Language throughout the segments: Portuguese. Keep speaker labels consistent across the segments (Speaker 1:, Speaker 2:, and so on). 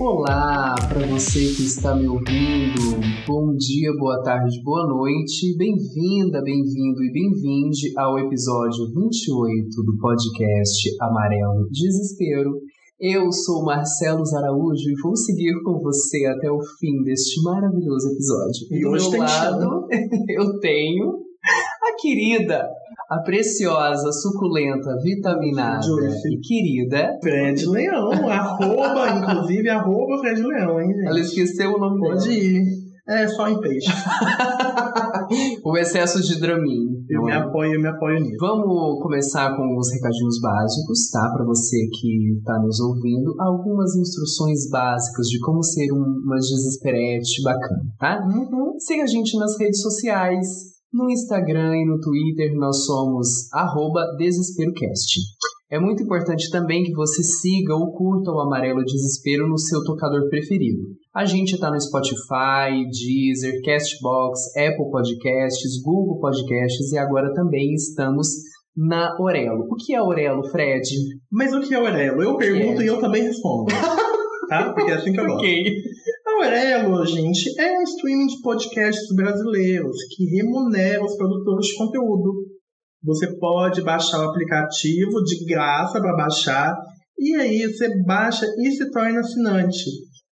Speaker 1: Olá para você que está me ouvindo. Bom dia, boa tarde, boa noite. Bem-vinda, bem-vindo e bem-vinde ao episódio 28 do podcast Amarelo Desespero. Eu sou Marcelo Araújo e vou seguir com você até o fim deste maravilhoso episódio. E do
Speaker 2: hoje
Speaker 1: meu
Speaker 2: tem
Speaker 1: lado, eu tenho a querida, a preciosa, suculenta, vitaminada
Speaker 2: Joyce.
Speaker 1: e querida.
Speaker 2: Fred Leão, arroba, inclusive, arroba Fred Leão, hein, gente?
Speaker 1: Ela esqueceu o nome dela.
Speaker 2: Pode ir. É, só em peixe.
Speaker 1: O excesso de Dramin.
Speaker 2: Eu
Speaker 1: não
Speaker 2: me
Speaker 1: é?
Speaker 2: apoio, eu me apoio nisso.
Speaker 1: Vamos começar com os recadinhos básicos, tá? Para você que tá nos ouvindo, algumas instruções básicas de como ser um, uma desesperete bacana, tá? Siga a gente nas redes sociais, no Instagram e no Twitter, nós somos arroba DesesperoCast. É muito importante também que você siga ou curta o Amarelo Desespero no seu tocador preferido. A gente tá no Spotify, Deezer, Castbox, Apple Podcasts, Google Podcasts e agora também estamos na Orelo. O que é Orelo, Fred?
Speaker 2: Mas o que é Aurelo? Eu pergunto e eu também respondo. tá? Porque é assim que eu gosto.
Speaker 1: Ok.
Speaker 2: A Aurelo, Então, gente, é um streaming de podcasts brasileiros que remunera os produtores de conteúdo. Você pode baixar o aplicativo de graça para baixar, e aí você baixa e se torna assinante.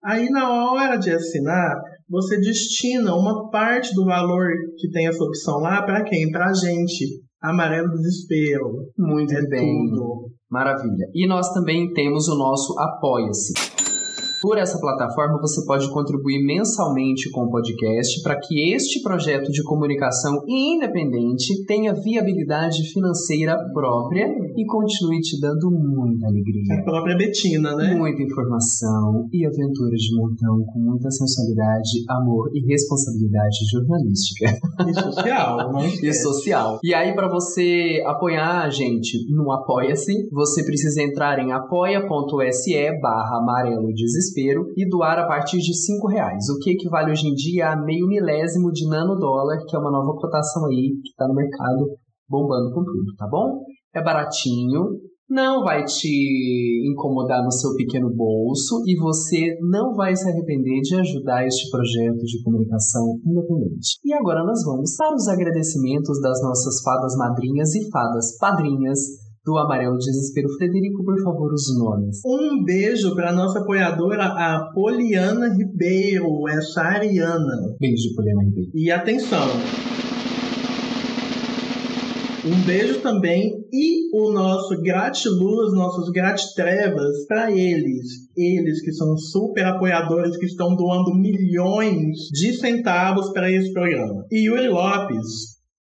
Speaker 2: Aí na hora de assinar, você destina uma parte do valor que tem essa opção lá para quem? Para a gente. Amarelo Desespero.
Speaker 1: Muito
Speaker 2: É
Speaker 1: bem.
Speaker 2: tudo.
Speaker 1: Maravilha. E nós também temos o nosso Apoia-se. Por essa plataforma você pode contribuir mensalmente com o podcast para que este projeto de comunicação independente tenha viabilidade financeira própria e continue te dando muita
Speaker 2: É A
Speaker 1: alegria.
Speaker 2: própria Betina, né?
Speaker 1: Muita informação e aventuras de montão com muita sensualidade, amor e responsabilidade jornalística
Speaker 2: E social. não
Speaker 1: e
Speaker 2: esquece.
Speaker 1: social. E aí, pra você apoiar a gente no Apoia-se, você precisa entrar em apoia.se barra amarelo desespero e doar a partir de 5 reais, o que equivale hoje em dia a meio milésimo de nano dólar, que é uma nova cotação aí que tá no mercado bombando com tudo, tá bom? É baratinho. Não vai te incomodar no seu pequeno bolso e você não vai se arrepender de ajudar este projeto de comunicação independente. E agora nós vamos para os agradecimentos das nossas fadas madrinhas e fadas padrinhas do Amarelo Desespero. Frederico, por favor, os nomes.
Speaker 2: Um beijo para nossa apoiadora, a Poliana Ribeiro, essa Ariana.
Speaker 1: Beijo, Poliana Ribeiro.
Speaker 2: E atenção! Um beijo também e o nosso gratiluz, nossos gratitrevas para eles. Eles que são super apoiadores que estão doando milhões de centavos para esse programa. E Yuri Lopes,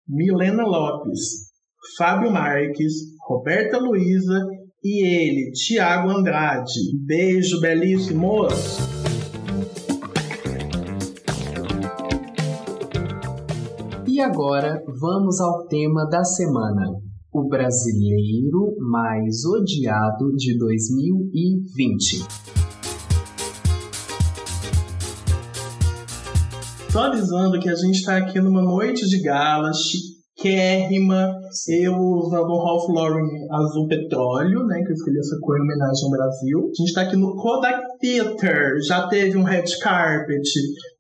Speaker 2: Milena Lopes, Fábio Marques, Roberta Luiza e ele, Tiago Andrade. Beijo belíssimos!
Speaker 1: E agora vamos ao tema da semana: o brasileiro mais odiado de 2020.
Speaker 2: Só avisando que a gente tá aqui numa noite de gala, chiquérrima. Eu usando um Ralph Lauren azul petróleo, né? Que eu escolhi essa cor em homenagem ao Brasil. A gente tá aqui no Kodak Theater. Já teve um red carpet.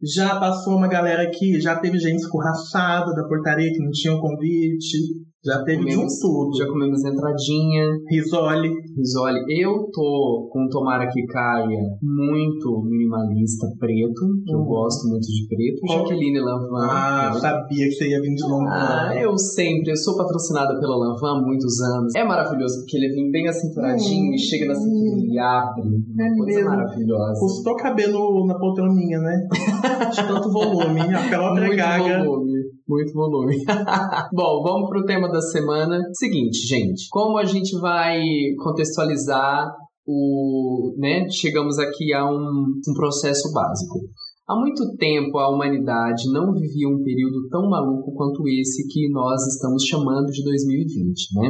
Speaker 2: Já passou uma galera aqui. Já teve gente escorraçada da portaria que não tinha um convite. Já teve de um
Speaker 1: Comemos-
Speaker 2: tudo.
Speaker 1: Já comemos entradinha,
Speaker 2: Risoli.
Speaker 1: Risoli, eu tô com um Tomara que Caia muito minimalista preto, que eu
Speaker 2: Uhum.
Speaker 1: gosto muito de preto.
Speaker 2: Qual-
Speaker 1: Jaqueline Lanvin.
Speaker 2: Ah, sabia que você ia vir de longo.
Speaker 1: Ah, eu sempre, eu sou patrocinada pela Lanvin há muitos anos. É maravilhoso, porque ele vem bem acinturadinho
Speaker 2: Hum.
Speaker 1: e chega na cintura e abre. Uma
Speaker 2: É
Speaker 1: coisa
Speaker 2: mesmo.
Speaker 1: maravilhosa.
Speaker 2: Custou cabelo na poltroninha, né? De tanto volume. A própria
Speaker 1: Muito
Speaker 2: Gaga.
Speaker 1: volume, muito volume. Bom, vamos pro tema da semana. Seguinte, gente, como a gente vai contextualizar o, né? Chegamos aqui a um, um processo básico. Há muito tempo a humanidade não vivia um período tão maluco quanto esse que nós estamos chamando de 2020, né?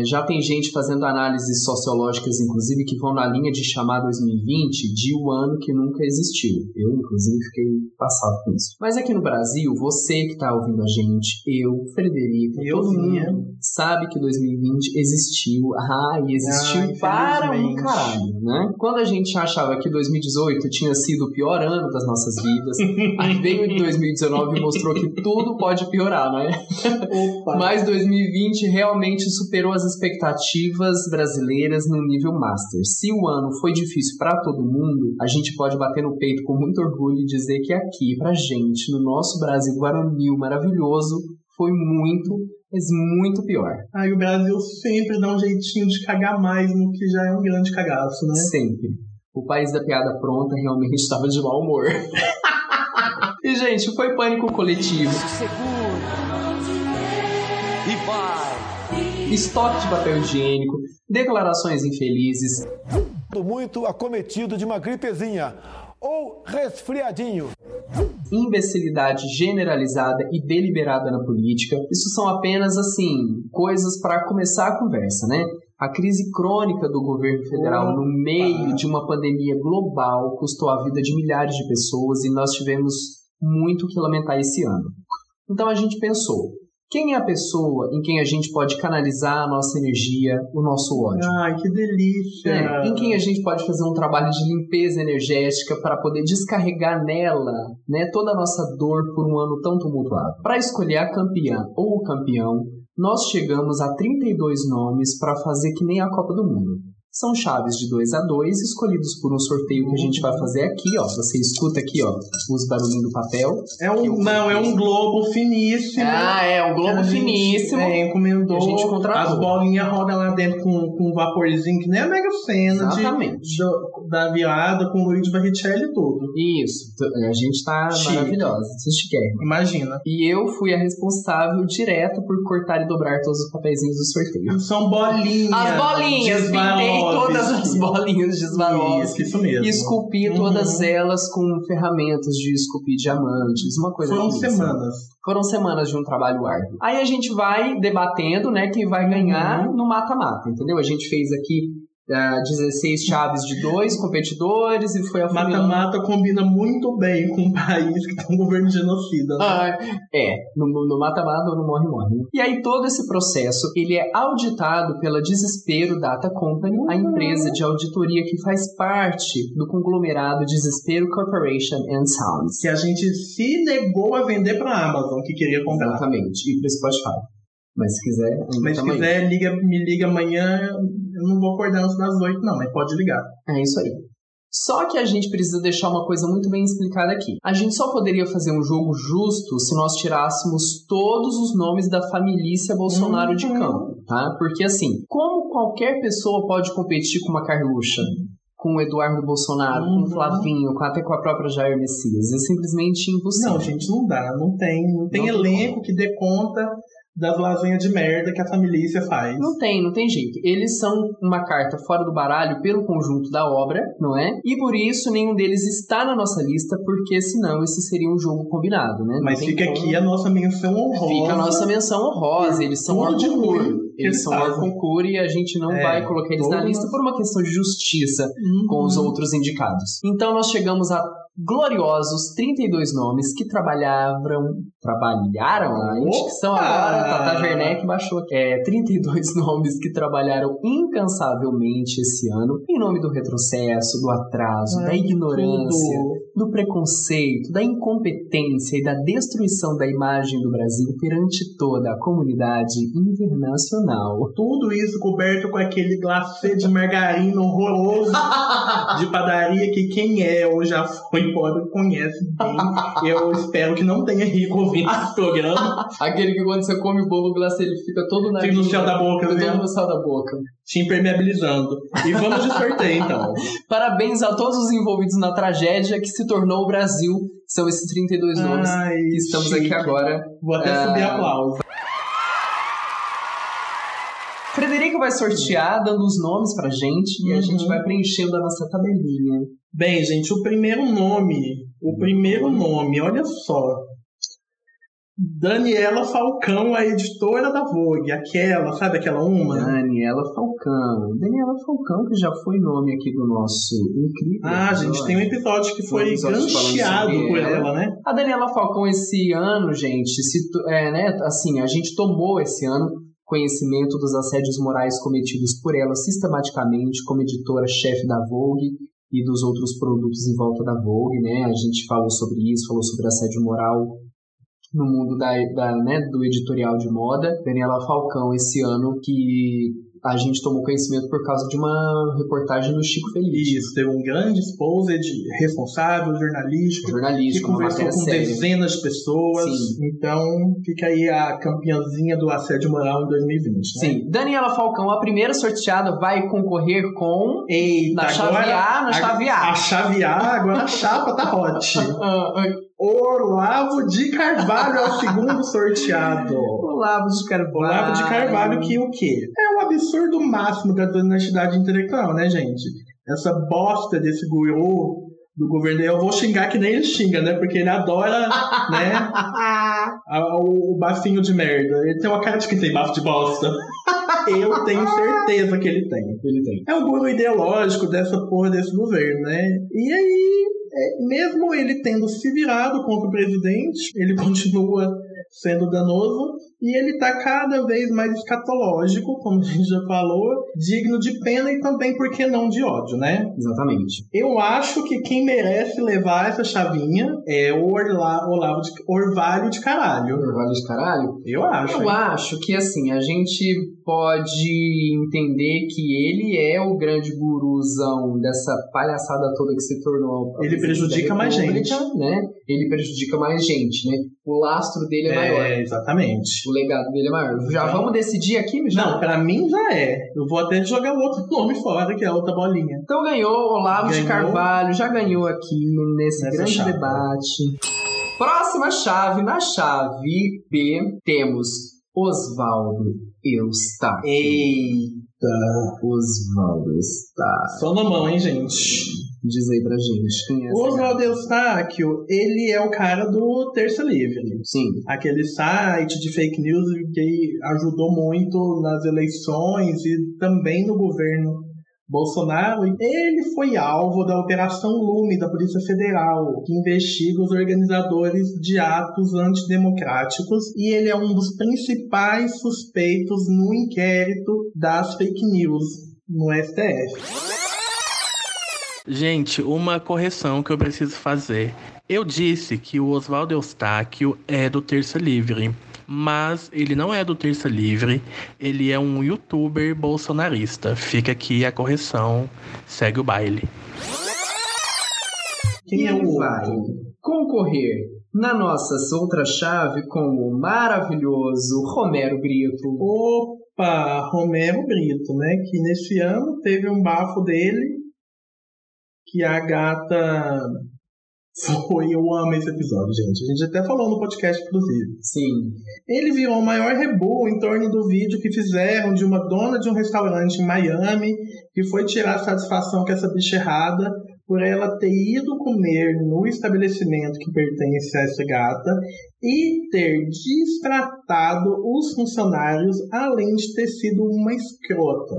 Speaker 1: É, já tem gente fazendo análises sociológicas, inclusive, que vão na linha de chamar 2020 de o um ano que nunca existiu. Eu, inclusive, fiquei passado com isso. Mas aqui no Brasil, você que está ouvindo a gente, eu, Frederico, eu todo vinha. mundo sabe que 2020 existiu. Ah, e existiu ah, para um caralho, né? Quando a gente achava que 2018 tinha sido o pior ano das nossas vidas. Aí veio em 2019 e mostrou que tudo pode piorar, né? Opa. Mas 2020 realmente superou as expectativas brasileiras no nível master. Se o ano foi difícil para todo mundo, a gente pode bater no peito com muito orgulho e dizer que aqui, pra gente, no nosso Brasil guaranil maravilhoso, foi muito mas muito pior.
Speaker 2: Aí o Brasil sempre dá um jeitinho de cagar mais no que já é um grande cagaço, né?
Speaker 1: Sempre. O país da piada pronta realmente estava de mau humor. e, gente, foi pânico coletivo. Segura. E vai. Estoque de papel higiênico, declarações infelizes.
Speaker 3: Muito acometido de uma gripezinha ou resfriadinho.
Speaker 1: Imbecilidade generalizada e deliberada na política. Isso são apenas, assim, coisas para começar a conversa, né? A crise crônica do governo federal Opa. no meio de uma pandemia global custou a vida de milhares de pessoas e nós tivemos muito que lamentar esse ano. Então a gente pensou, quem é a pessoa em quem a gente pode canalizar a nossa energia, o nosso ódio?
Speaker 2: Ai, que delícia!
Speaker 1: É, em quem a gente pode fazer um trabalho de limpeza energética para poder descarregar nela né, toda a nossa dor por um ano tão tumultuado. Para escolher a campeã ou o campeão, nós chegamos a 32 nomes para fazer que nem a Copa do Mundo. São chaves de 2 a 2 escolhidos por um sorteio que a gente vai fazer aqui, ó. Você escuta aqui, ó, os barulhinhos do papel.
Speaker 2: É um, eu... não, é um globo finíssimo.
Speaker 1: Ah, é um globo finíssimo.
Speaker 2: Gente, é, encomendou.
Speaker 1: A gente contratou.
Speaker 2: As bolinhas rodam lá dentro com, com um vaporzinho que nem a Mega Sena.
Speaker 1: Exatamente.
Speaker 2: De, da virada com o Luiz Barrichelli e tudo.
Speaker 1: Isso. A gente tá Chique. maravilhosa. Isso quer.
Speaker 2: Imagina.
Speaker 1: E eu fui a responsável direto por cortar e dobrar todos os papeizinhos do sorteio.
Speaker 2: São bolinhas.
Speaker 1: As bolinhas, pintei todas as bolinhas de Swarovski.
Speaker 2: Isso, isso mesmo.
Speaker 1: E esculpi uhum. todas elas com ferramentas de esculpir diamantes, uma coisa
Speaker 2: Foram semanas.
Speaker 1: Foram semanas de um trabalho árduo. Aí a gente vai debatendo, né, quem vai ganhar uhum. no mata-mata, entendeu? A gente fez aqui uh, 16 chaves de dois competidores e foi a
Speaker 2: Mata-mata combina muito bem com um país que tem um governo de genocida. Né?
Speaker 1: Ah, é, no mata-mata ou no morre-morre. Né? E aí todo esse processo, ele é auditado pela Desespero Data Company, a empresa de auditoria que faz parte do conglomerado Desespero Corporation and Sounds.
Speaker 2: Que a gente se negou a vender para a Amazon, que queria comprar.
Speaker 1: Exatamente, e para Spotify. Mas se quiser,
Speaker 2: mas se quiser liga, me liga amanhã. Eu não vou acordar antes das oito, não, mas pode ligar.
Speaker 1: É isso aí. Só que a gente precisa deixar uma coisa muito bem explicada aqui. A gente só poderia fazer um jogo justo se nós tirássemos todos os nomes da família Bolsonaro uhum. de campo, tá? Porque assim, como qualquer pessoa pode competir com uma Carluxa? com o Eduardo Bolsonaro, uhum. com o Flavinho, com, até com a própria Jair Messias. É simplesmente impossível.
Speaker 2: Não, gente, não dá. Não tem, não tem não elenco tem que dê conta das lasanhas de merda que a família faz.
Speaker 1: Não tem, não tem jeito. Eles são uma carta fora do baralho pelo conjunto da obra, não é? E por isso nenhum deles está na nossa lista, porque senão esse seria um jogo combinado, né? Não
Speaker 2: Mas fica como... aqui a nossa menção honrosa.
Speaker 1: Fica a nossa menção honrosa, eles são hors concurso. Eles são hors concurso e a gente não é, vai colocar eles na lista por uma questão de justiça uhum. com os outros indicados. Então nós chegamos a gloriosos 32 nomes que trabalhavam, trabalharam né? na instituição agora, Tata Werneck baixou aqui, é, 32 nomes que trabalharam incansavelmente esse ano em nome do retrocesso, do atraso, Ai, da né? ignorância, tudo. do preconceito, da incompetência e da destruição da imagem do Brasil perante toda a comunidade internacional.
Speaker 2: Tudo isso coberto com aquele glacê de margarina horroroso de padaria que quem é ou já foi embora conhece bem. Eu espero que não tenha rico ouvindo esse programa.
Speaker 1: Aquele que quando você come o bolo glacê, ele fica todo na
Speaker 2: Fica no céu da boca,
Speaker 1: né? Todo no céu da boca.
Speaker 2: Te impermeabilizando. E vamos de sorteio, então.
Speaker 1: Parabéns a todos os envolvidos na tragédia que se tornou o Brasil. São esses 32
Speaker 2: Ah,
Speaker 1: Ai, nomes que estamos chique. aqui agora.
Speaker 2: Vou até é... subir aplauso.
Speaker 1: Frederico vai sortear, dando os nomes pra gente, uhum. e a gente vai preenchendo a nossa tabelinha.
Speaker 2: Bem, gente, o primeiro nome O primeiro nome, olha só. Daniela Falcão, a editora da Vogue, aquela, sabe aquela uma?
Speaker 1: Daniela Falcão. Daniela Falcão, que já foi nome aqui do nosso incrível.
Speaker 2: Ah, gente,
Speaker 1: episódio.
Speaker 2: tem um episódio que foi
Speaker 1: Vamos aos é. falando
Speaker 2: gancheado
Speaker 1: sobre
Speaker 2: por
Speaker 1: ela.
Speaker 2: ela, né?
Speaker 1: A Daniela Falcão esse ano, gente, se tu- é, né, assim, a gente tomou esse ano conhecimento dos assédios morais cometidos por ela sistematicamente como editora-chefe da Vogue e dos outros produtos em volta da Vogue, né? A gente falou sobre isso, falou sobre assédio moral no mundo da, da, né, do editorial de moda. Daniela Falcão esse ano que a gente tomou conhecimento por causa de uma reportagem do Chico Feliz.
Speaker 2: Isso, teve um grande exposed responsável, jornalístico, que
Speaker 1: Jornalístico, uma
Speaker 2: conversou
Speaker 1: matéria
Speaker 2: com
Speaker 1: séria.
Speaker 2: dezenas de pessoas.
Speaker 1: Sim.
Speaker 2: Então, fica aí a campeãzinha do assédio moral em 2020, né?
Speaker 1: Sim, Daniela Falcão, a primeira sorteada, vai concorrer com.
Speaker 2: Eita,
Speaker 1: Na chave
Speaker 2: agora,
Speaker 1: A, na chave A.
Speaker 2: A chave A, agora a chapa tá hot.
Speaker 1: Ah, ah,
Speaker 2: Olavo de Carvalho é o segundo sorteado.
Speaker 1: Olavo de Carvalho.
Speaker 2: Olavo de Carvalho, que o quê? É um absurdo máximo da honestidade intelectual, né, gente? Essa bosta desse guru do governo. Eu vou xingar que nem ele xinga, né? Porque ele adora, né? a- o, o bafinho de merda. Ele tem uma cara de que tem bafo de bosta. Eu tenho certeza que ele tem.
Speaker 1: Ele tem.
Speaker 2: É o guru ideológico dessa porra desse governo, né? E aí, é, mesmo ele tendo se virado contra o presidente, ele continua sendo danoso e ele tá cada vez mais escatológico, como a gente já falou, digno de pena e também, por que não, de ódio, né?
Speaker 1: Exatamente.
Speaker 2: Eu acho que quem merece levar essa chavinha é o Orla, Olavo de, Orvalho de Caralho.
Speaker 1: Carvalho de Caralho.
Speaker 2: Eu acho.
Speaker 1: Eu
Speaker 2: hein?
Speaker 1: acho que, assim, a gente pode entender que ele é o grande guruzão dessa palhaçada toda que se tornou. a
Speaker 2: Ele
Speaker 1: presidente
Speaker 2: prejudica
Speaker 1: da
Speaker 2: mais
Speaker 1: República, Né? Ele prejudica mais gente, né? O lastro dele é, maior.
Speaker 2: É, exatamente.
Speaker 1: O legado dele é maior. Já
Speaker 2: Então-
Speaker 1: vamos decidir aqui, já?
Speaker 2: Não, pra mim já é. Eu vou até jogar o outro nome fora, que é a outra bolinha.
Speaker 1: Então ganhou Olavo de
Speaker 2: Ganhou.
Speaker 1: Carvalho, já ganhou aqui nesse
Speaker 2: Nessa
Speaker 1: grande
Speaker 2: chave.
Speaker 1: debate. Próxima chave, na chave B, temos Oswaldo Eustáquio.
Speaker 2: Eita!
Speaker 1: Oswaldo Eustáquio.
Speaker 2: Só na mão, hein, gente?
Speaker 1: Diz aí pra gente quem é
Speaker 2: O
Speaker 1: essa
Speaker 2: Oswaldo Eustáquio, ele é o cara do Terça Livre.
Speaker 1: galera? Sim,
Speaker 2: Aquele site de fake news que ajudou muito nas eleições e também no governo Bolsonaro. Ele foi alvo da Operação Lume da Polícia Federal, que investiga os organizadores de atos antidemocráticos, e ele é um dos principais suspeitos no inquérito das fake news no STF.
Speaker 4: Gente, uma correção que eu preciso fazer. Eu disse que o Oswaldo Eustáquio é do Terça Livre, mas ele não é do Terça Livre, ele é um youtuber bolsonarista. Fica aqui a correção, segue o baile.
Speaker 1: E
Speaker 2: Quem é o
Speaker 1: ele
Speaker 2: outro?
Speaker 1: vai concorrer na nossa outra chave com o maravilhoso Romero Brito.
Speaker 2: Opa, Romero Brito, né? Que nesse ano teve um bafo dele que a gata foi. Eu amo esse episódio, gente. A gente até falou no podcast, inclusive.
Speaker 1: Sim,
Speaker 2: Ele virou o maior rebu em torno do vídeo que fizeram de uma dona de um restaurante em Miami que foi tirar satisfação com essa bicha errada por ela ter ido comer no estabelecimento que pertence a essa gata e ter destratado os funcionários, além de ter sido uma escrota.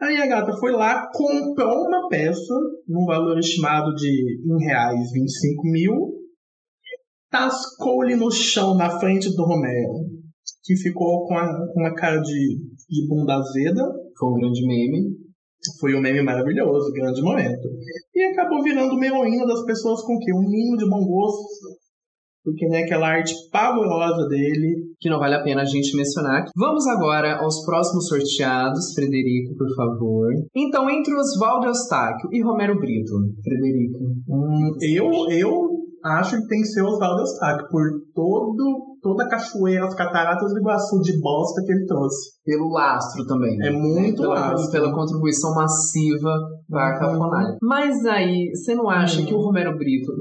Speaker 2: Aí a gata foi lá, comprou uma peça, num valor estimado de em reais 25 mil, tascou-lhe no chão na frente do Romero, que ficou com, a, com uma cara de, de bunda azeda,
Speaker 1: foi um grande meme.
Speaker 2: foi um meme maravilhoso, grande momento. E acabou virando uma heroína das pessoas com que? Um mínimo de bom gosto. Porque né, aquela arte pavorosa dele.
Speaker 1: que não vale a pena a gente mencionar. Vamos agora aos próximos sorteados. Frederico, por favor. Então, entre Oswaldo Eustáquio e Romero Brito. Frederico.
Speaker 2: Hum, eu, eu acho que tem que ser Oswaldo Eustáquio, por todo, toda a cachoeira, as cataratas do Iguaçu de bosta que ele trouxe.
Speaker 1: Pelo lastro também.
Speaker 2: É muito
Speaker 1: pela,
Speaker 2: lastro.
Speaker 1: pela contribuição massiva para a
Speaker 2: Uhum.
Speaker 1: cafonagem. Mas aí, você não acha
Speaker 2: Uhum.
Speaker 1: que o Romero Brito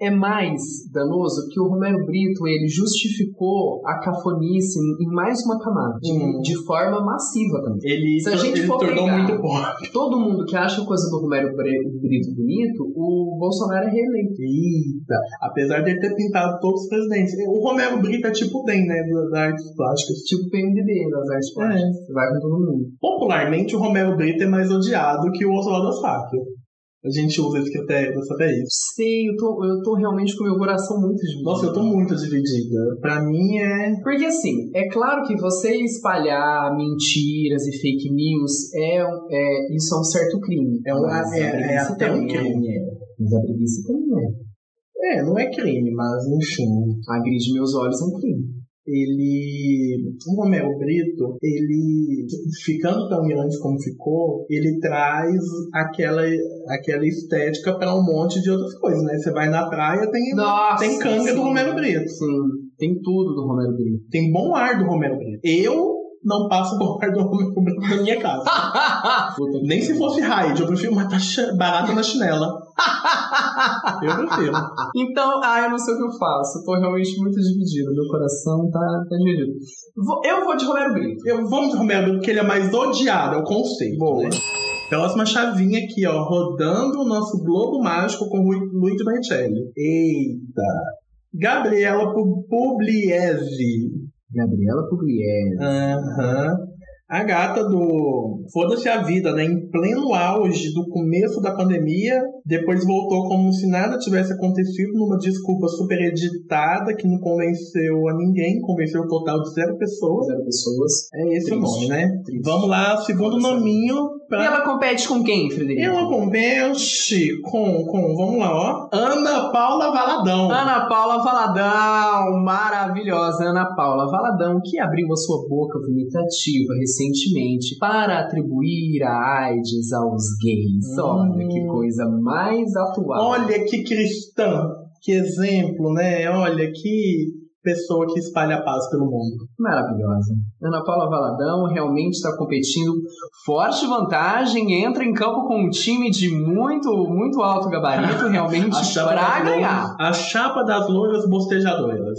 Speaker 1: é mais danoso que o Romero Brito ele justificou a cafonice em mais uma camada, de,
Speaker 2: Hum.
Speaker 1: de forma massiva também.
Speaker 2: Ele,
Speaker 1: Se a gente
Speaker 2: ele
Speaker 1: for
Speaker 2: tornou
Speaker 1: pegar-
Speaker 2: muito pobre.
Speaker 1: Todo mundo que acha coisa do Romero Bre- Brito bonito, o Bolsonaro é reeleito.
Speaker 2: Eita, apesar de ele ter pintado todos os presidentes. O Romero Brito é tipo o DEM, né? Das artes plásticas.
Speaker 1: Tipo PMDB das artes
Speaker 2: É.
Speaker 1: plásticas. Vai com todo mundo.
Speaker 2: Popularmente, o Romero Brito é mais odiado que o Oswaldo Sacco. A gente usa esse critério dessa vez.
Speaker 1: Sei, eu tô, eu tô realmente com meu coração muito dividido.
Speaker 2: Nossa, eu tô muito dividida. Pra mim é.
Speaker 1: Porque assim, é claro que você espalhar mentiras e fake news é, um- é isso é um certo crime.
Speaker 2: É um-
Speaker 1: Mas a
Speaker 2: é- é
Speaker 1: preguiça
Speaker 2: até um
Speaker 1: também é.
Speaker 2: crime.
Speaker 1: Mas a preguiça também é.
Speaker 2: É, não é crime, mas enfim.
Speaker 1: Agride meus olhos é um crime.
Speaker 2: Ele. O Romero Brito, ele. Ficando tão grande como ficou, ele traz aquela, aquela estética pra um monte de outras coisas, né? Você vai na praia, tem,
Speaker 1: Nossa,
Speaker 2: tem canga
Speaker 1: sim.
Speaker 2: do Romero Brito.
Speaker 1: Sim, tem tudo do Romero Brito.
Speaker 2: Tem bom ar do Romero Brito. Eu não passo bom ar do Romero Brito na minha casa.
Speaker 1: Puta que
Speaker 2: Nem se
Speaker 1: pariu.
Speaker 2: fosse raid, eu prefiro matar cha- barata na chinela. Eu prefiro.
Speaker 1: Então, ah, eu não sei o que eu faço. Eu tô realmente muito dividido. Meu coração tá, tá dividido. Vou- eu vou de Romero Brito.
Speaker 2: Eu, vamos de Romero Brito, porque ele é mais odiado, é o conceito.
Speaker 1: Boa.
Speaker 2: né? Próxima chavinha aqui, ó. Rodando o nosso Globo Mágico com Rui- Luigi Barrichelli. Eita. Gabriela Pu- Pugliese.
Speaker 1: Gabriela Pugliese.
Speaker 2: Aham. A gata do Foda-se a Vida, né? Em pleno auge do começo da pandemia, depois voltou como se nada tivesse acontecido numa desculpa super editada que não convenceu a ninguém, convenceu o total de zero pessoas.
Speaker 1: Zero pessoas.
Speaker 2: É esse o nome,
Speaker 1: Triste.
Speaker 2: né?
Speaker 1: Triste.
Speaker 2: Vamos lá, segundo
Speaker 1: Nossa.
Speaker 2: nominho
Speaker 1: E
Speaker 2: pra.
Speaker 1: ela compete com quem, Frederico?
Speaker 2: Ela compete com, com, vamos lá, ó. Ana Paula Valadão.
Speaker 1: Ana Paula Valadão, maravilhosa Ana Paula Valadão, que abriu a sua boca vomitativa recentemente para atribuir a AIDS aos gays.
Speaker 2: Hum.
Speaker 1: Olha que coisa mais atual.
Speaker 2: Olha que cristã, que exemplo, né? Olha que pessoa que espalha a paz pelo mundo.
Speaker 1: Maravilhosa. Ana Paula Valadão realmente está competindo forte vantagem, entra em campo com um time de muito, muito alto gabarito, realmente, para ganhar.
Speaker 2: das
Speaker 1: né?
Speaker 2: loiras- a chapa das loiras bostejadoras.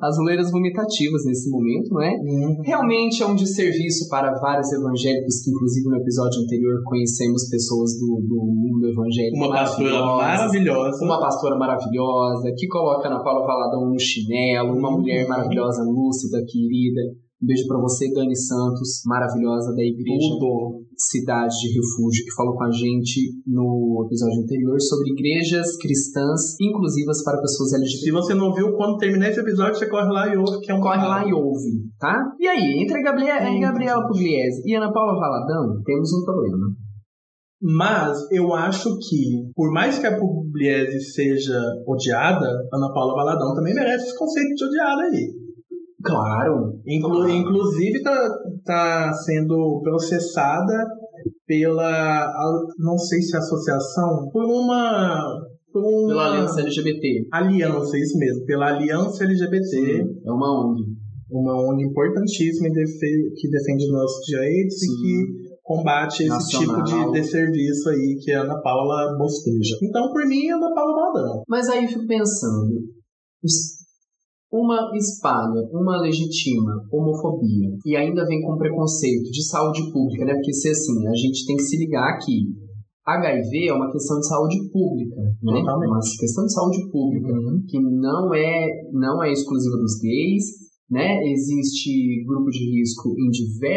Speaker 1: As loiras vomitativas nesse momento, não é?
Speaker 2: Hum.
Speaker 1: Realmente é um desserviço para vários evangélicos, que inclusive no episódio anterior conhecemos pessoas do, do mundo evangélico.
Speaker 2: Uma pastora
Speaker 1: maravilhosas.
Speaker 2: maravilhosa.
Speaker 1: Uma pastora maravilhosa, que coloca Ana Paula Valadão no chinelo, uma mulher maravilhosa, lúcida, querida. Um beijo pra você, Dani Santos, maravilhosa da igreja
Speaker 2: Tudo.
Speaker 1: Cidade de Refúgio, que falou com a gente no episódio anterior sobre igrejas cristãs inclusivas para pessoas LGBT.
Speaker 2: Se você não viu, quando terminar esse episódio, você corre lá e ouve que é um
Speaker 1: Corre
Speaker 2: barato.
Speaker 1: lá e ouve, tá? E aí, entre a Gabriela,
Speaker 2: Hum.
Speaker 1: Gabriela Pugliese e Ana Paula Valadão, temos um problema.
Speaker 2: Mas eu acho que, por mais que a Pugliese seja odiada, Ana Paula Valadão também merece esse conceito de odiada aí.
Speaker 1: Claro.
Speaker 2: Inclu-
Speaker 1: Claro.
Speaker 2: Inclusive, tá, tá sendo processada pela, a- não sei se é associação, por uma. Por uma
Speaker 1: Pela Aliança LGBT.
Speaker 2: Aliança, isso mesmo, pela Aliança LGBT,
Speaker 1: É uma ONG.
Speaker 2: uma ONG importantíssima em defe- que defende nossos direitos
Speaker 1: Sim.
Speaker 2: e que combate esse
Speaker 1: Nacional.
Speaker 2: tipo de desserviço aí que a Ana Paula bosteja. Então, por mim, é Ana Paula Baldão.
Speaker 1: Mas aí eu fico pensando. os- Uma espalha, uma legitima homofobia e ainda vem com preconceito de saúde pública, né? Porque se assim, a gente tem que se ligar aqui. HIV é uma questão de saúde pública, né?
Speaker 2: Totalmente.
Speaker 1: Uma questão de saúde pública. que não é não é exclusiva dos gays, né? Existe grupo de risco em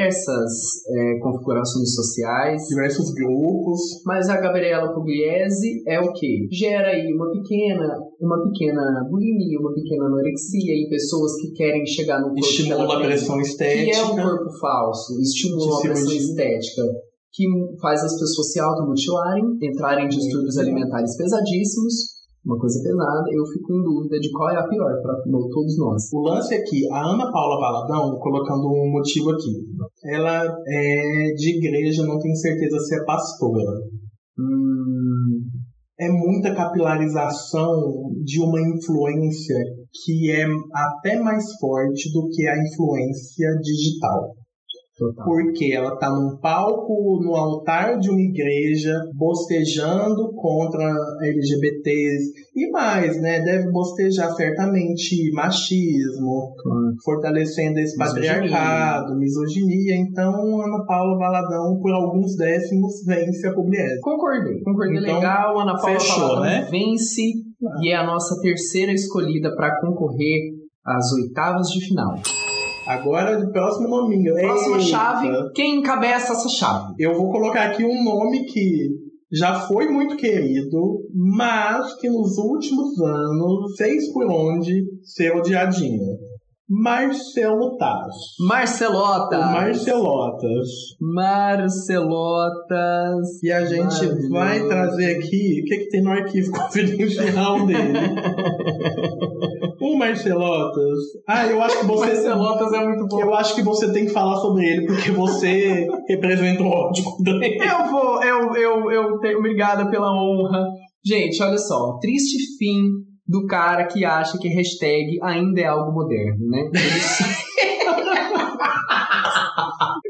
Speaker 1: diversas eh, configurações sociais.
Speaker 2: Diversos grupos.
Speaker 1: Mas a Gabriela Pugliese é o quê? Gera aí uma pequena, uma pequena bulimia, uma pequena anorexia em pessoas que querem chegar no corpo que
Speaker 2: Estimula
Speaker 1: ela
Speaker 2: a
Speaker 1: tem,
Speaker 2: pressão
Speaker 1: que é um
Speaker 2: estética.
Speaker 1: corpo falso, estimula a
Speaker 2: De
Speaker 1: pressão
Speaker 2: cirurgia.
Speaker 1: estética, que faz as pessoas se automutilarem, entrarem em distúrbios
Speaker 2: Uhum.
Speaker 1: alimentares pesadíssimos, uma coisa pesada. Eu fico em dúvida de qual é a pior para todos nós.
Speaker 2: O lance aqui, a Ana Paula Valadão, colocando um motivo aqui. Ela é de igreja, não tenho certeza se é pastora.
Speaker 1: Hum,
Speaker 2: É muita capilarização de uma influência que é até mais forte do que a influência digital.
Speaker 1: Total.
Speaker 2: Porque ela tá num palco, no altar de uma igreja, bostejando contra LGBTs e mais, né? Deve bostejar certamente machismo,
Speaker 1: Claro.
Speaker 2: fortalecendo esse
Speaker 1: Misoginia.
Speaker 2: patriarcado, misoginia. Então, Ana Paula Valadão, por alguns décimos, vence a Pugliese.
Speaker 1: Concordei, concordei
Speaker 2: Então,
Speaker 1: legal. Ana Paula
Speaker 2: fechou,
Speaker 1: Paladão
Speaker 2: né?
Speaker 1: vence e é a nossa terceira escolhida para concorrer às oitavas de final.
Speaker 2: Agora, o próximo nominho.
Speaker 1: Próxima
Speaker 2: Eita.
Speaker 1: chave, quem encabeça essa chave?
Speaker 2: Eu vou colocar aqui um nome que já foi muito querido, mas que nos últimos anos fez por onde ser odiadinho. Marcelo Taz.
Speaker 1: Marcelota!
Speaker 2: O Marcelotas.
Speaker 1: Marcelotas!
Speaker 2: E a gente
Speaker 1: Maravilhoso.
Speaker 2: vai trazer aqui o que, que tem no arquivo confidencial dele. o Marcelotas. Ah, eu acho que você.
Speaker 1: Marcelotas é muito bom.
Speaker 2: Eu acho que você tem que falar sobre ele, porque você representa o ódio contra ele.
Speaker 1: Eu vou, eu, eu, eu tenho, obrigada pela honra. Gente, olha só, triste fim do cara que acha que hashtag ainda é algo moderno, né?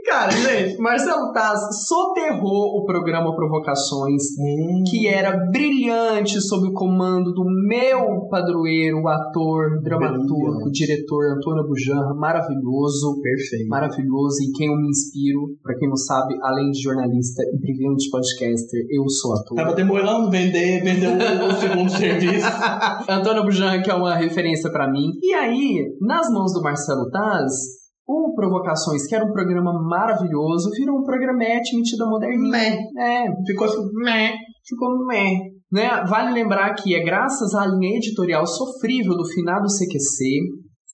Speaker 1: cara, gente, Marcelo Taz soterrou o programa Provocações
Speaker 2: Hum.
Speaker 1: que era brilhante sob o comando do meu padroeiro, o ator, dramaturgo, diretor Antônio Bujanra, maravilhoso.
Speaker 2: Perfeito.
Speaker 1: Maravilhoso e quem eu me inspiro, pra quem não sabe, além de jornalista e brilhante podcaster, eu sou ator.
Speaker 2: Tava demorando vender, vender o, o segundo serviço.
Speaker 1: Antônio Bujanra, que é uma referência pra mim. E aí, nas mãos do Marcelo Taz, o Provocações, que era um programa maravilhoso, virou um programete metida moderninha. É,
Speaker 2: Ficou assim, meh.
Speaker 1: ficou meh. Né? Vale lembrar que é graças à linha editorial sofrível do finado CQC,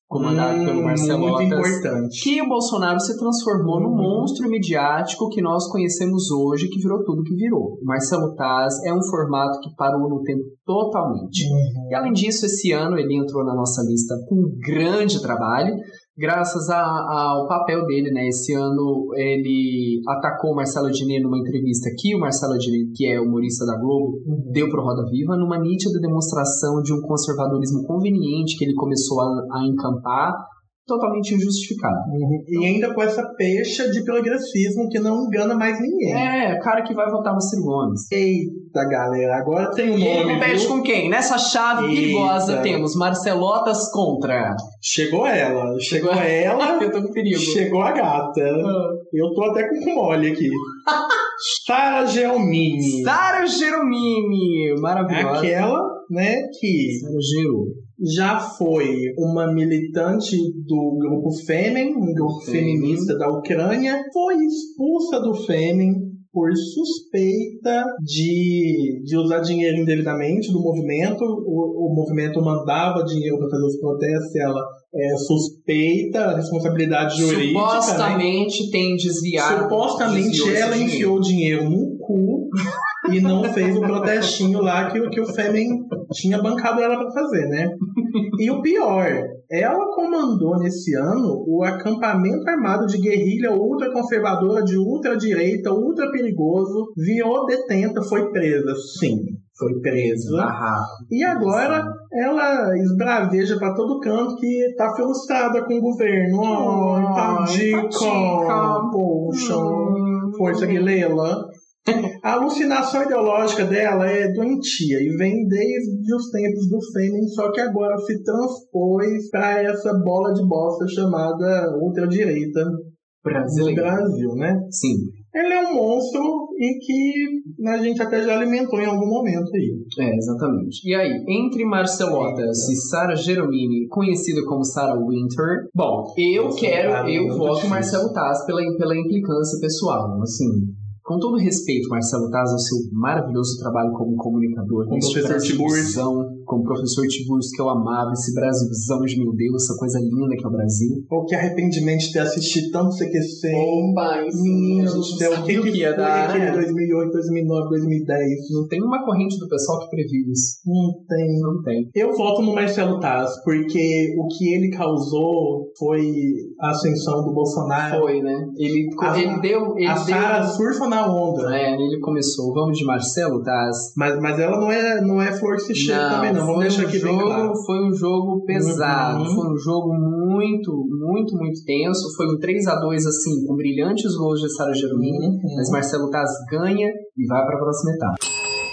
Speaker 1: comandado
Speaker 2: Hum,
Speaker 1: pelo Marcelo
Speaker 2: Muito
Speaker 1: Otas,
Speaker 2: importante.
Speaker 1: que o Bolsonaro se transformou no
Speaker 2: Uhum.
Speaker 1: monstro midiático que nós conhecemos hoje, que virou tudo que virou. O Marcelo Taz é um formato que parou no tempo totalmente.
Speaker 2: Uhum.
Speaker 1: E além disso, esse ano ele entrou na nossa lista com um grande trabalho, graças a- ao papel dele, né? Esse ano ele atacou o Marcelo Diné numa entrevista que o Marcelo Diné, que é humorista da Globo,
Speaker 2: Uhum.
Speaker 1: deu pro Roda Viva, numa nítida demonstração de um conservadorismo conveniente que ele começou a, a encampar, totalmente injustificado.
Speaker 2: Uhum. E ainda com essa pecha de progressismo que não engana mais ninguém.
Speaker 1: É, cara que vai votar no Ciro Gomes.
Speaker 2: Eita, galera, agora tem um
Speaker 1: E ele
Speaker 2: nome.
Speaker 1: compete
Speaker 2: viu?
Speaker 1: com quem? Nessa chave
Speaker 2: Eita.
Speaker 1: perigosa temos Marcelotas contra.
Speaker 2: Chegou ela, chegou
Speaker 1: Chegou-
Speaker 2: ela,
Speaker 1: Eu Ah. tô com perigo.
Speaker 2: chegou a gata. Eu tô até com mole aqui. Sara Gelmini. É
Speaker 1: Sara Geromini, maravilhosa.
Speaker 2: Aquela, né, que
Speaker 1: Sara Gero.
Speaker 2: já foi uma militante do grupo Fêmen, um grupo
Speaker 1: Sim.
Speaker 2: feminista da Ucrânia, foi expulsa do Fêmen por suspeita de, de usar dinheiro indevidamente do movimento. O, o movimento mandava dinheiro para fazer os protestos e ela é suspeita, a responsabilidade jurídica. né?
Speaker 1: Supostamente tem desviado.
Speaker 2: Supostamente
Speaker 1: desviou esse
Speaker 2: ela
Speaker 1: dinheiro.
Speaker 2: enfiou dinheiro no cu e não fez o protestinho lá que, o- que o Femen tinha bancado ela pra fazer, né? E o pior, ela comandou nesse ano o acampamento armado de guerrilha ultraconservadora, de ultradireita, ultra perigoso, virou detenta, foi presa, sim. Foi presa.
Speaker 1: Barraco.
Speaker 2: E agora ela esbraveja pra todo canto que tá frustrada com o governo. Oh,
Speaker 1: Oh,
Speaker 2: tadica,
Speaker 1: tadica.
Speaker 2: poxa.
Speaker 1: Hum.
Speaker 2: Força Guilela. A alucinação ideológica dela é doentia e vem desde os tempos do Fêmen, só que agora se transpôs pra essa bola de bosta chamada ultradireita do
Speaker 1: Brasileiro.
Speaker 2: Brasil, né?
Speaker 1: Sim.
Speaker 2: Ela é um monstro e que a gente até já alimentou em algum momento aí.
Speaker 1: É, exatamente. E aí, entre Marcelotas e Sara Geromini, conhecida como Sara Winter, bom, eu
Speaker 2: Nossa,
Speaker 1: quero,
Speaker 2: cara,
Speaker 1: eu
Speaker 2: muito
Speaker 1: voto
Speaker 2: difícil.
Speaker 1: Marcelo Taz pela, pela implicância pessoal, assim. Com todo respeito, Marcelo Taz, ao seu maravilhoso trabalho como comunicador,
Speaker 2: Como
Speaker 1: neste
Speaker 2: professor
Speaker 1: Brasilzão, como professor Tiburcio, que eu amava, esse Brasilzão de meu Deus, essa coisa linda que é o Brasil.
Speaker 2: Ou que arrependimento de ter assistido tanto CQC.
Speaker 1: pai,
Speaker 2: Menino do céu, o que, que, ia dar? né? Aquele 2008, 2009, 2010.
Speaker 1: Não né? tem uma corrente do pessoal que previu isso.
Speaker 2: Não tem.
Speaker 1: Não tem.
Speaker 2: Eu voto no Marcelo Taz, porque o que ele causou foi a ascensão do Bolsonaro.
Speaker 1: Foi, né? Ele,
Speaker 2: A-
Speaker 1: ele deu. Ele
Speaker 2: a
Speaker 1: deu
Speaker 2: Sara surfa na onda.
Speaker 1: É, ele começou. né? Vamos de Marcelo Taz.
Speaker 2: Mas, mas ela não é, não é flor que se cheira também, não, vamos
Speaker 1: foi
Speaker 2: deixar
Speaker 1: um
Speaker 2: aqui bem
Speaker 1: jogo,
Speaker 2: claro.
Speaker 1: Foi um jogo pesado,
Speaker 2: Uhum.
Speaker 1: foi um jogo muito, muito, muito tenso. Foi um 3 a 2 assim, com brilhantes gols de Sara Jeromini.
Speaker 2: Uhum.
Speaker 1: Mas Marcelo Taz ganha e vai para a próxima etapa.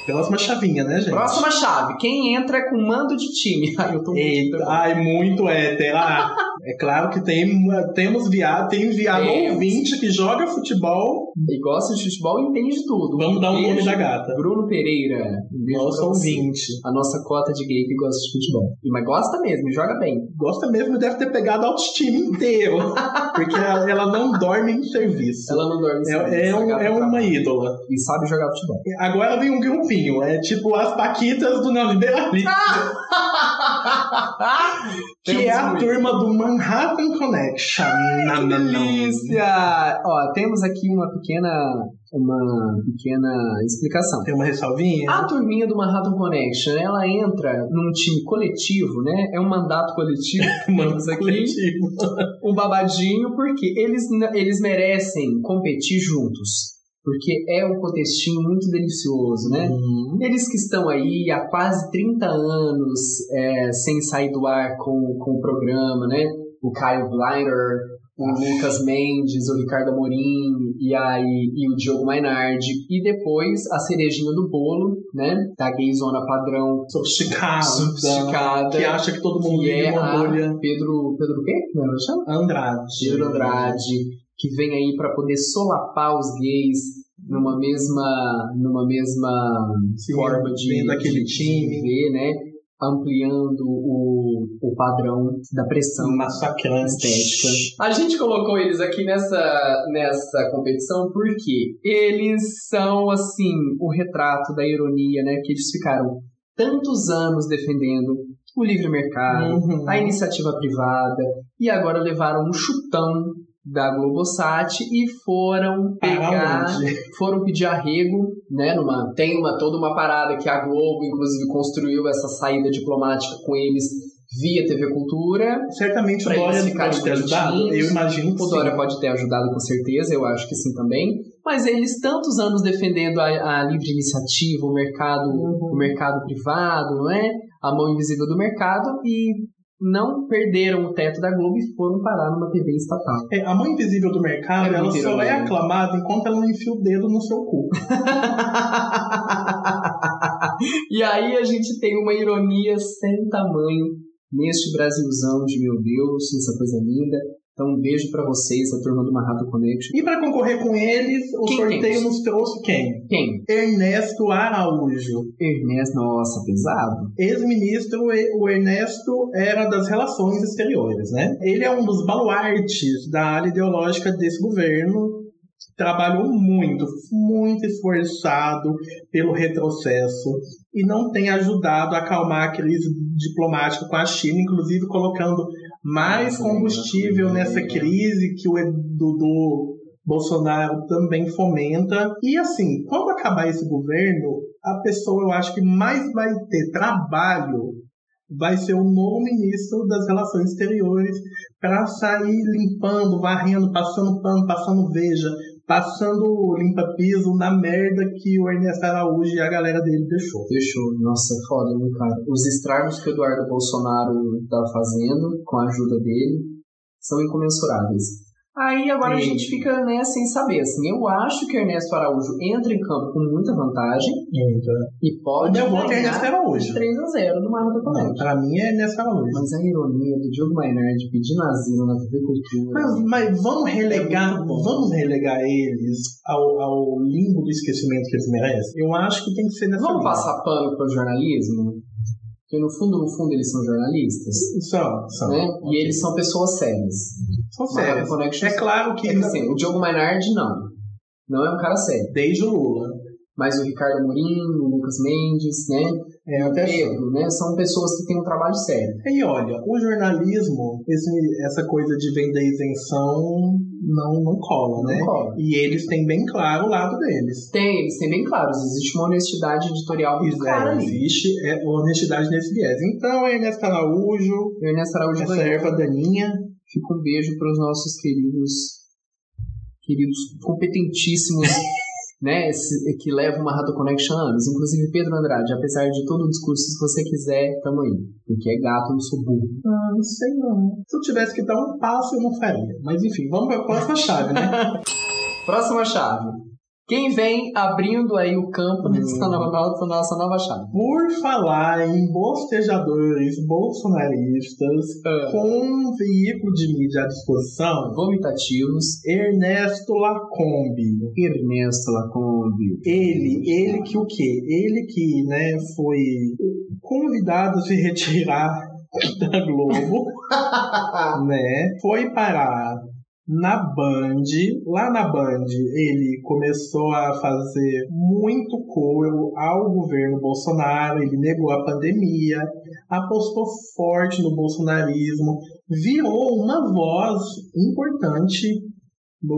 Speaker 2: Próxima chavinha, né, gente?
Speaker 1: Próxima chave. Quem entra é comando de time. Ai, eu tô muito.
Speaker 2: Eita, ai, muito hétero. Ah, é claro que tem, temos viado, tem um viado
Speaker 1: Temos.
Speaker 2: ouvinte que joga futebol.
Speaker 1: E gosta de futebol e entende tudo.
Speaker 2: Vamos dar o nome
Speaker 1: Beijo,
Speaker 2: da gata.
Speaker 1: Bruno Pereira. Um beijo
Speaker 2: Nosso
Speaker 1: pra você.
Speaker 2: ouvinte.
Speaker 1: A nossa cota de gay que gosta de futebol. Mas gosta mesmo, joga bem.
Speaker 2: Gosta mesmo, deve ter pegado a autoestima inteiro. porque ela, ela não dorme em serviço.
Speaker 1: Ela não dorme sem-
Speaker 2: é, é,
Speaker 1: essa
Speaker 2: um-
Speaker 1: gata
Speaker 2: é uma
Speaker 1: trabalha.
Speaker 2: ídola.
Speaker 1: E sabe jogar futebol.
Speaker 2: Agora vem um grupinho. É tipo as Paquitas do Neoliberalismo. que
Speaker 1: Temos um
Speaker 2: é a
Speaker 1: muito.
Speaker 2: turma do Manhattan Connection. Na-
Speaker 1: Que
Speaker 2: na- na-
Speaker 1: delícia! Ó, temos aqui uma pequena, uma pequena explicação.
Speaker 2: Tem uma ressalvinha?
Speaker 1: A turminha do Manhattan Connection, ela entra num time coletivo, né? É um mandato coletivo. Temos aqui
Speaker 2: coletivo.
Speaker 1: um babadinho, porque eles, n- eles merecem competir juntos. Porque é um contextinho muito delicioso, né?
Speaker 2: Uhum.
Speaker 1: Eles que estão aí há quase 30 anos é, sem sair do ar com, com o programa, né? O Caio Blinder, o Lucas Mendes, o Ricardo Amorim e, aí, e o Diogo Mainardi. E depois a cerejinha do bolo, né? Da gayzona padrão
Speaker 2: Sofisticado.
Speaker 1: sofisticada.
Speaker 2: Que acha que todo mundo
Speaker 1: é que
Speaker 2: vive
Speaker 1: é
Speaker 2: uma bolha.
Speaker 1: a Pedro... Pedro o quê? Como é que chama?
Speaker 2: Andrade.
Speaker 1: Pedro Andrade, que vem aí para poder solapar os gays numa mesma numa mesma
Speaker 2: Sim,
Speaker 1: forma de,
Speaker 2: dentro daquele
Speaker 1: de- de
Speaker 2: time.
Speaker 1: viver, né? Ampliando o, o padrão da pressão
Speaker 2: Massacrante.
Speaker 1: estética. A gente colocou eles aqui nessa, nessa competição porque eles são, assim, o retrato da ironia, né? Que eles ficaram tantos anos defendendo o livre mercado,
Speaker 2: Uhum.
Speaker 1: a iniciativa privada e agora levaram um chutão da Globosat e foram
Speaker 2: Para
Speaker 1: pegar,
Speaker 2: onde?
Speaker 1: foram pedir arrego, né, numa tem uma toda uma parada que a Globo inclusive construiu essa saída diplomática com eles via TV Cultura.
Speaker 2: Certamente o
Speaker 1: Pra eles
Speaker 2: Dória
Speaker 1: ficarem
Speaker 2: pode ter ajudado.
Speaker 1: bonitinhos.
Speaker 2: Eu imagino que
Speaker 1: O
Speaker 2: sim.
Speaker 1: Dória pode ter ajudado com certeza, eu acho que sim também. Mas eles tantos anos defendendo a, a livre iniciativa, o mercado, o mercado privado, não é? A mão invisível do mercado e não perderam o teto da Globo e foram parar numa TV estatal.
Speaker 2: É, a mão invisível do mercado,
Speaker 1: É
Speaker 2: ela
Speaker 1: mentira,
Speaker 2: só é
Speaker 1: mãe.
Speaker 2: aclamada enquanto ela não enfia o dedo no seu cu.
Speaker 1: e aí a gente tem uma ironia sem tamanho neste Brasilzão de meu Deus, essa coisa linda. Então um beijo pra vocês, a turma do Marrado Connection.
Speaker 2: E pra concorrer com eles, o
Speaker 1: Quem
Speaker 2: sorteio
Speaker 1: temos?
Speaker 2: nos trouxe quem?
Speaker 1: E quem?
Speaker 2: Ernesto Araújo.
Speaker 1: Ernest, nossa, pesado.
Speaker 2: Ex-ministro, e- o Ernesto era das relações exteriores, né? Ele é um dos baluartes da área ideológica desse governo. Trabalhou muito, muito esforçado pelo retrocesso e não tem ajudado a acalmar a crise diplomática com a China, inclusive colocando mais combustível nessa crise que o Dudu Bolsonaro também fomenta. E assim, quando acabar esse governo, a pessoa eu acho que mais vai ter trabalho vai ser o novo ministro das Relações Exteriores para sair limpando, varrendo, passando pano, passando veja, passando limpa-piso na merda que o Ernesto Araújo e a galera dele deixou.
Speaker 1: Fechou. Nossa, é foda, né, cara? Os estragos que o Eduardo Bolsonaro tá fazendo com a ajuda dele são incomensuráveis. Aí agora a
Speaker 2: Sim.
Speaker 1: gente fica, né, sem saber. Assim, eu acho que Ernesto Araújo entra em campo com muita vantagem e
Speaker 2: O
Speaker 1: pode
Speaker 2: meu voto é
Speaker 1: ganhar
Speaker 2: Ernesto Araújo.
Speaker 1: 3 a 0 no Marvel Connection.
Speaker 2: Não, pra mim é Ernesto Araújo.
Speaker 1: Mas a ironia do Diogo Maynard pedindo asilo na TV Cultura.
Speaker 2: Mas, mas vamos
Speaker 1: É
Speaker 2: relegar,
Speaker 1: muito bom.
Speaker 2: vamos relegar eles ao, ao limbo do esquecimento que eles merecem? Eu acho que tem que ser nessa
Speaker 1: Vamos
Speaker 2: linha.
Speaker 1: passar pano pro jornalismo? Porque no fundo, no fundo, eles são jornalistas.
Speaker 2: São, são.
Speaker 1: Né?
Speaker 2: Ok.
Speaker 1: E eles são pessoas sérias.
Speaker 2: São
Speaker 1: Marvel
Speaker 2: sérios.
Speaker 1: Connection
Speaker 2: É claro que
Speaker 1: é que assim, o Diogo Maynard não. Não é um cara sério.
Speaker 2: desde o Lula.
Speaker 1: Mas o Ricardo Amorim, o Lucas Mendes, né?
Speaker 2: É, até
Speaker 1: Pedro, né? São pessoas que têm um trabalho sério.
Speaker 2: E olha, o jornalismo, esse- essa coisa de vender isenção não, não cola, né?
Speaker 1: Não cola.
Speaker 2: E eles têm bem claro o lado deles.
Speaker 1: Tem, eles têm bem claros, existe uma honestidade editorial muito
Speaker 2: Isso,
Speaker 1: clara
Speaker 2: é,
Speaker 1: ali.
Speaker 2: existe é, honestidade nesse viés. Então, Ernesto Araújo,
Speaker 1: O Ernesto Araújo
Speaker 2: essa
Speaker 1: ganhou.
Speaker 2: erva daninha,
Speaker 1: Fica um beijo para os nossos queridos, queridos competentíssimos né, esse- que leva uma Rato Connection a anos. Inclusive, Pedro Andrade, apesar de todo o discurso, se você quiser, tamo aí. Porque é gato, não sou burro.
Speaker 2: Ah, não sei não. Se eu tivesse que dar um passo, eu não faria. Mas enfim, vamos pra próxima chave, né?
Speaker 1: Próxima chave. Quem vem abrindo aí o campo
Speaker 2: Hum.
Speaker 1: dessa nova, nova- nossa nova chave?
Speaker 2: Por falar em bostejadores bolsonaristas com um veículo de mídia à disposição,
Speaker 1: Vomitativos,
Speaker 2: Ernesto Lacombe.
Speaker 1: Ernesto Lacombe.
Speaker 2: Ele, ele que o quê? Ele que, né, foi convidado a se retirar da Globo, né? Foi parar na Band, lá na Band, ele começou a fazer muito coro ao governo Bolsonaro, ele negou a pandemia, apostou forte no bolsonarismo, virou uma voz importante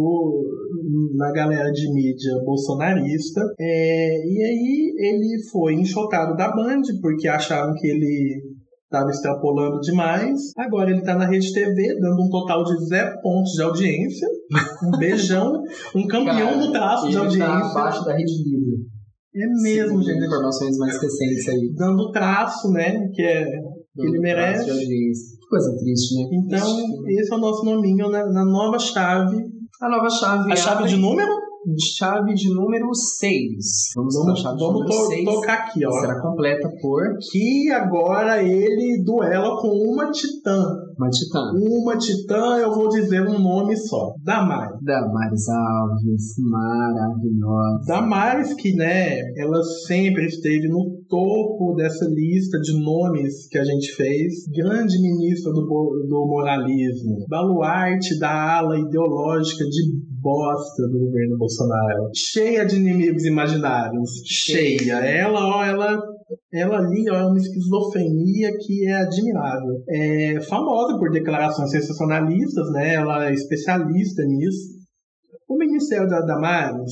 Speaker 2: no- na galera de mídia bolsonarista. É, e aí ele foi enxotado da Band, porque acharam que ele estava extrapolando demais. Agora ele está na Rede TV, dando um total de zero pontos de audiência. Um beijão, um campeão
Speaker 1: Cara,
Speaker 2: do traço de
Speaker 1: Ele
Speaker 2: audiência.
Speaker 1: tá abaixo da rede livre.
Speaker 2: É mesmo,
Speaker 1: Segundo
Speaker 2: gente.
Speaker 1: Informações mais recentes aí.
Speaker 2: Dando traço, né? Que é Ele
Speaker 1: do
Speaker 2: merece.
Speaker 1: traço de audiência. Que coisa triste, né?
Speaker 2: Então, esse é o nosso nominho na, na nova chave.
Speaker 1: a nova chave.
Speaker 2: A chave
Speaker 1: abre-
Speaker 2: de número?
Speaker 1: Chave de número 6. Vamos, lá,
Speaker 2: Vamos,
Speaker 1: chave
Speaker 2: vamos
Speaker 1: de número
Speaker 2: to-
Speaker 1: 6.
Speaker 2: tocar aqui, ó.
Speaker 1: Será completa por
Speaker 2: Que agora ele duela com uma titã.
Speaker 1: uma titã.
Speaker 2: Uma titã, eu vou dizer um nome só. Damares.
Speaker 1: Damares Alves, maravilhosa.
Speaker 2: Damares que, né, ela sempre esteve no topo dessa lista de nomes que a gente fez. Grande ministra do, bo- do moralismo. Baluarte da ala ideológica de bosta do governo Bolsonaro. Cheia de inimigos imaginários. Cheia. Ela, ó, ela ela ali ó, é uma esquizofrenia que é admirável. É famosa por declarações sensacionalistas, né? Ela é especialista nisso. O Ministério da Damares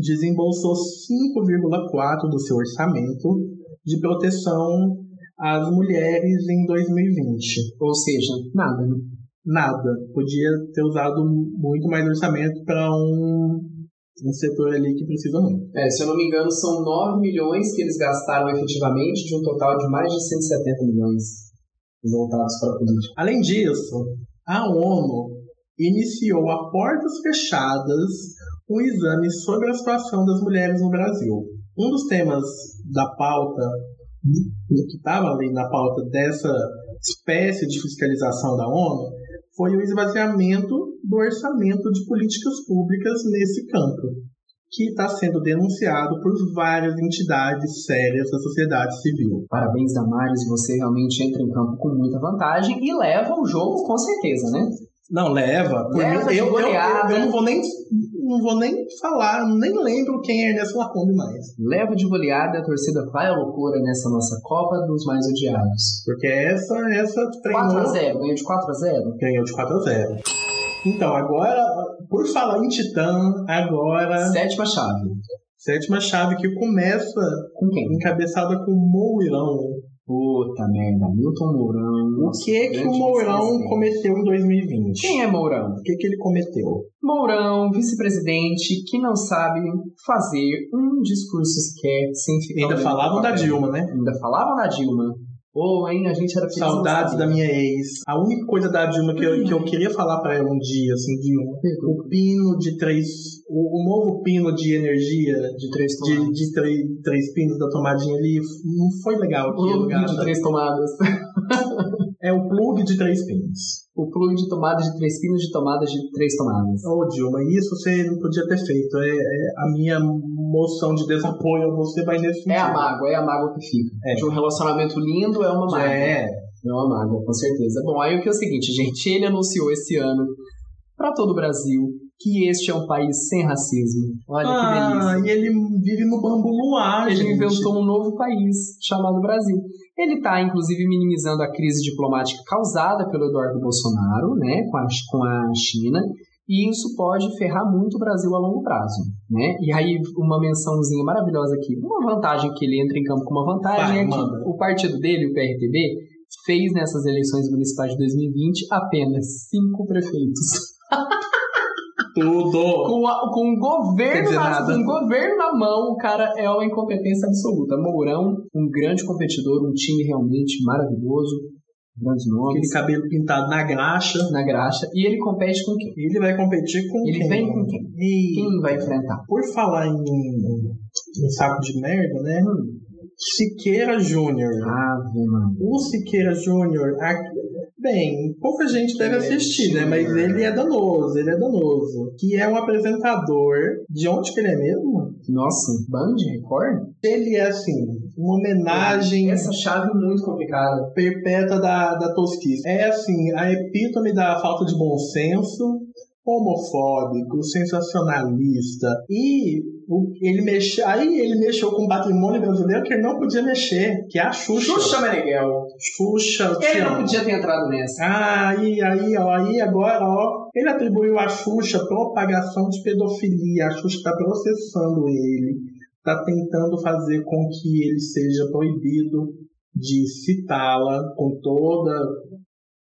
Speaker 2: desembolsou 5,4% do seu orçamento de proteção às mulheres em 2020.
Speaker 1: Ou seja, nada, né?
Speaker 2: Nada. Podia ter usado muito mais orçamento para um, um setor ali que precisa muito.
Speaker 1: É, se eu não me engano, são 9 milhões que eles gastaram efetivamente de um total de mais de 170 milhões voltados para a política.
Speaker 2: Além disso, a ONU iniciou a portas fechadas um exame sobre a situação das mulheres no Brasil. Um dos temas da pauta, que estava ali na pauta dessa espécie de fiscalização da ONU, foi o esvaziamento do orçamento de políticas públicas nesse campo, que está sendo denunciado por várias entidades sérias da sociedade civil.
Speaker 1: Parabéns, Damares, você realmente entra em campo com muita vantagem e leva o jogo com certeza, né?
Speaker 2: Não, leva. Por
Speaker 1: Leva
Speaker 2: mim,
Speaker 1: de
Speaker 2: eu, eu, eu,
Speaker 1: goleada.
Speaker 2: eu não vou nem não vou nem falar, nem lembro quem é Ernesto Lacombe mais.
Speaker 1: Leva de goleada, a torcida vai à loucura nessa nossa Copa dos Mais Odiados.
Speaker 2: Porque essa,
Speaker 1: 4
Speaker 2: essa
Speaker 1: a
Speaker 2: treinou
Speaker 1: 0 ganhou de 4 a 0
Speaker 2: ganhou de 4 a 0. Então, agora, por falar em Titã, agora,
Speaker 1: Sétima chave.
Speaker 2: sétima chave que começa
Speaker 1: Com quem?
Speaker 2: encabeçada com Mourão.
Speaker 1: Puta merda, Milton Mourão.
Speaker 2: O que que o
Speaker 1: Grande
Speaker 2: Mourão
Speaker 1: desastre.
Speaker 2: cometeu em 2020?
Speaker 1: Quem é Mourão?
Speaker 2: O que que ele cometeu?
Speaker 1: Mourão, vice-presidente, que não sabe fazer um discurso sequer sem ficar.
Speaker 2: Ainda
Speaker 1: olhando
Speaker 2: falavam
Speaker 1: pro
Speaker 2: da
Speaker 1: papel.
Speaker 2: Dilma, né?
Speaker 1: Ainda falavam da Dilma. Ou, hein, a gente era feliz não
Speaker 2: Saudades
Speaker 1: sabia.
Speaker 2: da minha ex. A única coisa da Dilma que eu, que eu queria falar pra ela um dia, assim, Dilma, o pino de três. O, o novo pino de energia
Speaker 1: De três
Speaker 2: de,
Speaker 1: tomadas.
Speaker 2: de três, três pinos da tomadinha ali não foi legal
Speaker 1: O
Speaker 2: aquilo,
Speaker 1: plug
Speaker 2: gata.
Speaker 1: de três tomadas.
Speaker 2: É o plug de três pinos.
Speaker 1: O plug de tomada de três pinos de tomadas de três tomadas.
Speaker 2: Ô Dilma, isso você não podia ter feito. É, é a minha moção de desapoio a você vai nesse sentido.
Speaker 1: É a mágoa, é a mágoa que fica.
Speaker 2: É.
Speaker 1: De um relacionamento lindo é uma mágoa.
Speaker 2: É,
Speaker 1: É uma mágoa, com certeza. Bom, aí o que é o seguinte, gente, ele anunciou esse ano pra todo o Brasil que este é um país sem racismo. Olha que delícia.
Speaker 2: ah, e ele vive no bambu luar,
Speaker 1: Ele
Speaker 2: gente.
Speaker 1: inventou um novo país chamado Brasil. Ele está, inclusive, minimizando a crise diplomática causada pelo Eduardo Bolsonaro, né, com a, com a China, e isso pode ferrar muito o Brasil a longo prazo, né? E aí uma mençãozinha maravilhosa aqui, uma vantagem que ele entra em campo com uma vantagem
Speaker 2: Vai,
Speaker 1: é que
Speaker 2: manda.
Speaker 1: o partido dele, o PRTB, fez nessas eleições municipais de 2020 apenas cinco prefeitos.
Speaker 2: Tudo.
Speaker 1: Com, a- com o governo
Speaker 2: Quer dizer
Speaker 1: na,
Speaker 2: nada.
Speaker 1: com o governo na mão, o cara é uma incompetência absoluta. Mourão, um grande competidor, um time realmente maravilhoso, grandes
Speaker 2: Aquele
Speaker 1: nomes
Speaker 2: cabelo pintado na graxa.
Speaker 1: na graxa. E ele compete com quem?
Speaker 2: Ele vai competir com
Speaker 1: Ele
Speaker 2: quem?
Speaker 1: vem com quem?
Speaker 2: E
Speaker 1: Quem vai enfrentar?
Speaker 2: por falar em, em saco de merda, né?
Speaker 1: Hum.
Speaker 2: Siqueira Júnior.
Speaker 1: Ah. Ave, mano.
Speaker 2: O Siqueira Júnior, a- bem, pouca gente deve
Speaker 1: É,
Speaker 2: assistir, né? Mas
Speaker 1: Júnior.
Speaker 2: ele é danoso, ele é danoso. Que é um apresentador. De onde que ele é mesmo?
Speaker 1: Nossa, um Band Record?
Speaker 2: Ele é, assim, uma homenagem
Speaker 1: Essa chave é muito complicada.
Speaker 2: perpétua da, da tosquice. É, assim, a epítome da falta de bom senso, homofóbico, sensacionalista. E o- ele mexe, aí ele mexeu com o patrimônio brasileiro que ele não podia mexer, que é a Xuxa.
Speaker 1: Xuxa Meneghel.
Speaker 2: Xuxa, eu te
Speaker 1: Ele não
Speaker 2: amo.
Speaker 1: podia ter entrado nessa.
Speaker 2: Ah, aí, aí, ó, aí agora, ó. Ele atribuiu a Xuxa propagação de pedofilia. A Xuxa tá processando ele. Tá tentando fazer com que ele seja proibido de citá-la com toda,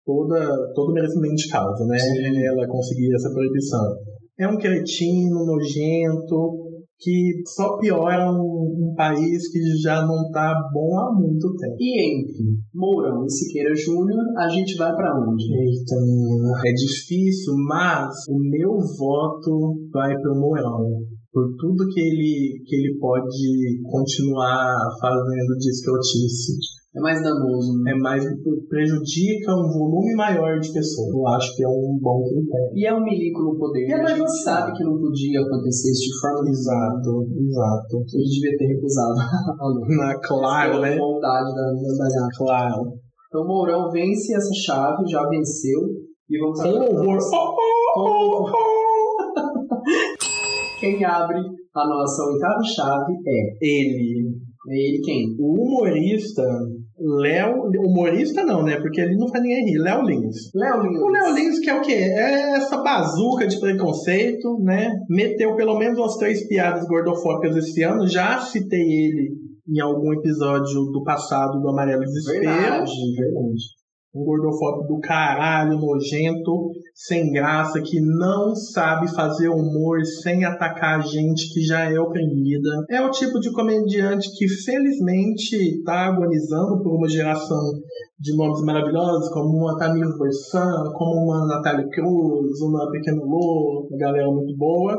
Speaker 2: toda, todo o merecimento de causa, né? Ela conseguir essa proibição. É um cretino, nojento, que só piora um, um país que já não tá bom há muito tempo.
Speaker 1: E entre Mourão e Siqueira Júnior, a gente vai pra onde?
Speaker 2: Eita, menina. É difícil, mas o meu voto vai pro Mourão. Por tudo que ele, que ele pode continuar fazendo de escrotice.
Speaker 1: É mais danoso, né?
Speaker 2: É mais prejudica um volume maior de pessoas. Eu acho que é um bom critério.
Speaker 1: E é um milico no poder.
Speaker 2: E é
Speaker 1: a
Speaker 2: mais
Speaker 1: gente
Speaker 2: assim.
Speaker 1: sabe que não podia acontecer isso de forma nenhuma.
Speaker 2: Exato, exato.
Speaker 1: Ele devia ter recusado.
Speaker 2: Na
Speaker 1: Essa
Speaker 2: claro,
Speaker 1: é a
Speaker 2: né?
Speaker 1: Bondade da, da da-
Speaker 2: Claro.
Speaker 1: Então Mourão vence essa chave, já venceu. E vamos
Speaker 2: Com louvor. Oh, oh,
Speaker 1: Com
Speaker 2: oh,
Speaker 1: louvor.
Speaker 2: oh.
Speaker 1: Quem abre a nossa oitava chave é.
Speaker 2: Ele.
Speaker 1: É ele quem?
Speaker 2: O humorista, Léo. Humorista não, né? Porque ele não faz ninguém rir. Léo Lins.
Speaker 1: Léo Lins.
Speaker 2: O Léo Lins que é o quê? É essa bazuca de preconceito, né? Meteu pelo menos umas três piadas gordofóbicas esse ano. Já citei ele em algum episódio do passado do Amarelo Desespero.
Speaker 1: Verdade, verdade.
Speaker 2: Um gordofóbico do caralho, nojento, sem graça, que não sabe fazer humor sem atacar a gente que já é oprimida. É o tipo de comediante que, felizmente, está agonizando por uma geração de nomes maravilhosos, como uma Tamir Borsan, como uma Natália Cruz, uma Pequeno Lô, uma galera muito boa,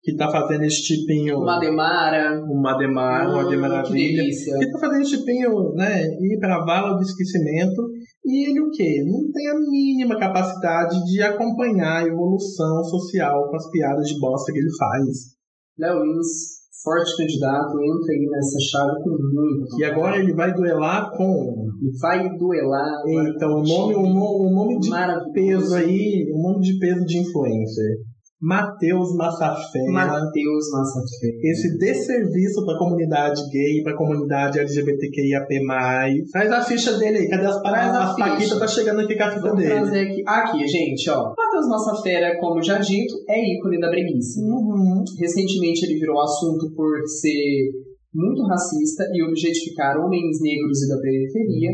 Speaker 2: que está fazendo esse tipinho.
Speaker 1: Uma Demara.
Speaker 2: Uma Demar, uma
Speaker 1: Hum,
Speaker 2: Demar
Speaker 1: que
Speaker 2: Maravilha
Speaker 1: delícia.
Speaker 2: ele tá fazendo esse penho, né, ir pra vala do esquecimento, e ele o quê? Não tem a mínima capacidade de acompanhar a evolução social com as piadas de bosta que ele faz.
Speaker 1: Léo Lins, forte candidato, entra aí nessa chave com muito.
Speaker 2: E agora ele vai duelar com...
Speaker 1: E vai duelar. agora
Speaker 2: Então,
Speaker 1: com
Speaker 2: o nome, o nome, o nome de
Speaker 1: Maravilhoso.
Speaker 2: peso aí, o nome de peso de influencer. Matheus Massafera.
Speaker 1: É, Matheus Massafé.
Speaker 2: esse desserviço pra comunidade gay, pra comunidade LGBTQIAP+. Traz a ficha dele aí, cadê as paradas?
Speaker 1: Traz a
Speaker 2: As
Speaker 1: ficha.
Speaker 2: Paquita tá chegando aqui com a ficha
Speaker 1: Vamos
Speaker 2: dele.
Speaker 1: trazer aqui. Aqui, gente, ó. Matheus Massafera, como já dito, é ícone da breguice.
Speaker 2: Uhum.
Speaker 1: Recentemente ele virou assunto por ser muito racista e objetificar homens negros e da periferia.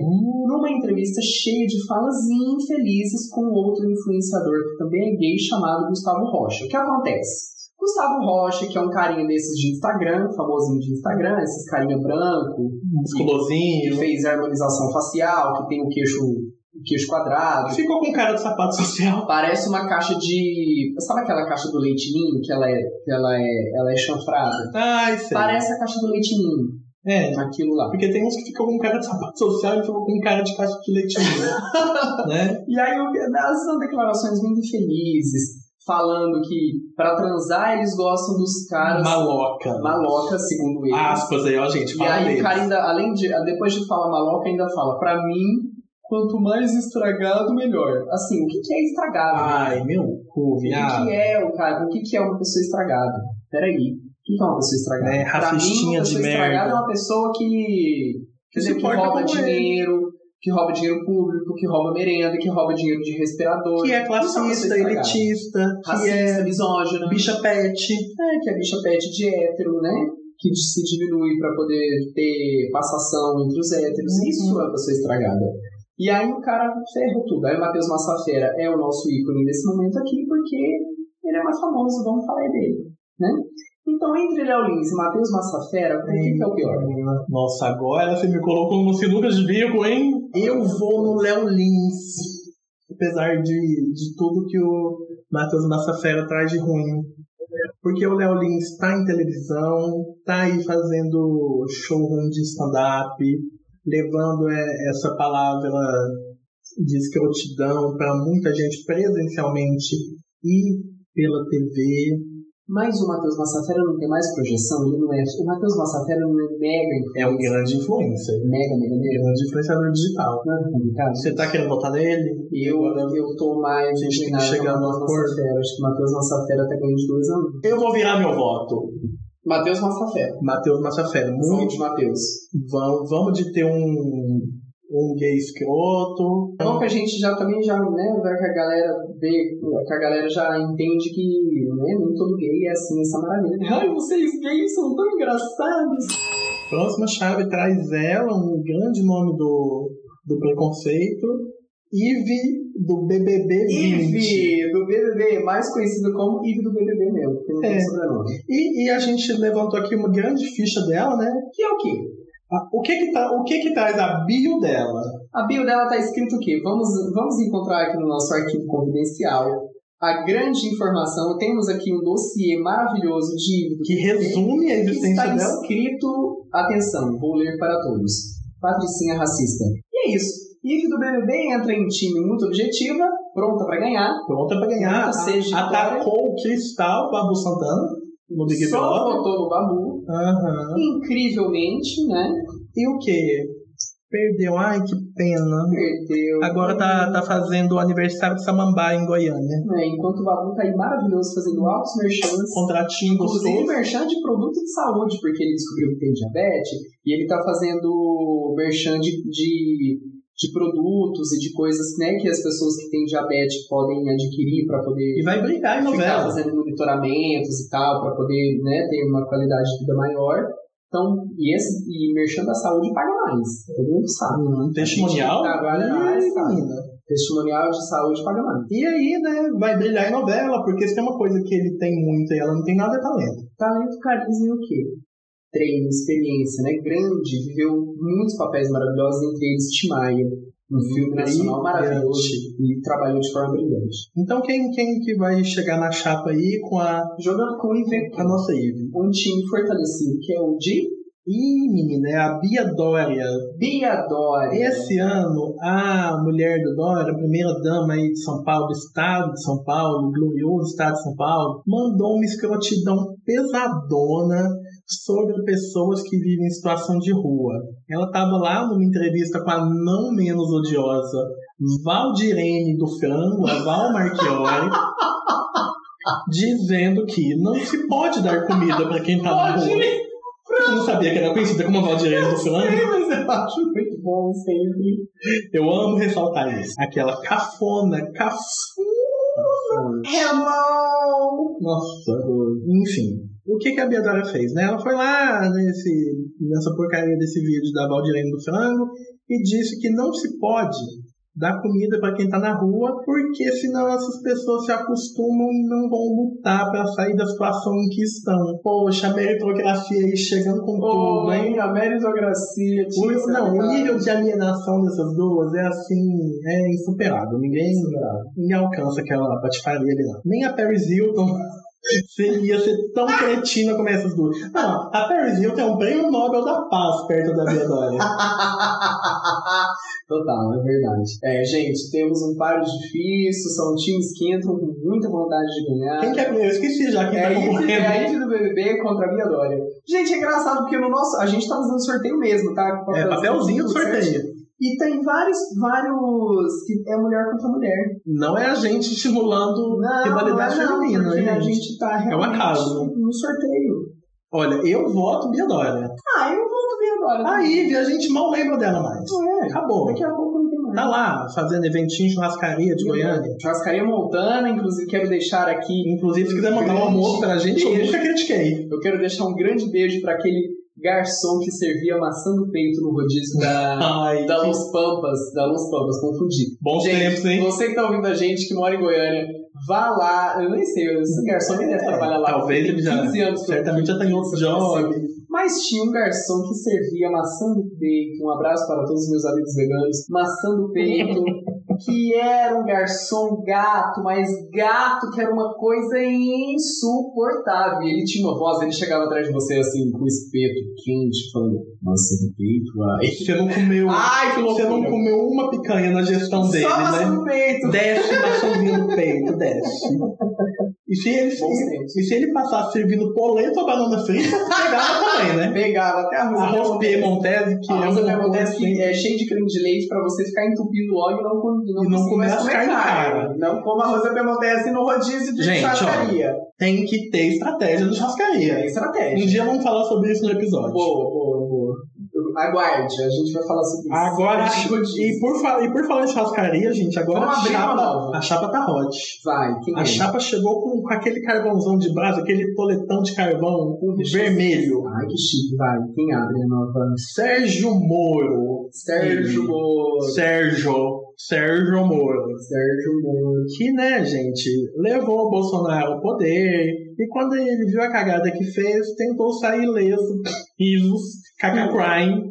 Speaker 1: Numa entrevista cheia de falas infelizes com outro influenciador que também é gay, chamado Gustavo Rocha. O que acontece? Gustavo Rocha, que é um carinha desses de Instagram, famosinho de Instagram, esses carinha branco, que
Speaker 2: Musculosinho.
Speaker 1: fez harmonização facial, que tem o queixo, o queixo quadrado,
Speaker 2: Ficou com cara de sapato social.
Speaker 1: Parece uma caixa de. Sabe aquela caixa do leite ninho que ela é, que ela é, ela é chanfrada?
Speaker 2: Ai, sei.
Speaker 1: Parece a caixa do leite ninho,
Speaker 2: É.
Speaker 1: aquilo lá.
Speaker 2: Porque tem uns que ficam com cara de sapato social e ficam com cara de caixa de leite. né?
Speaker 1: E aí eu- elas são declarações muito infelizes, falando que pra transar eles gostam dos caras
Speaker 2: Maloca.
Speaker 1: malocas, segundo eles.
Speaker 2: Aspas aí, ó, gente.
Speaker 1: e
Speaker 2: Fala
Speaker 1: aí
Speaker 2: deles.
Speaker 1: o cara ainda, além de. Depois de falar maloca, ainda fala, pra mim, quanto mais estragado, melhor. Assim, o que, que é estragado? né?
Speaker 2: Ai, meu cu,
Speaker 1: O que
Speaker 2: viado.
Speaker 1: que é o cara? O que, que é uma pessoa estragada? Peraí. O que, que é uma pessoa estragada?
Speaker 2: É,
Speaker 1: Pra mim,
Speaker 2: racistinha
Speaker 1: uma
Speaker 2: de
Speaker 1: pessoa
Speaker 2: merda.
Speaker 1: estragada é uma pessoa que.
Speaker 2: Que
Speaker 1: Que,
Speaker 2: se
Speaker 1: dizer, que
Speaker 2: porta
Speaker 1: rouba
Speaker 2: como ele.
Speaker 1: dinheiro, que rouba dinheiro público, que rouba merenda, que rouba dinheiro de respirador.
Speaker 2: Que é
Speaker 1: Isso uma pessoa
Speaker 2: classista,
Speaker 1: estragada.
Speaker 2: elitista, que
Speaker 1: Racista,
Speaker 2: é
Speaker 1: misógina.
Speaker 2: bicha pet.
Speaker 1: É, que é bicha pet de hétero, né? Que se diminui pra poder ter passação entre os héteros.
Speaker 2: Uhum.
Speaker 1: Isso é uma pessoa estragada. E aí o cara ferrou tudo. Aí o Matheus Massafera é o nosso ícone nesse momento aqui, porque ele é mais famoso, vamos falar dele, né? Então, entre Léo Lins e Matheus Massafera, o que que é o pior?
Speaker 2: Menina, Nossa, agora você me colocou no sinuca de bico, hein? Eu vou no Léo Lins. Apesar de, de tudo que o Matheus Massafera traz de ruim. Porque o Léo Lins tá em televisão, tá aí fazendo showroom de stand-up, levando é, essa palavra de escrotidão para muita gente presencialmente e pela TV.
Speaker 1: Mas o Matheus Massafera não tem mais projeção, ele não é. O Matheus Massafera não é mega
Speaker 2: É um
Speaker 1: influencer.
Speaker 2: grande influencer.
Speaker 1: Mega, mega, mega.
Speaker 2: Grande influenciador digital.
Speaker 1: Não é complicado?
Speaker 2: Você tá querendo votar nele?
Speaker 1: Eu, eu tô mais
Speaker 2: A gente tem que
Speaker 1: inclinado
Speaker 2: chegar
Speaker 1: ao
Speaker 2: numa
Speaker 1: Matheus
Speaker 2: cor.
Speaker 1: Massafera. Acho que o Matheus Massafera tá ganhando de 2 a 1.
Speaker 2: Eu vou virar meu voto.
Speaker 1: Matheus Massafera.
Speaker 2: Matheus Massafera. Muito.
Speaker 1: Muito Matheus.
Speaker 2: Vamos, vamos de ter um, um gay escroto.
Speaker 1: É bom que a gente já também já, né, vai que a galera vê, que a galera já entende que, né, nem todo gay é assim, essa maravilha. Ai, vocês gays são tão engraçados.
Speaker 2: Próxima chave traz ela, um grande nome do, do preconceito. Ive do BBB 20.
Speaker 1: Ive do BBB, mais conhecido como Ive do BBB mesmo, porque não tem
Speaker 2: É.
Speaker 1: sobrenome.
Speaker 2: E, e a gente levantou aqui uma grande ficha dela, né?
Speaker 1: Que é o quê?
Speaker 2: A- O que que, tá, o que que traz a bio dela?
Speaker 1: A bio dela tá escrito o quê? Vamos, vamos encontrar aqui no nosso arquivo confidencial a grande informação. Temos aqui um dossiê maravilhoso de Ive do
Speaker 2: Que resume a
Speaker 1: que
Speaker 2: existência
Speaker 1: está
Speaker 2: dela?
Speaker 1: escrito, atenção, vou ler para todos. Patricinha racista. E é isso. Ive do BBB entra em time muito objetiva, pronta para ganhar.
Speaker 2: Pronta pra ganhar.
Speaker 1: Ou seja,
Speaker 2: A- Atacou o Cristal, Babu Santana, no Big
Speaker 1: Só
Speaker 2: Brother.
Speaker 1: votou no Babu.
Speaker 2: Aham.
Speaker 1: Incrivelmente, né?
Speaker 2: E o que? Perdeu. Ai, que pena.
Speaker 1: Perdeu.
Speaker 2: Agora tá, tá fazendo o aniversário de Samambaia em Goiânia. Um
Speaker 1: Né, Enquanto o Babu tá aí maravilhoso fazendo altos merchants.
Speaker 2: Contratinho
Speaker 1: Inclusive
Speaker 2: gostoso.
Speaker 1: merchan de produto de saúde, porque ele descobriu que tem diabetes e ele tá fazendo merchan de, de, de produtos e de coisas né, que as pessoas que têm diabetes podem adquirir para poder
Speaker 2: E vai brigar
Speaker 1: ficar
Speaker 2: em novela.
Speaker 1: fazendo monitoramentos e tal, para poder né, ter uma qualidade de vida maior. Então, e, esse, e merchan da saúde paga mais, todo mundo sabe.
Speaker 2: Um Testemunhal.
Speaker 1: A é gente trabalha na área,
Speaker 2: Ih,
Speaker 1: sabe?
Speaker 2: menina.
Speaker 1: Testimonial de saúde paga mais.
Speaker 2: E aí, né, vai brilhar em novela, porque se tem uma coisa que ele tem muito e ela não tem nada é talento.
Speaker 1: Talento, carisma e o quê? Treino, experiência, né? Grande, viveu muitos papéis maravilhosos, entre eles Timaya, um filme nacional maravilhoso e trabalhou de forma brilhante.
Speaker 2: Então quem, quem que vai chegar na chapa aí com a,
Speaker 1: Jogando com o
Speaker 2: a
Speaker 1: Inverno.
Speaker 2: nossa Ive?
Speaker 1: Um time fortalecido, que é o de
Speaker 2: Ih, menina, é a Bia Dória.
Speaker 1: Bia Dória.
Speaker 2: Esse ano, a mulher do Dória, a primeira dama aí de São Paulo, do estado de São Paulo, glorioso estado de São Paulo, mandou uma escrotidão pesadona sobre pessoas que vivem em situação de rua. Ela estava lá numa entrevista com a não menos odiosa Valdirene do Frango, a Val Marchiori, dizendo que não se pode dar comida para quem está na rua.
Speaker 1: Valdirene
Speaker 2: Eu não sabia que era conhecida como a Valdirene do Frango.
Speaker 1: mas eu acho muito bom sempre.
Speaker 2: Eu amo ressaltar isso. Aquela cafona, cafona.
Speaker 1: É Hello!
Speaker 2: Nossa, enfim. O que, que a Bia Dora fez, né? Ela foi lá nesse, nessa porcaria desse vídeo da Valdirene do Frango e disse que não se pode dar comida para quem tá na rua, porque senão essas pessoas se acostumam e não vão lutar para sair da situação em que estão. Poxa, a meritocracia aí chegando com
Speaker 1: Ô,
Speaker 2: tudo, hein?
Speaker 1: hein, a meritocracia.
Speaker 2: O,
Speaker 1: tinha que
Speaker 2: não, o
Speaker 1: acabar.
Speaker 2: nível de alienação dessas duas é assim, é insuperável. Ninguém, ninguém alcança aquela patifaria ali, não. Nem a Paris Hilton seria ser tão cretina como essas duas. Não, a Paris Hilton é um prêmio Nobel da Paz perto da Bia Dória.
Speaker 1: Total, é verdade. É, gente, temos um paro difícil, são times que entram com muita vontade de ganhar.
Speaker 2: Quem que é primeiro? Eu esqueci já quem
Speaker 1: É
Speaker 2: tá
Speaker 1: a Ivy- é a
Speaker 2: concorrendo.
Speaker 1: Ivy do BBB contra a Bia Dória. Gente, é engraçado porque no nosso, a gente tá fazendo sorteio mesmo, tá? Com
Speaker 2: É, papelzinho do
Speaker 1: tudo certinho.
Speaker 2: sorteio.
Speaker 1: E tem vários, vários que é mulher contra mulher.
Speaker 2: Não é a gente estimulando né?
Speaker 1: Não,
Speaker 2: rivalidade
Speaker 1: não é não,
Speaker 2: feminina,
Speaker 1: porque
Speaker 2: hein,
Speaker 1: a
Speaker 2: gente? É
Speaker 1: gente tá realmente
Speaker 2: acaso.
Speaker 1: no sorteio.
Speaker 2: Olha, eu voto Bia Dória.
Speaker 1: Ah, eu vou no Bia Dória.
Speaker 2: A Ivy, a gente mal lembra dela mais.
Speaker 1: Não é.
Speaker 2: Acabou.
Speaker 1: Daqui a pouco não tem mais.
Speaker 2: Tá lá, fazendo eventinho, churrascaria
Speaker 1: Uhum.
Speaker 2: de Goiânia.
Speaker 1: Churrascaria Montana, inclusive quero deixar aqui
Speaker 2: um Inclusive, se quiser mandar um almoço pra gente, eu nunca critiquei.
Speaker 1: Eu quero deixar um grande beijo para aquele garçom que servia maçã do peito no rodízio da,
Speaker 2: Ai,
Speaker 1: da
Speaker 2: que-
Speaker 1: Los Pampas, da Los Pampas, confundi.
Speaker 2: Bons
Speaker 1: gente,
Speaker 2: tempos, hein?
Speaker 1: Você que tá ouvindo a gente, que mora em Goiânia, vá lá, eu nem sei, esse garçom nem deve trabalhar lá.
Speaker 2: É, Talvez
Speaker 1: tem
Speaker 2: ele já-
Speaker 1: 15 anos que eu-
Speaker 2: certamente já tá em outro
Speaker 1: que eu
Speaker 2: job.
Speaker 1: percebi. Mas tinha um garçom que servia maçã do peito, um abraço para todos os meus amigos veganos, maçã do peito, que era um garçom gato, mas gato que era uma coisa insuportável. E Ele tinha uma voz, ele chegava atrás de você assim, com espeto quente, falando, maçã do peito, ah, ai.
Speaker 2: Você não comeu.
Speaker 1: Ai, que
Speaker 2: você
Speaker 1: Ah, loucura.
Speaker 2: não comeu uma picanha na gestão dele,
Speaker 1: Só maçã
Speaker 2: né?
Speaker 1: do peito.
Speaker 2: Desce maçãzinha no peito, desce. E se ele,
Speaker 1: Bons
Speaker 2: se,
Speaker 1: tempos.
Speaker 2: e se ele passasse servindo polenta ou banana frita, pegava também, né?
Speaker 1: Pegava É até arroz.
Speaker 2: Arroz piemontese, que
Speaker 1: Arroz
Speaker 2: é uma coisa
Speaker 1: acontece
Speaker 2: assim.
Speaker 1: que é cheio de creme de leite pra você ficar entupido logo e não, com- não,
Speaker 2: E não
Speaker 1: conseguir
Speaker 2: comer
Speaker 1: mais
Speaker 2: as carnes caras.
Speaker 1: Não coma arroz acontece no rodízio de
Speaker 2: Gente, ó.
Speaker 1: churrascaria.
Speaker 2: Tem que ter estratégia de
Speaker 1: É
Speaker 2: churrascaria. Um
Speaker 1: estratégia.
Speaker 2: dia vamos falar sobre isso no episódio.
Speaker 1: Boa, boa, boa. Aguarde, a gente vai falar sobre isso.
Speaker 2: Agora,
Speaker 1: Rodízio.
Speaker 2: e por, fa- e por falar em churrascaria, gente, agora
Speaker 1: Ah, Vamos
Speaker 2: a
Speaker 1: abrir uma
Speaker 2: chapa,
Speaker 1: nova.
Speaker 2: a chapa tá hot.
Speaker 1: Vai, quem
Speaker 2: A
Speaker 1: é?
Speaker 2: chapa chegou com, com aquele carvãozão de brasa, aquele toletão de carvão vermelho.
Speaker 1: Ai, que chique, vai. Quem abre a nova?
Speaker 2: Sérgio Moro.
Speaker 1: Sérgio
Speaker 2: Ele.
Speaker 1: Moro.
Speaker 2: Sérgio. Sérgio Moro.
Speaker 1: Sérgio Moro.
Speaker 2: Que, né, gente, levou o Bolsonaro ao poder. E quando ele viu a cagada que fez, tentou sair leso. Risos. Caca crime.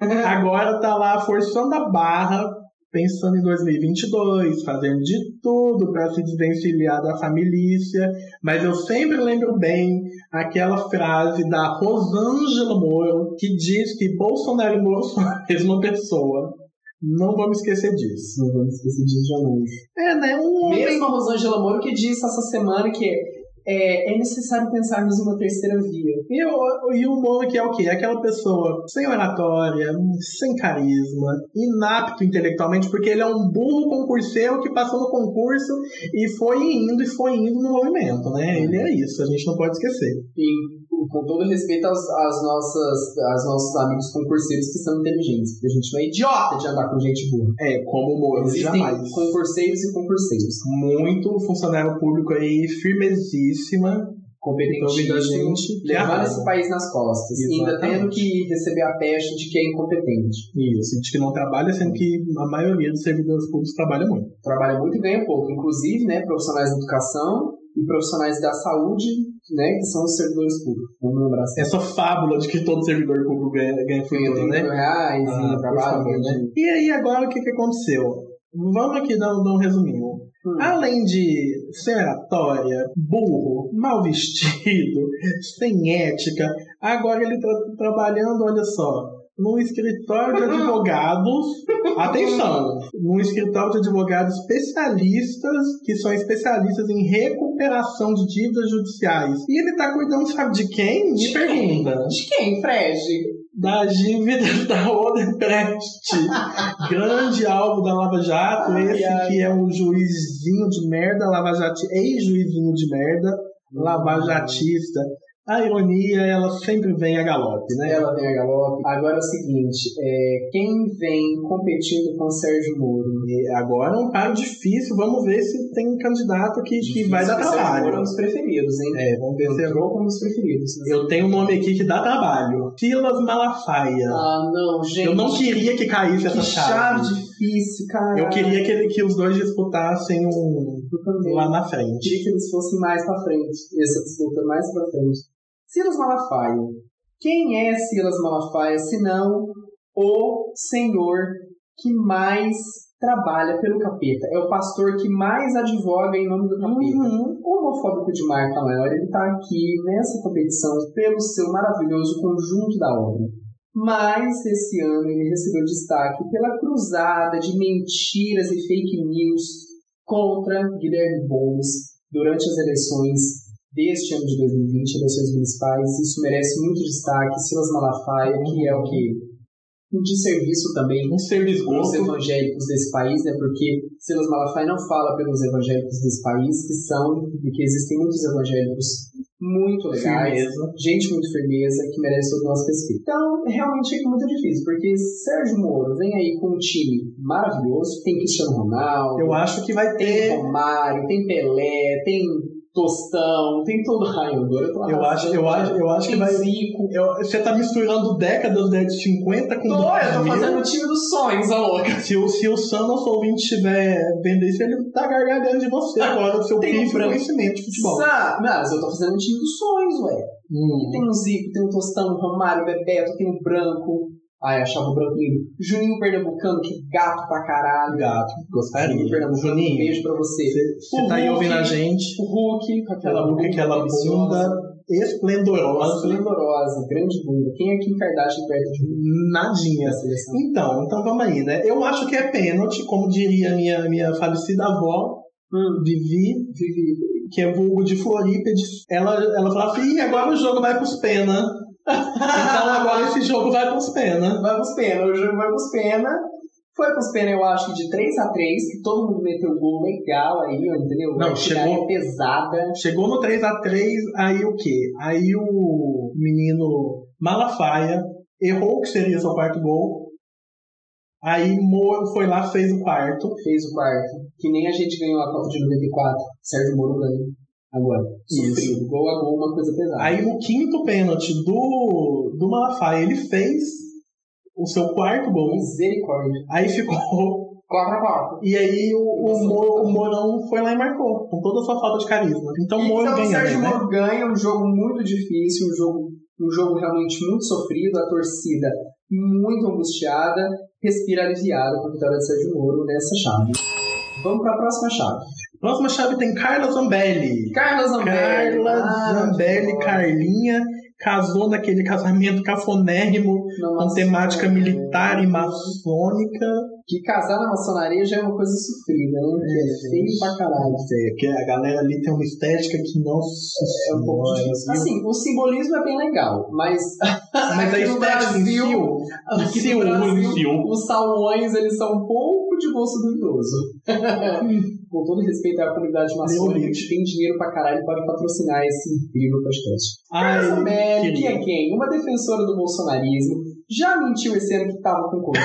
Speaker 2: Agora tá lá forçando a barra, pensando em 2022, fazendo de tudo pra se desvencilhar da familícia. Mas eu sempre lembro bem aquela frase da Rosângela Moro, que diz que Bolsonaro e Moro são a mesma pessoa. Não vou me esquecer disso.
Speaker 1: Não vamos esquecer disso jamais.
Speaker 2: É, né? Um homem.
Speaker 1: Mesmo a Rosângela Moro que disse essa semana que é, é necessário pensarmos em uma terceira via.
Speaker 2: E o, e o Moro que é o quê? É Aquela pessoa sem oratória, sem carisma, inapto intelectualmente, porque ele é um burro concurseiro que passou no concurso e foi indo e foi indo no movimento, né? Ele é isso, a gente não pode esquecer.
Speaker 1: E com todo respeito aos, às nossas, aos nossos amigos concurseiros que são inteligentes, porque a gente não é idiota de andar com gente burra.
Speaker 2: É, como o Moro,
Speaker 1: Existem
Speaker 2: jamais.
Speaker 1: concurseiros e concurseiros.
Speaker 2: Muito funcionário público aí, firmezíssima.
Speaker 1: Competentíssimo,
Speaker 2: Providente, é que
Speaker 1: levando
Speaker 2: arrasa.
Speaker 1: esse país nas costas. E ainda
Speaker 2: Exatamente.
Speaker 1: tendo que receber a peste de que é incompetente.
Speaker 2: Isso, de que não trabalha, sendo que a maioria dos servidores públicos trabalha muito.
Speaker 1: Trabalha muito e ganha pouco. Inclusive, né, profissionais da educação e profissionais da saúde, né, que são os servidores públicos. Vamos lembrar sempre.
Speaker 2: Essa fábula de que todo servidor público ganha, ganha
Speaker 1: Ganha
Speaker 2: fortuna,
Speaker 1: 30
Speaker 2: né?
Speaker 1: mil reais
Speaker 2: Ah,
Speaker 1: e
Speaker 2: por
Speaker 1: trabalho,
Speaker 2: favor,
Speaker 1: né?
Speaker 2: né? E aí, agora o que, que aconteceu? Vamos aqui dar um, dar um resuminho.
Speaker 1: Hum.
Speaker 2: Além de ser oratória, burro, mal vestido, sem ética, agora ele tá trabalhando, olha só, num escritório de advogados. Atenção! Num escritório de advogados especialistas, que são especialistas em recuperação de dívidas judiciais. E ele tá cuidando, sabe de quem? Me
Speaker 1: De
Speaker 2: pergunta
Speaker 1: De quem, Fred?
Speaker 2: da dívida da Odebrecht, grande alvo da Lava Jato,
Speaker 1: Ai,
Speaker 2: esse
Speaker 1: ai.
Speaker 2: que é um juizinho de merda, Lava Jato, ex-juizinho de merda,
Speaker 1: Hum.
Speaker 2: Lava Jatista. A ironia, ela sempre vem a galope, né?
Speaker 1: Ela vem a galope. Agora é o seguinte, é, quem vem competindo com o Sérgio Moro?
Speaker 2: E agora é um paro difícil, vamos ver se tem um candidato que, que vai dar
Speaker 1: Difícil, o Sérgio Moro é um
Speaker 2: trabalho.
Speaker 1: dos preferidos, hein?
Speaker 2: É, vamos ver se é
Speaker 1: Entrou como um dos preferidos. né?
Speaker 2: Eu tenho um nome aqui que dá trabalho. Silas Malafaia.
Speaker 1: Ah, não, gente.
Speaker 2: Eu não queria que caísse essa
Speaker 1: que
Speaker 2: chave.
Speaker 1: chave difícil, cara.
Speaker 2: Eu queria que, ele- que os dois disputassem um,
Speaker 1: Eu também.
Speaker 2: lá na
Speaker 1: Eu
Speaker 2: frente.
Speaker 1: queria que eles fossem mais pra frente. Essa disputa mais pra frente. Silas Malafaia. Quem é Silas Malafaia se não o senhor que mais trabalha pelo capeta? É o pastor que mais advoga em nome do capeta. Homofóbico de marca maior, ele tá aqui nessa competição pelo seu maravilhoso conjunto da obra. Mas esse ano ele recebeu destaque pela cruzada de mentiras e fake news contra Guilherme Boulos durante as eleições deste ano de 2020, eleições municipais. Isso merece muito destaque. Silas Malafaia, que é o que? Um desserviço também
Speaker 2: Um ser
Speaker 1: os
Speaker 2: desgosto.
Speaker 1: evangélicos desse país, né? Porque Silas Malafaia não fala pelos evangélicos desse país, que são, e que existem muitos evangélicos muito legais,
Speaker 2: Firmeza.
Speaker 1: gente muito firmeza, que merece todo o nosso respeito. Então, realmente fica muito difícil, porque Sérgio Moro vem aí com um time maravilhoso, tem Cristiano Ronaldo,
Speaker 2: Eu acho que vai
Speaker 1: tem
Speaker 2: ter.
Speaker 1: Romário, tem Pelé, tem Tostão, tem tudo. Ai, agora eu tô
Speaker 2: Eu acho, eu acho, eu acho que vai.
Speaker 1: Zico.
Speaker 2: eu- você tá misturando décadas da década de 50 com
Speaker 1: Tô, eu tô
Speaker 2: 2000.
Speaker 1: fazendo o time dos sonhos, a louca.
Speaker 2: Se o, se o Sam, nosso ouvinte, tiver vendo isso, ele tá gargalhando de você agora, do seu
Speaker 1: Tem um
Speaker 2: pífio
Speaker 1: branco.
Speaker 2: conhecimento de futebol. Uhum.
Speaker 1: Sa- Ah, Não, mas eu tô fazendo o time dos sonhos, ué. Tem o Zico, tem o Tostão, o Romário, o Bebeto, tem o Branco. Ai, achava o Branco lindo. Juninho Pernambucano, que gato pra caralho.
Speaker 2: Gato,
Speaker 1: Juninho
Speaker 2: gostaria.
Speaker 1: Pernambucano, um
Speaker 2: Juninho,
Speaker 1: beijo pra você.
Speaker 2: você você tá aí
Speaker 1: Hulk.
Speaker 2: ouvindo a gente?
Speaker 1: O Hulk, com aquela
Speaker 2: Aquela boca,
Speaker 1: bunda
Speaker 2: aquela
Speaker 1: deliciosa.
Speaker 2: bunda
Speaker 1: Nossa,
Speaker 2: esplendorosa,
Speaker 1: esplendorosa, grande bunda. Quem é Kim Kardashian perto de mim
Speaker 2: nadinha.
Speaker 1: na seleção?
Speaker 2: Então, então vamos aí, né? Eu acho que é pênalti, como diria minha, minha falecida avó,
Speaker 1: Hum.
Speaker 2: Vivi, Vivi, que é vulgo de Floripa, de- ela, ela falava assim, "Ih, agora o jogo vai pros pena. então agora esse jogo vai pros pena.
Speaker 1: Vai pros pena, o jogo vai pros pena. Foi pros pena, eu acho que de 3x3, que todo mundo meteu um gol legal aí, ó, entendeu?
Speaker 2: Não,
Speaker 1: Uma artilharia
Speaker 2: chegou-
Speaker 1: pesada.
Speaker 2: Chegou no 3x3, aí o quê? Aí o menino Malafaia errou o que seria seu quarto gol. Aí Moro foi lá, fez o quarto.
Speaker 1: Fez o quarto. Que nem a gente ganhou a Copa de 94. Sérgio Moro ganhou. Agora,
Speaker 2: Isso.
Speaker 1: sofrido. Gol a gol, uma coisa pesada.
Speaker 2: Aí no quinto pênalti do, do Malafaia, ele fez o seu quarto gol.
Speaker 1: Misericórdia.
Speaker 2: Aí ficou.
Speaker 1: Corta, corta.
Speaker 2: E aí o, o, Moro, o Morão foi lá e marcou, com toda a sua falta de carisma. Então o Moro
Speaker 1: então, o
Speaker 2: ganha,
Speaker 1: Sérgio
Speaker 2: né?
Speaker 1: Moro ganha um jogo muito difícil, um jogo, um jogo realmente muito sofrido, a torcida muito angustiada, respira aliviada com a vitória de Sérgio Moro nessa chave. Vamos para a próxima chave.
Speaker 2: Próxima chave tem Carla Zambelli.
Speaker 1: Carla Zambelli. Ah,
Speaker 2: Carla Zambelli, Carlinha, casou naquele casamento cafonérrimo, com
Speaker 1: é.
Speaker 2: temática militar e maçônica.
Speaker 1: Que casar na maçonaria já é uma coisa sofrida, né? Que é
Speaker 2: É,
Speaker 1: feio
Speaker 2: gente.
Speaker 1: pra caralho.
Speaker 2: É, que a galera ali tem uma estética que, nossa
Speaker 1: É um pouco
Speaker 2: senhora,
Speaker 1: difícil.
Speaker 2: viu?
Speaker 1: Assim, o simbolismo é bem legal, mas.
Speaker 2: Mas a
Speaker 1: aqui no
Speaker 2: estética em si,
Speaker 1: Brasil,
Speaker 2: o- em
Speaker 1: aqui
Speaker 2: si,
Speaker 1: no
Speaker 2: o
Speaker 1: Brasil,
Speaker 2: em si, o-
Speaker 1: os salões, eles são um pouco de bolso do idoso. Com todo respeito à comunidade maçônica,
Speaker 2: Leonid.
Speaker 1: que tem dinheiro pra caralho e pode patrocinar esse incrível podcast.
Speaker 2: Ai,
Speaker 1: Essa Mary, que é
Speaker 2: querida.
Speaker 1: quem? Uma defensora do bolsonarismo, já mentiu esse ano que tava com Covid,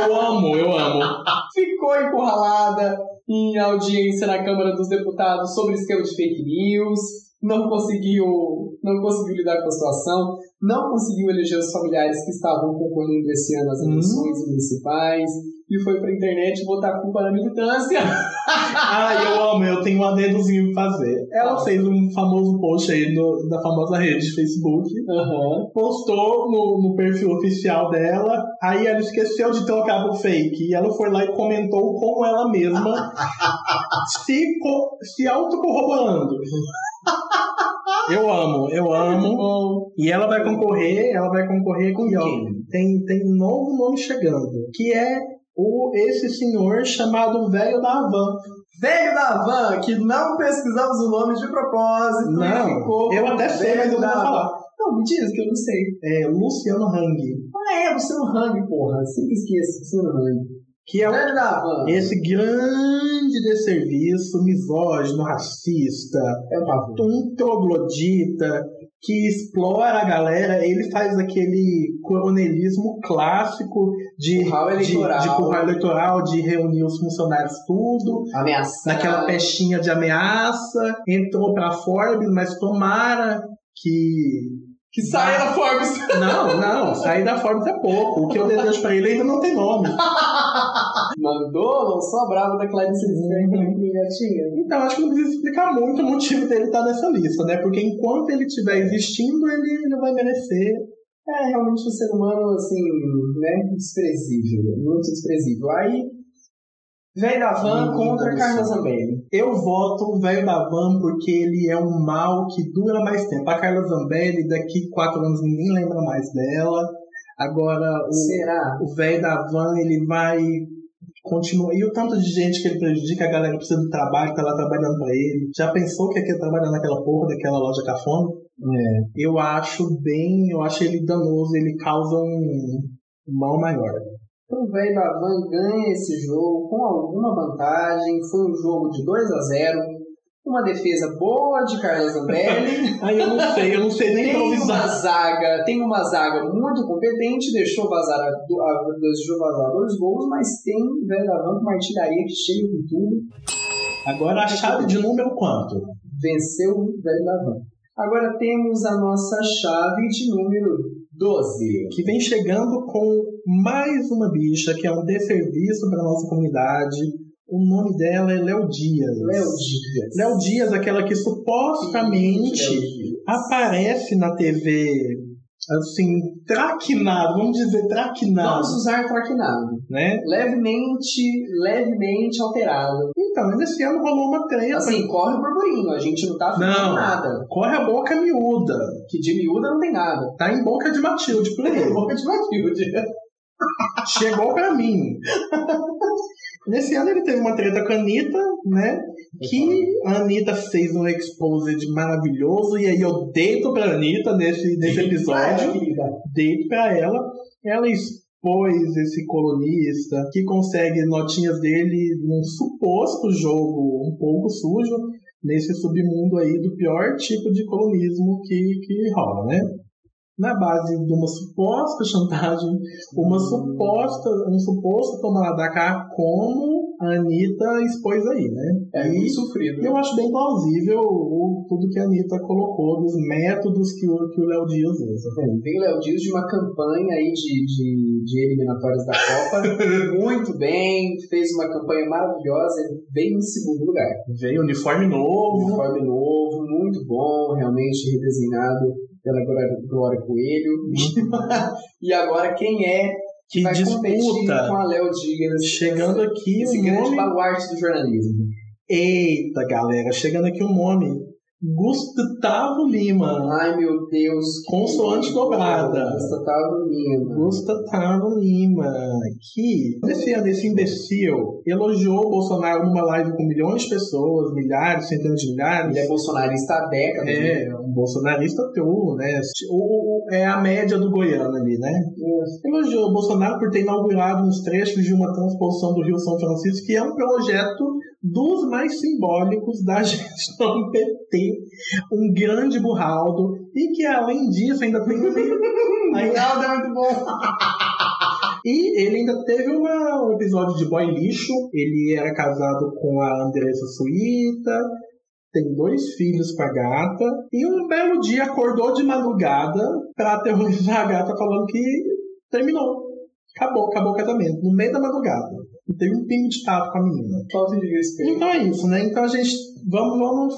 Speaker 2: eu amo, eu amo.
Speaker 1: ficou encurralada em audiência na Câmara dos Deputados sobre esquema de fake news, não conseguiu, não conseguiu lidar com a situação, não conseguiu eleger os familiares que estavam concorrendo esse ano às
Speaker 2: Hum.
Speaker 1: eleições municipais e foi pra internet botar a culpa na militância.
Speaker 2: Ai, eu amo, eu tenho um adendozinho pra fazer. Ela fez um famoso post aí no- da famosa rede de Facebook.
Speaker 1: Aham.
Speaker 2: postou no, no perfil oficial dela, aí ela esqueceu de trocar pro fake. E ela foi lá e comentou com ela mesma, se, co- se autocorroborando. Eu amo, eu amo.
Speaker 1: Bom,
Speaker 2: E ela vai concorrer, ela vai concorrer com
Speaker 1: Com
Speaker 2: ó, tem, tem um novo nome chegando, que é o, esse senhor chamado Velho da Havan.
Speaker 1: Velho da van, que não pesquisamos o nome de propósito. e
Speaker 2: Não,
Speaker 1: ficou
Speaker 2: eu até sei, mas
Speaker 1: Velho
Speaker 2: eu não vou
Speaker 1: da Havan.
Speaker 2: falar.
Speaker 1: Não, me diz que eu não sei.
Speaker 2: É Luciano Hang,
Speaker 1: Ah, é, você não Hang, porra. Sempre esqueço, você não Hang.
Speaker 2: que é o
Speaker 1: Velho da van.
Speaker 2: Esse grande desserviço, misógino, racista,
Speaker 1: É o pavor.
Speaker 2: um troglodita que explora a galera, ele faz aquele coronelismo clássico de
Speaker 1: Curral eleitoral.
Speaker 2: de, de curral eleitoral, de reunir os funcionários tudo,
Speaker 1: Ameaçar.
Speaker 2: naquela pestinha de ameaça, entrou pra Forbes, mas tomara que
Speaker 1: Que saia da Forbes.
Speaker 2: não, não, sair da Forbes é pouco. O que eu desejo pra ele ainda não tem nome.
Speaker 1: Mandou, lançou a brava da Clarice Lispector, que gatinha.
Speaker 2: Então, acho que não precisa explicar muito o motivo dele estar nessa lista, né? Porque enquanto ele estiver existindo, ele, ele vai merecer.
Speaker 1: É, realmente um ser humano, assim, né, desprezível. Muito desprezível. Aí, velho da van
Speaker 2: Meu
Speaker 1: contra
Speaker 2: Deus.
Speaker 1: Carla Zambelli.
Speaker 2: Eu voto o velho da van porque ele é um mal que dura mais tempo. A Carla Zambelli, daqui quatro anos, ninguém lembra mais dela. Agora,
Speaker 1: Hum.
Speaker 2: o-
Speaker 1: Será?
Speaker 2: o velho da van, ele vai continuar. E o tanto de gente que ele prejudica, a galera precisa do trabalho, tá lá trabalhando pra ele. Já pensou que aquele trabalhar naquela porra daquela loja cafona?
Speaker 1: É.
Speaker 2: Eu acho bem, eu acho ele danoso, ele causa um um mal maior.
Speaker 1: Então, o velho da van ganha esse jogo com alguma vantagem. Foi um jogo de 2 a 0 uma defesa boa de Carla Zambelli.
Speaker 2: Aí eu não sei, eu não sei nem
Speaker 1: Tem uma
Speaker 2: improvisar.
Speaker 1: zaga, tem uma zaga muito competente, deixou vazar, a- do- um a- deixou vazar dois gols, mas tem Vendavan com uma artilharia que chega com tudo.
Speaker 2: Agora a chave de número quanto?
Speaker 1: Venceu o velho Lavan. Agora temos a nossa chave de número 12.
Speaker 2: Que vem chegando com mais uma bicha que é um desserviço para nossa comunidade. O nome dela é Léo Dias.
Speaker 1: Léo Dias.
Speaker 2: Léo Dias, aquela que supostamente
Speaker 1: Léo Dias.
Speaker 2: aparece na TV assim, traquinado, vamos dizer traquinado,
Speaker 1: Vamos usar traquinado.
Speaker 2: né?
Speaker 1: Levemente, levemente alterado.
Speaker 2: Então, nesse ano rolou uma treta.
Speaker 1: Assim, corre o burburinho, a gente não tá falando
Speaker 2: Não.
Speaker 1: nada.
Speaker 2: Corre a boca miúda.
Speaker 1: Que de miúda não tem nada.
Speaker 2: Tá em boca de Matilde, por aí.
Speaker 1: Boca de Matilde.
Speaker 2: Chegou pra mim. Nesse ano ele teve uma treta com a Anitta, né? Que a Anitta fez um exposed maravilhoso. E aí eu deito pra Anitta nesse, nesse episódio. deito pra ela. Ela expôs esse colunista que consegue notinhas dele num suposto jogo um pouco sujo nesse submundo aí do pior tipo de colonismo que, que rola, né? Na base de uma suposta chantagem, uma suposta, um suposto tomar da cá como a Anitta expôs aí, né?
Speaker 1: É
Speaker 2: E-
Speaker 1: muito sofrido.
Speaker 2: eu acho bem plausível o, tudo que a Anitta colocou dos métodos que o que o Léo Dias usa.
Speaker 1: É, Vem o Léo Dias de uma campanha aí de, de, de eliminatórias da Copa. Muito bem, fez uma campanha maravilhosa, ele veio em segundo lugar.
Speaker 2: Veio uniforme novo.
Speaker 1: Uniforme novo, muito bom, realmente redesenhado pela Glória, Glória Coelho. e agora quem é
Speaker 2: que
Speaker 1: vai competir com
Speaker 2: Uhum. disputa.
Speaker 1: a Léo Dias?
Speaker 2: Chegando aqui
Speaker 1: esse
Speaker 2: um
Speaker 1: grande
Speaker 2: nome.
Speaker 1: baluarte do jornalismo.
Speaker 2: Eita, galera, chegando aqui um nome. Gustavo Lima.
Speaker 1: Ai meu Deus. que
Speaker 2: Consoante
Speaker 1: horror.
Speaker 2: dobrada.
Speaker 1: Essa tava linda.
Speaker 2: Gustavo Lima, que esse ano esse imbecil elogiou o Bolsonaro numa live com milhões de pessoas, milhares, centenas de milhares.
Speaker 1: Ele é bolsonarista há décadas. né?
Speaker 2: É, um bolsonarista teu, né? O, o- é a média do goiano ali, né? Elogiou o Bolsonaro por ter inaugurado uns trechos de uma transposição do Rio São Francisco, que é um projeto dos mais simbólicos da gestão PT. Um grande burraldo, e que além disso ainda tem. um ainda-
Speaker 1: Reinaldo é muito bom.
Speaker 2: e ele ainda teve uma- um episódio de boy lixo. Ele era casado com a Andressa Suíta, tem dois filhos com a gata. E um belo dia acordou de madrugada pra aterrorizar a gata, falando que terminou. Acabou, acabou o casamento, no meio da madrugada. E teve um pingo de tato com a menina.
Speaker 1: Falta de respeito.
Speaker 2: Então é isso, né? Então a gente. Vamos, vamos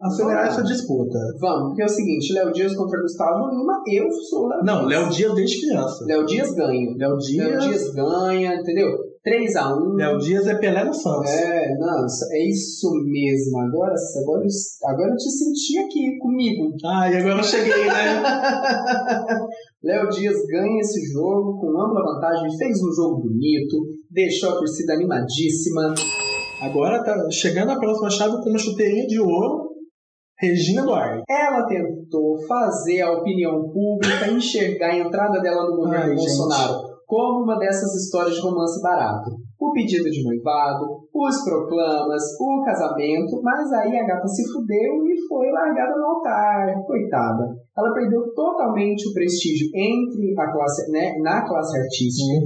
Speaker 2: acelerar essa disputa.
Speaker 1: Vamos, porque é o seguinte, Léo Dias contra Gustavo Lima, eu sou o Léo
Speaker 2: Não,
Speaker 1: Dias.
Speaker 2: Léo Dias desde criança.
Speaker 1: Léo Dias ganha.
Speaker 2: Léo
Speaker 1: Léo
Speaker 2: Dias.
Speaker 1: Dias ganha, entendeu? 3x1.
Speaker 2: Léo Dias é Pelé no Santos.
Speaker 1: É, não, é isso mesmo. Agora, agora, eu- agora eu te senti aqui comigo.
Speaker 2: Ai, Ah, agora eu cheguei, né?
Speaker 1: Léo Dias ganha esse jogo com ampla vantagem, fez um jogo bonito, deixou a torcida animadíssima.
Speaker 2: Agora tá chegando a próxima chave com uma chuteirinha de ouro, Regina Duarte.
Speaker 1: Ela tentou fazer a opinião pública enxergar a entrada dela no governo
Speaker 2: Ai, gente.
Speaker 1: Bolsonaro como uma dessas histórias de romance barato. O pedido de noivado, os proclamas, o casamento, mas aí a gata se fudeu e foi largada no altar. Coitada. Ela perdeu totalmente o prestígio entre a classe, né, na classe artística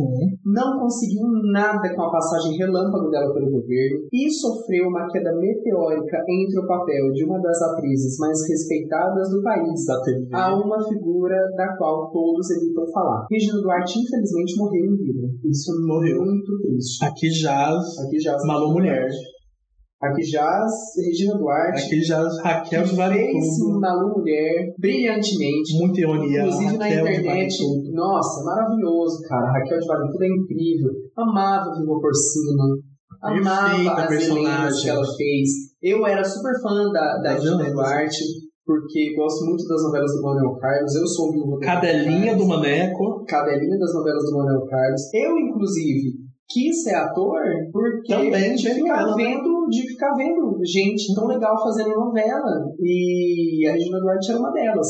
Speaker 1: não conseguiu nada com a passagem relâmpago dela pelo governo e sofreu uma queda meteórica entre o papel de uma das atrizes mais respeitadas do país
Speaker 2: Da TV.
Speaker 1: a uma figura da qual todos evitam falar. Regina Duarte, infelizmente, morreu em vida. Isso morreu muito triste.
Speaker 2: Aqui jaz
Speaker 1: Aqui já
Speaker 2: Malu Mulher.
Speaker 1: Aqui jaz Regina Duarte,
Speaker 2: Aqui jaz
Speaker 1: é um
Speaker 2: Raquel de
Speaker 1: fez
Speaker 2: Valetudo.
Speaker 1: Malu Mulher brilhantemente.
Speaker 2: Muita ironia.
Speaker 1: Inclusive na
Speaker 2: Raquel de
Speaker 1: internet.
Speaker 2: Valetudo.
Speaker 1: Nossa, é maravilhoso, cara. A Raquel de Vale tudo é incrível. Amava Viva Porcina. Amava
Speaker 2: Perfeita
Speaker 1: as lendas
Speaker 2: personagem.
Speaker 1: que ela fez. Eu era super fã da, da
Speaker 2: Das
Speaker 1: Regina
Speaker 2: lendas.
Speaker 1: Duarte, porque gosto muito das novelas do Manuel Carlos. Eu sou viúva do
Speaker 2: Cadelinha
Speaker 1: Manuel
Speaker 2: do Maneco.
Speaker 1: Carlos. Cadelinha das novelas do Manuel Carlos. Eu, inclusive. Quis ser ator porque
Speaker 2: Também
Speaker 1: de
Speaker 2: tive
Speaker 1: ficar,
Speaker 2: ela, né?
Speaker 1: vendo, de ficar vendo gente tão legal fazendo novela. E a Regina Duarte era uma delas.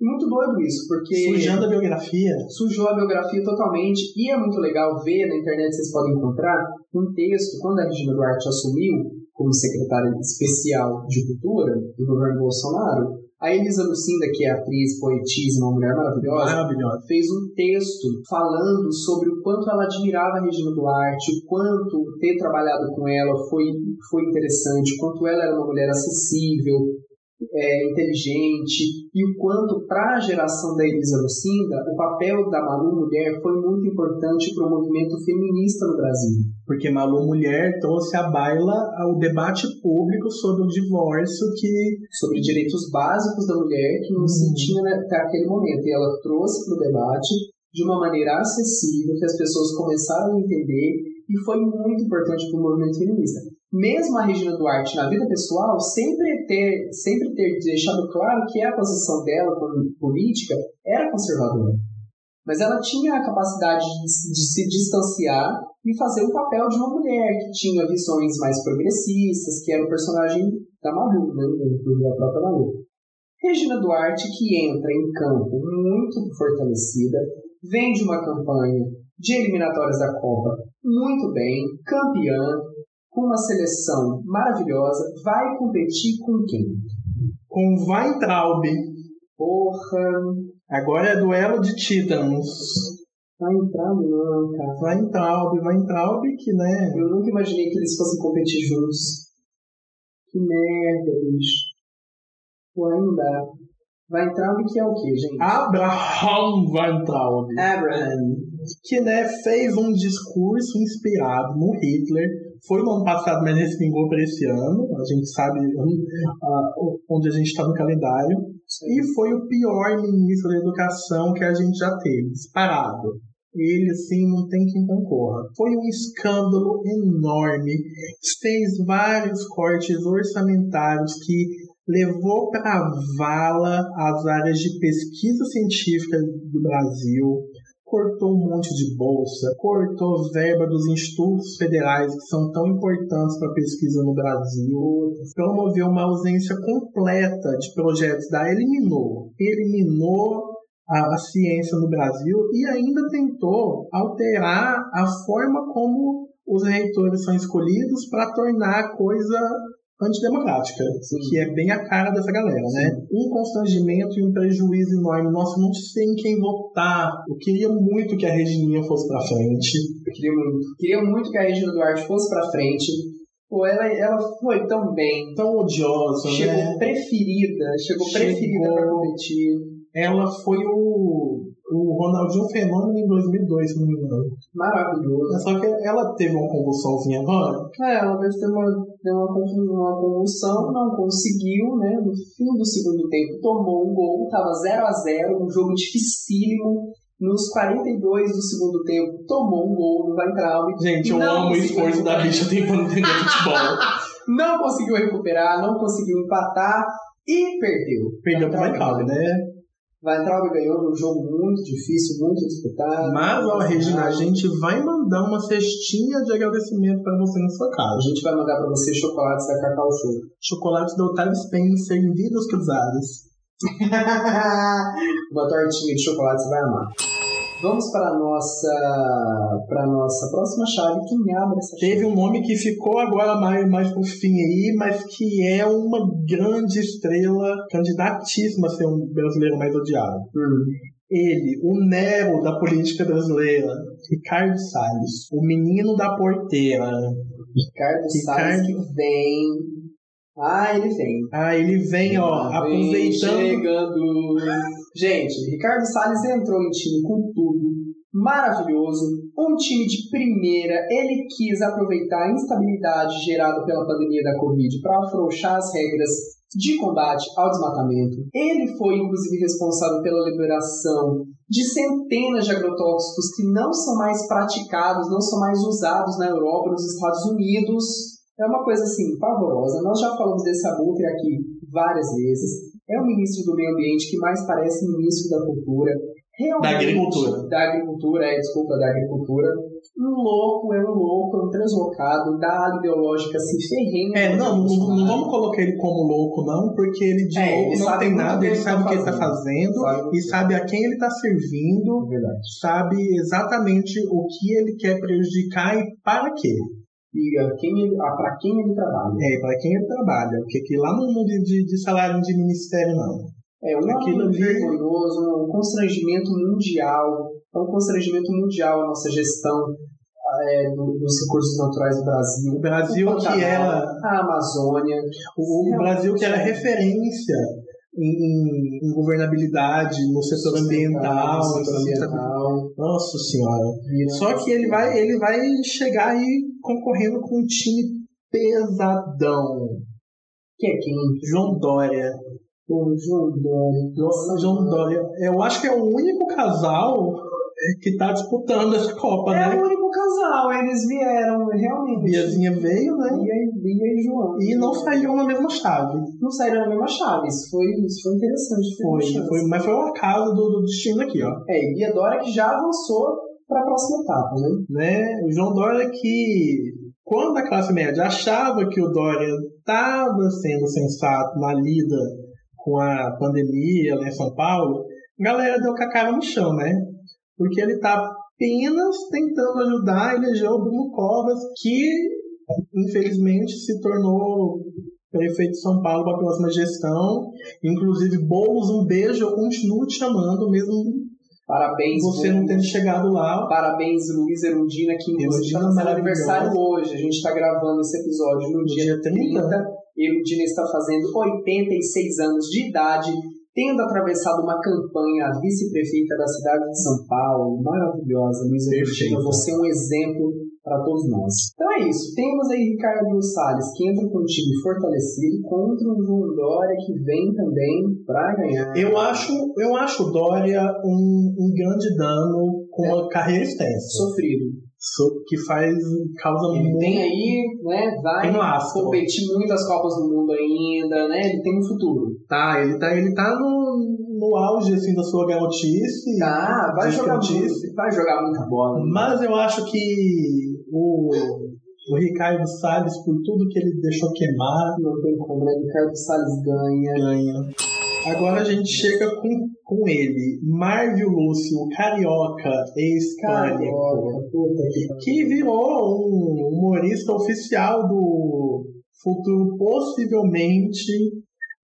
Speaker 1: Muito doido isso, porque
Speaker 2: Sujando a biografia.
Speaker 1: sujou a biografia totalmente. E é muito legal ver, na internet vocês podem encontrar, um texto, quando a Regina Duarte assumiu, como secretária especial de cultura do governo Bolsonaro, a Elisa Lucinda, que é atriz, poetisa, uma mulher maravilhosa,
Speaker 2: Maravilhosa.
Speaker 1: fez um texto falando sobre o quanto ela admirava a Regina Duarte, o quanto ter trabalhado com ela foi, foi interessante, o quanto ela era uma mulher acessível, é, inteligente, e o quanto, para a geração da Elisa Lucinda, o papel da Malu Mulher foi muito importante para o movimento feminista no Brasil.
Speaker 2: Porque Malu Mulher trouxe à baila o debate público sobre o divórcio que
Speaker 1: sobre direitos básicos da mulher que não se tinha na- até aquele momento. E ela trouxe para o debate de uma maneira acessível, que as pessoas começaram a entender, e foi muito importante para o movimento feminista. Mesmo a Regina Duarte, na vida pessoal, sempre ter, sempre ter deixado claro que a posição dela como política era conservadora. Mas ela tinha a capacidade de, de se distanciar e fazer o papel de uma mulher que tinha visões mais progressistas, que era o personagem da Malu, né, do- da própria Malu. Regina Duarte, que entra em campo muito fortalecida, vem de uma campanha de eliminatórias da Copa muito bem, campeã, com uma seleção maravilhosa, vai competir com quem?
Speaker 2: com Weintraub
Speaker 1: Porra,
Speaker 2: agora é duelo de titãs.
Speaker 1: vai entrar não, cara.
Speaker 2: Weintraub, Weintraub que, né,
Speaker 1: Eu nunca imaginei que eles fossem competir juntos. Que merda, bicho. Pô, aí não dá. Vai entrar o que é o quê, gente?
Speaker 2: Abraham Weintraub.
Speaker 1: Abraham.
Speaker 2: que né, fez um discurso inspirado no Hitler. Foi no ano passado, mas respingou para esse ano. A gente sabe hum, ah, onde a gente está no calendário. E foi o pior ministro da educação que a gente já teve, disparado. Ele, assim, não tem quem concorra. Foi um escândalo enorme. Fez vários cortes orçamentários que levou para a vala as áreas de pesquisa científica do Brasil cortou um monte de bolsa, cortou verba dos institutos federais que são tão importantes para a pesquisa no Brasil, promoveu uma ausência completa de projetos da eliminou, eliminou a, a ciência no Brasil e ainda tentou alterar a forma como os reitores são escolhidos para tornar a coisa antidemocrática, que é bem a cara dessa galera, né? Um constrangimento e um prejuízo enorme. Nossa, não sei em quem votar. Eu queria muito que a Regininha fosse pra frente.
Speaker 1: Eu queria muito. Queria muito que a Regina Duarte fosse pra frente. Pô, ela, ela foi tão bem.
Speaker 2: Tão odiosa,
Speaker 1: Chegou
Speaker 2: né?
Speaker 1: preferida. Chegou,
Speaker 2: Chegou.
Speaker 1: preferida pra competir.
Speaker 2: Ela foi o, o Ronaldinho Fenômeno em 2002, se não me engano.
Speaker 1: Maravilhosa.
Speaker 2: Só que ela teve uma convulsãozinha agora.
Speaker 1: É, ela deve ter uma, deu uma, confu- uma convulsão, não conseguiu, né? No fim do segundo tempo tomou um gol, tava 0 a 0 um jogo dificílimo. Nos 42 do segundo tempo tomou um gol no Weintraub.
Speaker 2: Gente, eu
Speaker 1: Não,
Speaker 2: amo o
Speaker 1: sim.
Speaker 2: esforço da bicha tentando entender futebol.
Speaker 1: Não conseguiu recuperar, não conseguiu empatar e perdeu.
Speaker 2: Perdeu pro Michael, né?
Speaker 1: Weintraub ganhou num jogo muito difícil, muito disputado.
Speaker 2: Mas, ó, Regina, a gente vai mandar uma cestinha de agradecimento para você na sua
Speaker 1: A
Speaker 2: casa.
Speaker 1: gente vai mandar pra você chocolates da Cacau Show.
Speaker 2: Chocolates do Otávio Spencer, vidas cruzadas.
Speaker 1: Uma tortinha de chocolate você vai amar. Vamos para a nossa, para nossa próxima chave. Quem abre essa chave?
Speaker 2: Teve um nome que ficou agora mais, mais pro fim aí, mas que é uma grande estrela, candidatíssima a ser um brasileiro mais odiado.
Speaker 1: Hum.
Speaker 2: Ele, o Nero da política brasileira, Ricardo Salles, o menino da porteira.
Speaker 1: Ricardo Salles que vem. Ah, ele vem.
Speaker 2: Ah, ele vem, ó,
Speaker 1: Vem
Speaker 2: aproveitando
Speaker 1: Chegando. Gente, Ricardo Salles entrou em time com tudo. Maravilhoso, um time de primeira. Ele quis aproveitar a instabilidade gerada pela pandemia da Covid para afrouxar as regras de combate ao desmatamento. Ele foi, inclusive, responsável pela liberação de centenas de agrotóxicos que não são mais praticados, não são mais usados na Europa, nos Estados Unidos. É uma coisa assim, pavorosa. Nós já falamos desse abutre aqui várias vezes. É o ministro do Meio Ambiente que mais parece ministro da Cultura. Realmente,
Speaker 2: agricultura.
Speaker 1: Da agricultura, é, desculpa, da agricultura. Um louco é um louco, é um translocado da ala ideológica assim, ferrenha.
Speaker 2: É, não, não, não
Speaker 1: Bolsonaro.
Speaker 2: vamos colocar ele como louco, não, porque ele de
Speaker 1: É,
Speaker 2: louco
Speaker 1: ele
Speaker 2: não
Speaker 1: sabe
Speaker 2: tem
Speaker 1: muito
Speaker 2: nada,
Speaker 1: bem
Speaker 2: ele
Speaker 1: o que
Speaker 2: sabe o
Speaker 1: tá
Speaker 2: que ele tá
Speaker 1: fazendo.
Speaker 2: fazendo
Speaker 1: Sabe muito
Speaker 2: e
Speaker 1: bem.
Speaker 2: sabe a quem ele tá servindo,
Speaker 1: Verdade.
Speaker 2: sabe exatamente o que ele quer prejudicar e para quê.
Speaker 1: diga quem ele, ah, para quem ele trabalha.
Speaker 2: É, para quem ele trabalha, porque aquilo lá não muda de, de salário de ministério, não.
Speaker 1: É um
Speaker 2: Aquilo
Speaker 1: aquilo
Speaker 2: ali-
Speaker 1: vergonhoso, um constrangimento mundial. É um constrangimento mundial a nossa gestão é, do- dos recursos naturais do Brasil.
Speaker 2: O Brasil
Speaker 1: O
Speaker 2: que
Speaker 1: Pantanal, é um
Speaker 2: era, um
Speaker 1: A Amazônia.
Speaker 2: o, o Brasil que era referência em, em governabilidade, no setor ambiental, um
Speaker 1: no setor ambiental.
Speaker 2: Nossa senhora. Só que ele vai, ele vai chegar aí concorrendo com um time pesadão.
Speaker 1: Que é quem?
Speaker 2: João Dória.
Speaker 1: O João Dória.
Speaker 2: Nossa, João Dória. Eu acho que é o único casal que tá disputando essa Copa,
Speaker 1: É
Speaker 2: né?
Speaker 1: o único casal, eles vieram realmente.
Speaker 2: Biazinha veio, né?
Speaker 1: Bia e- Bia e João.
Speaker 2: E não saiu na mesma chave.
Speaker 1: Não saíram na mesma chave. Isso foi, isso foi interessante. Foi, uma
Speaker 2: Foi,
Speaker 1: chance.
Speaker 2: foi, mas foi um acaso do, do destino aqui, ó.
Speaker 1: É, e Bia Dória que já avançou para a próxima etapa, né?
Speaker 2: Né? O João Dória que, quando a classe média achava que o Dória estava sendo sensato na lida com a pandemia lá em São Paulo, a galera deu com a cara no chão, né? Porque ele tá apenas tentando ajudar a eleger o Bruno Covas, que infelizmente se tornou prefeito de São Paulo para a próxima gestão. Inclusive, Boulos, um beijo, eu continuo te chamando, mesmo
Speaker 1: Parabéns.
Speaker 2: você
Speaker 1: Lu.
Speaker 2: não tendo chegado lá.
Speaker 1: Parabéns, Luiz Erundina, que inclusive
Speaker 2: Erundina
Speaker 1: está fazendo
Speaker 2: maravilhosa.
Speaker 1: aniversário hoje. A gente está gravando esse episódio no
Speaker 2: é No
Speaker 1: dia
Speaker 2: dia 30,
Speaker 1: 30. Erundina está fazendo 86 anos de idade, tendo atravessado uma campanha à vice-prefeita da cidade de São Paulo. Maravilhosa, Luiz Erundina.
Speaker 2: Perfeita.
Speaker 1: Você é um exemplo para todos nós. Então é isso. Temos aí Ricardo Salles, que entra com o time fortalecido, contra o João Dória, que vem também para ganhar.
Speaker 2: Eu acho, eu acho o Dória um, um grande dano com a carreira extensa,
Speaker 1: Sofrido.
Speaker 2: so- que faz causa
Speaker 1: Ele
Speaker 2: muito
Speaker 1: tem aí, né, vai
Speaker 2: Tem um Uhum. astro.
Speaker 1: competir muitas Copas do Mundo ainda, né? Ele tem um futuro.
Speaker 2: tá, ele tá, ele tá no, no auge assim da sua garotice,
Speaker 1: Tá, vai
Speaker 2: Diz que
Speaker 1: jogar,
Speaker 2: eu disse.
Speaker 1: muito, vai jogar muita bola.
Speaker 2: mas eu acho que o, o Ricardo Salles por tudo que ele deixou queimar
Speaker 1: Não tem como, né? Ricardo Salles ganha.
Speaker 2: ganha. Agora a gente chega com, com ele, Marvio Lúcio, carioca, ex-carioca.
Speaker 1: Carioca, puta que pariu.
Speaker 2: que virou um humorista oficial do futuro, possivelmente,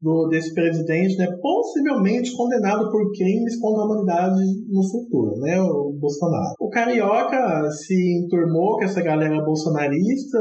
Speaker 2: do, desse presidente, né? Possivelmente condenado por crimes contra a humanidade no futuro, né? O Bolsonaro. O Carioca se enturmou com essa galera bolsonarista,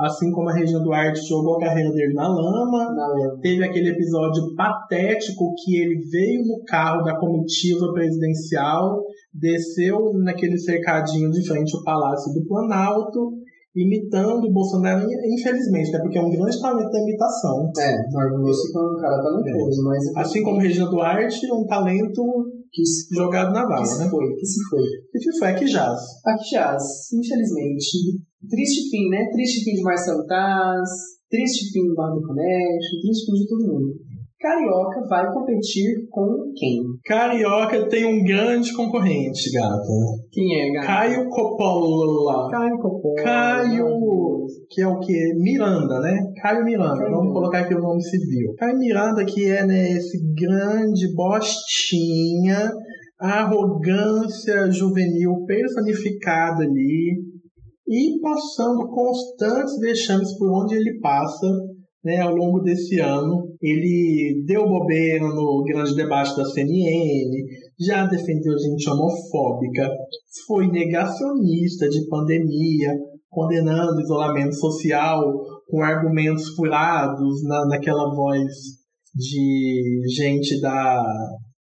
Speaker 2: assim como a Regina Duarte jogou a carreira dele na lama.
Speaker 1: Na lenda.
Speaker 2: Teve aquele episódio patético que ele veio no carro da comitiva presidencial, desceu naquele cercadinho de frente ao Palácio do Planalto, imitando o Bolsonaro, infelizmente, né, porque é um grande talento da imitação.
Speaker 1: É, Marvin Lúcio que é um cara talentoso, mas. é
Speaker 2: Assim como Regina Duarte, um talento
Speaker 1: Que se,
Speaker 2: jogado na
Speaker 1: que
Speaker 2: vala,
Speaker 1: se
Speaker 2: né?
Speaker 1: foi, que se foi.
Speaker 2: E que foi que jaz.
Speaker 1: Aqui já, infelizmente. Triste fim, né? Triste fim de Marcelo Taz, triste fim do Marco Connection, triste fim de todo mundo. Carioca vai competir com quem?
Speaker 2: Carioca tem um grande concorrente, gata.
Speaker 1: Quem é, Gabi?
Speaker 2: Caio Coppola.
Speaker 1: Caio Coppola.
Speaker 2: Caio, que é o que? Miranda, né? Caio Miranda,
Speaker 1: Caio
Speaker 2: vamos
Speaker 1: Miranda.
Speaker 2: colocar aqui o nome civil. Caio Miranda, que é né, esse grande bostinha, a arrogância juvenil personificada ali, e passando constantes vexames por onde ele passa. Né, ao longo desse ano, ele deu bobeira no grande debate da CNN, já defendeu gente homofóbica, foi negacionista de pandemia, condenando isolamento social com argumentos furados na, naquela voz de gente da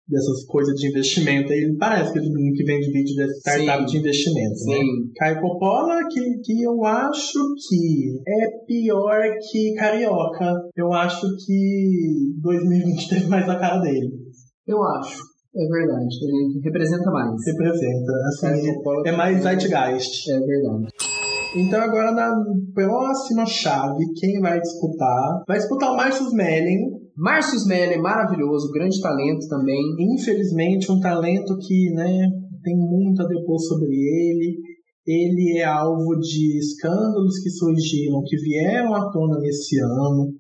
Speaker 2: dessas coisas de investimento. Ele parece que, ele- que vende vídeo dessa startup
Speaker 1: Sim.
Speaker 2: de investimento. né?
Speaker 1: Sim.
Speaker 2: Caio Coppola, que, que eu acho que é pior que Carioca. Eu acho que 2020 teve é mais a cara dele.
Speaker 1: Eu acho. É verdade. Ele representa mais.
Speaker 2: Representa.
Speaker 1: Caio
Speaker 2: Assim,
Speaker 1: Coppola-
Speaker 2: é mais zeitgeist.
Speaker 1: É verdade.
Speaker 2: Então agora na próxima chave, quem vai disputar? Vai disputar o Marcus Mellen.
Speaker 1: Márcio Smelly, maravilhoso, grande talento também.
Speaker 2: Infelizmente, um talento que né, tem muito a depor sobre ele. Ele é alvo de escândalos que surgiram, que vieram à tona nesse ano,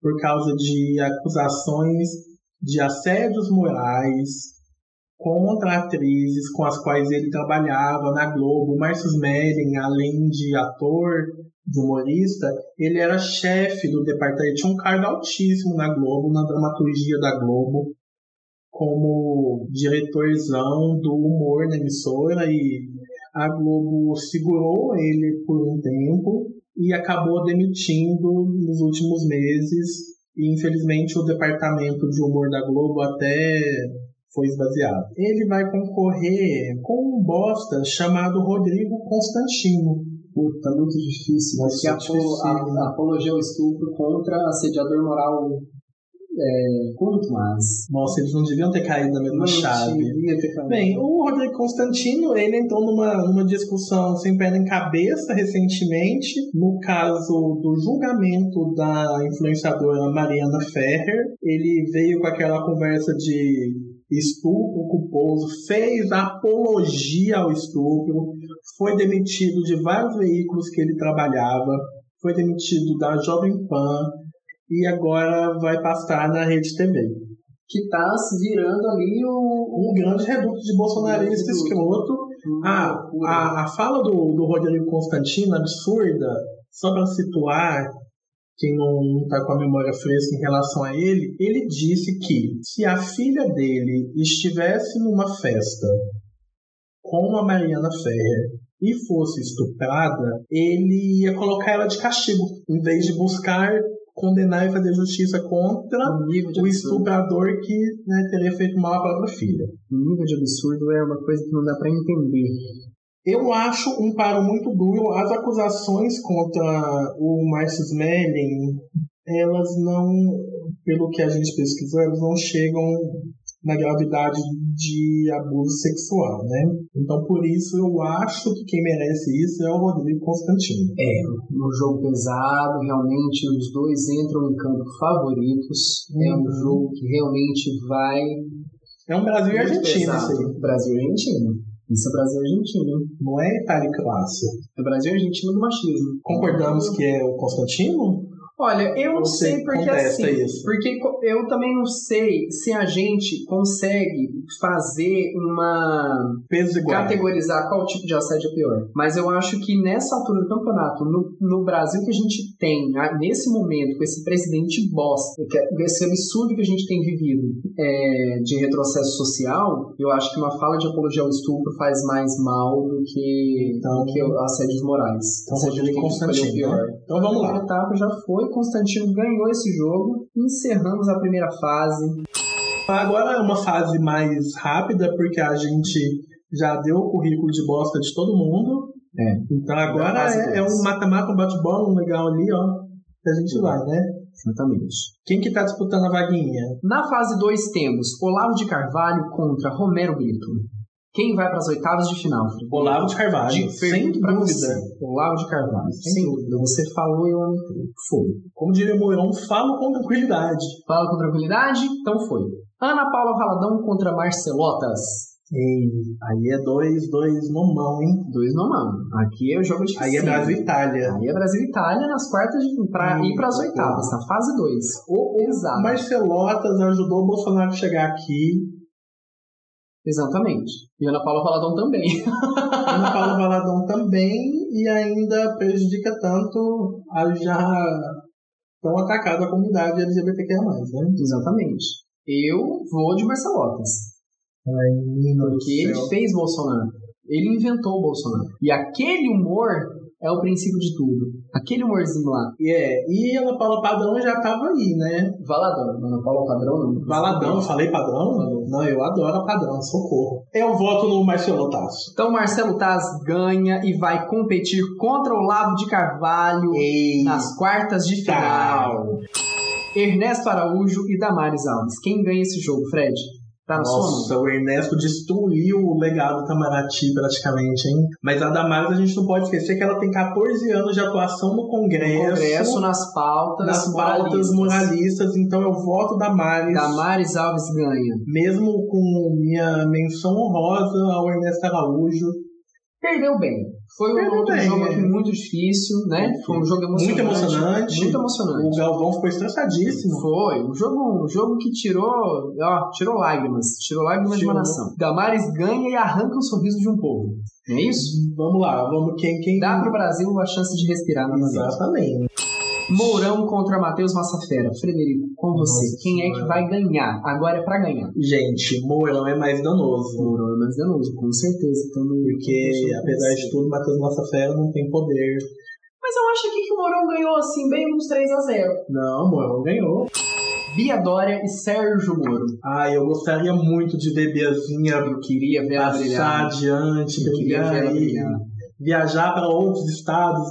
Speaker 2: por causa de acusações de assédios morais contra atrizes com as quais ele trabalhava na Globo. O Marcus Mellen, além de ator, de humorista, ele era chefe do departamento, tinha um cargo altíssimo na Globo, na dramaturgia da Globo, como diretorzão do humor na emissora e a Globo segurou ele por um tempo e acabou demitindo nos últimos meses e infelizmente o departamento de humor da Globo até foi esvaziado. Ele vai concorrer com um bosta chamado Rodrigo Constantino.
Speaker 1: Puta, muito difícil. né? Mas que apo a, apologia ao estupro contra assediador moral é, quanto mais.
Speaker 2: Nossa, eles não deviam ter caído na mesma
Speaker 1: Não
Speaker 2: chave.
Speaker 1: devia ter caído.
Speaker 2: Bem, o Rodrigo Constantino, ele entrou numa, numa discussão sem pé nem cabeça recentemente, no caso do julgamento da influenciadora Mariana Ferrer. Ele veio com aquela conversa de estupro culposo, fez apologia ao estupro, foi demitido de vários veículos que ele trabalhava, foi demitido da Jovem Pan e agora vai passar na Rede TV
Speaker 1: que tá se virando ali o,
Speaker 2: um grande reduto de bolsonarista
Speaker 1: Reduto.
Speaker 2: escroto. A, a, a fala do, do Rodrigo Constantino, absurda, só para situar quem não está com a memória fresca em relação a ele, ele disse que se a filha dele estivesse numa festa com a Mariana Ferrer e fosse estuprada, ele ia colocar ela de castigo, em vez de buscar condenar e fazer justiça contra
Speaker 1: o nível de
Speaker 2: o
Speaker 1: absurdo.
Speaker 2: estuprador que né, teria feito mal à própria filha.
Speaker 1: O nível de absurdo é uma coisa que não dá pra entender.
Speaker 2: Eu acho um paro muito duro. As acusações contra o Marcis Melling, elas não, pelo que a gente pesquisou, elas não chegam na gravidade de abuso sexual, né? Então, por isso, eu acho que quem merece isso é o Rodrigo Constantino.
Speaker 1: É, no jogo pesado, realmente os dois entram em campo favoritos. É um
Speaker 2: Uhum.
Speaker 1: jogo que realmente vai.
Speaker 2: É um Brasil e
Speaker 1: muito
Speaker 2: Argentina, isso
Speaker 1: pesado.
Speaker 2: aí.
Speaker 1: Brasil e Argentina. Isso é Brasil e Argentina. hein?
Speaker 2: Não é Itália e Croácia.
Speaker 1: É Brasil e Argentina do machismo.
Speaker 2: Concordamos que é o Constantino?
Speaker 1: Olha, eu não
Speaker 2: Você
Speaker 1: sei porque
Speaker 2: contesta
Speaker 1: assim.
Speaker 2: isso.
Speaker 1: Porque co- eu também não sei se a gente consegue fazer uma.
Speaker 2: Peso igual.
Speaker 1: categorizar qual tipo de assédio é pior. Mas eu acho que nessa altura do campeonato, no, no Brasil que a gente tem, a- nesse momento, com esse presidente bosta, que é- esse absurdo que a gente tem vivido é, de retrocesso social, eu acho que uma fala de apologia ao estupro faz mais mal do que,
Speaker 2: Então-
Speaker 1: do que o assédios morais.
Speaker 2: Então,
Speaker 1: Se a gente
Speaker 2: Rodrigo
Speaker 1: tem que escolher o
Speaker 2: Constantino, né? Então, vamos lá.
Speaker 1: Primeira etapa já foi, Constantino ganhou esse jogo, encerramos a primeira fase.
Speaker 2: Agora é uma fase mais rápida, porque a gente já deu o currículo de bosta de todo mundo.
Speaker 1: É.
Speaker 2: Então
Speaker 1: Da
Speaker 2: agora
Speaker 1: fase
Speaker 2: é, é
Speaker 1: dois.
Speaker 2: um mata-mata, um bate-bola, um legal ali, ó. Que a gente vai, né?
Speaker 1: Exatamente.
Speaker 2: Quem que tá disputando a vaguinha?
Speaker 1: Na fase 2 temos Olavo de Carvalho contra Romero Brito. Quem vai para as oitavas de final? Fred?
Speaker 2: Olavo de Carvalho.
Speaker 1: De-
Speaker 2: sem
Speaker 1: pergunto pra
Speaker 2: dúvida.
Speaker 1: você. Olavo de Carvalho. Sem,
Speaker 2: Sem
Speaker 1: dúvida. Você falou e eu anotei. Foi.
Speaker 2: Como diria Mourão, falo com tranquilidade.
Speaker 1: Fala com tranquilidade? Então foi. Ana Paula Valadão contra Marcelotas.
Speaker 2: Ei, aí é dois, dois no mão, hein?
Speaker 1: Dois no mano. Aqui é o jogo de
Speaker 2: Aí é Brasil e Itália.
Speaker 1: Aí é Brasil e Itália nas quartas de, pra
Speaker 2: Hum,
Speaker 1: ir para as
Speaker 2: tá.
Speaker 1: oitavas, na fase 2. Exato.
Speaker 2: Marcelotas ajudou o Bolsonaro a chegar aqui.
Speaker 1: Exatamente. E Ana Paula Valadão também.
Speaker 2: Ana Paula Valadão também e ainda prejudica tanto a já tão atacada comunidade LGBTQIA+, né?
Speaker 1: Exatamente. Eu vou de Marcelotas. Porque ele fez Bolsonaro. Ele inventou o Bolsonaro. E aquele humor é o princípio de tudo. Aquele humorzinho lá.
Speaker 2: E é, e Ana Paula Padrão já tava aí, né?
Speaker 1: Valadão. Ana Paula Padrão não.
Speaker 2: Valadão, eu falei padrão? Não, eu adoro a padrão, socorro. Eu voto no Marcelo Tasso.
Speaker 1: Então Marcelo Taz ganha e vai competir contra o Lavo de Carvalho nas quartas de final. Ernesto Araújo e Damares Alves. Quem ganha esse jogo, Fred? Tá na sua mão.
Speaker 2: Nossa, o Ernesto destruiu o legado do Itamaraty praticamente, hein? Mas a Damares a gente não pode esquecer que ela tem 14 anos de atuação no Congresso.
Speaker 1: Congresso nas pautas.
Speaker 2: é nas pautas moralistas, então eu voto Damares,
Speaker 1: Damares Alves ganha.
Speaker 2: mesmo com minha menção honrosa ao Ernesto Araújo.
Speaker 1: Perdeu bem. Foi um
Speaker 2: Tudo
Speaker 1: outro
Speaker 2: bem,
Speaker 1: jogo
Speaker 2: é.
Speaker 1: aqui muito difícil, né? Foi um jogo emocionante.
Speaker 2: Muito emocionante.
Speaker 1: Muito emocionante.
Speaker 2: O Galvão ficou estressadíssimo.
Speaker 1: Foi, um jogo, um jogo que tirou, ó, tirou lágrimas, tirou lágrimas de uma
Speaker 2: Tirou.
Speaker 1: nação. Damares ganha e arranca o sorriso de um povo. É isso?
Speaker 2: Vamos lá, vamos quem quem
Speaker 1: Dá pro Brasil a chance de respirar na novela.
Speaker 2: Exatamente.
Speaker 1: Mourão contra Matheus Massafera. Frederico, com você.
Speaker 2: Nossa
Speaker 1: Quem é que
Speaker 2: Senhora.
Speaker 1: vai ganhar? Agora é pra ganhar.
Speaker 2: Gente, Mourão é mais danoso.
Speaker 1: Mourão é mais danoso, com certeza. então Também,
Speaker 2: Porque, apesar de tudo, Matheus Nossa Fera não tem poder.
Speaker 1: Mas eu acho aqui que o Mourão ganhou, assim, bem uns 3 a 0
Speaker 2: Não, Mourão ganhou.
Speaker 1: Bia Dória e Sérgio Moro.
Speaker 2: Ai, Ah, eu gostaria muito de ver Biazinha
Speaker 1: Eu queria ver ela
Speaker 2: passar
Speaker 1: brilhar.
Speaker 2: adiante,
Speaker 1: Eu queria ver
Speaker 2: brilhar
Speaker 1: ela
Speaker 2: aí,
Speaker 1: brilhar.
Speaker 2: viajar para outros estados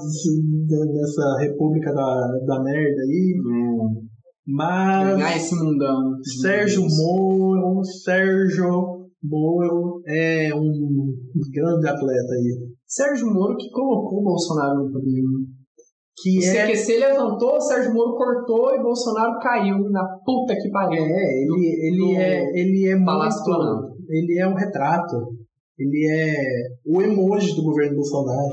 Speaker 2: nessa república da, da merda aí.
Speaker 1: Ganhar
Speaker 2: Mas
Speaker 1: Hum. esse mundão.
Speaker 2: Sérgio Moro, Sérgio Moro é um grande atleta aí.
Speaker 1: Sérgio Moro que colocou o Bolsonaro no problema.
Speaker 2: Que
Speaker 1: O
Speaker 2: é
Speaker 1: CQC levantou, o Sérgio Moro cortou e Bolsonaro caiu na puta que pariu.
Speaker 2: É, ele, ele
Speaker 1: do
Speaker 2: é, ele é
Speaker 1: Palácio
Speaker 2: muito,
Speaker 1: Planalto.
Speaker 2: ele é um retrato. Ele é o emoji do governo Bolsonaro.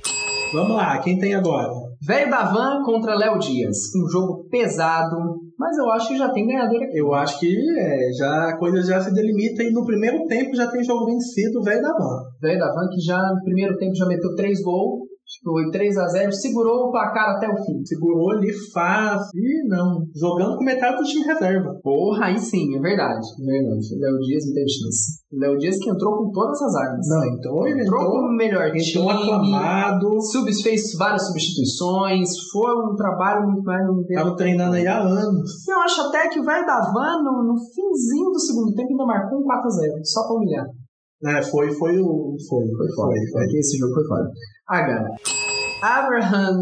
Speaker 2: Vamos lá, quem tem agora?
Speaker 1: Velho da Van contra Léo Dias. Um jogo pesado, mas eu acho que já tem ganhador aqui.
Speaker 2: Eu acho que é, já a coisa já se delimita e no primeiro tempo já tem jogo vencido, velho da van.
Speaker 1: Velho da Van que já no primeiro tempo já meteu 3 gols. Foi 3 a 0 segurou o placar até o fim.
Speaker 2: Segurou ali fácil. Ih, não. Jogando com metade do time reserva.
Speaker 1: Porra, aí sim, é verdade. É verdade. Léo Dias não teve chance. Léo Dias que entrou com todas as armas.
Speaker 2: Não, então ele
Speaker 1: entrou
Speaker 2: entrou,
Speaker 1: com o melhor time.
Speaker 2: entrou aclamado.
Speaker 1: Subs fez várias substituições, foi um trabalho muito mais. não teve-
Speaker 2: Tava treinando aí há anos.
Speaker 1: Eu acho até que o velho da Van, no, no finzinho do segundo tempo, ainda marcou um 4x0, só pra humilhar.
Speaker 2: É, foi, foi o. Foi, foi, foi. foi.
Speaker 1: Esse jogo foi foda. Agora, Abraham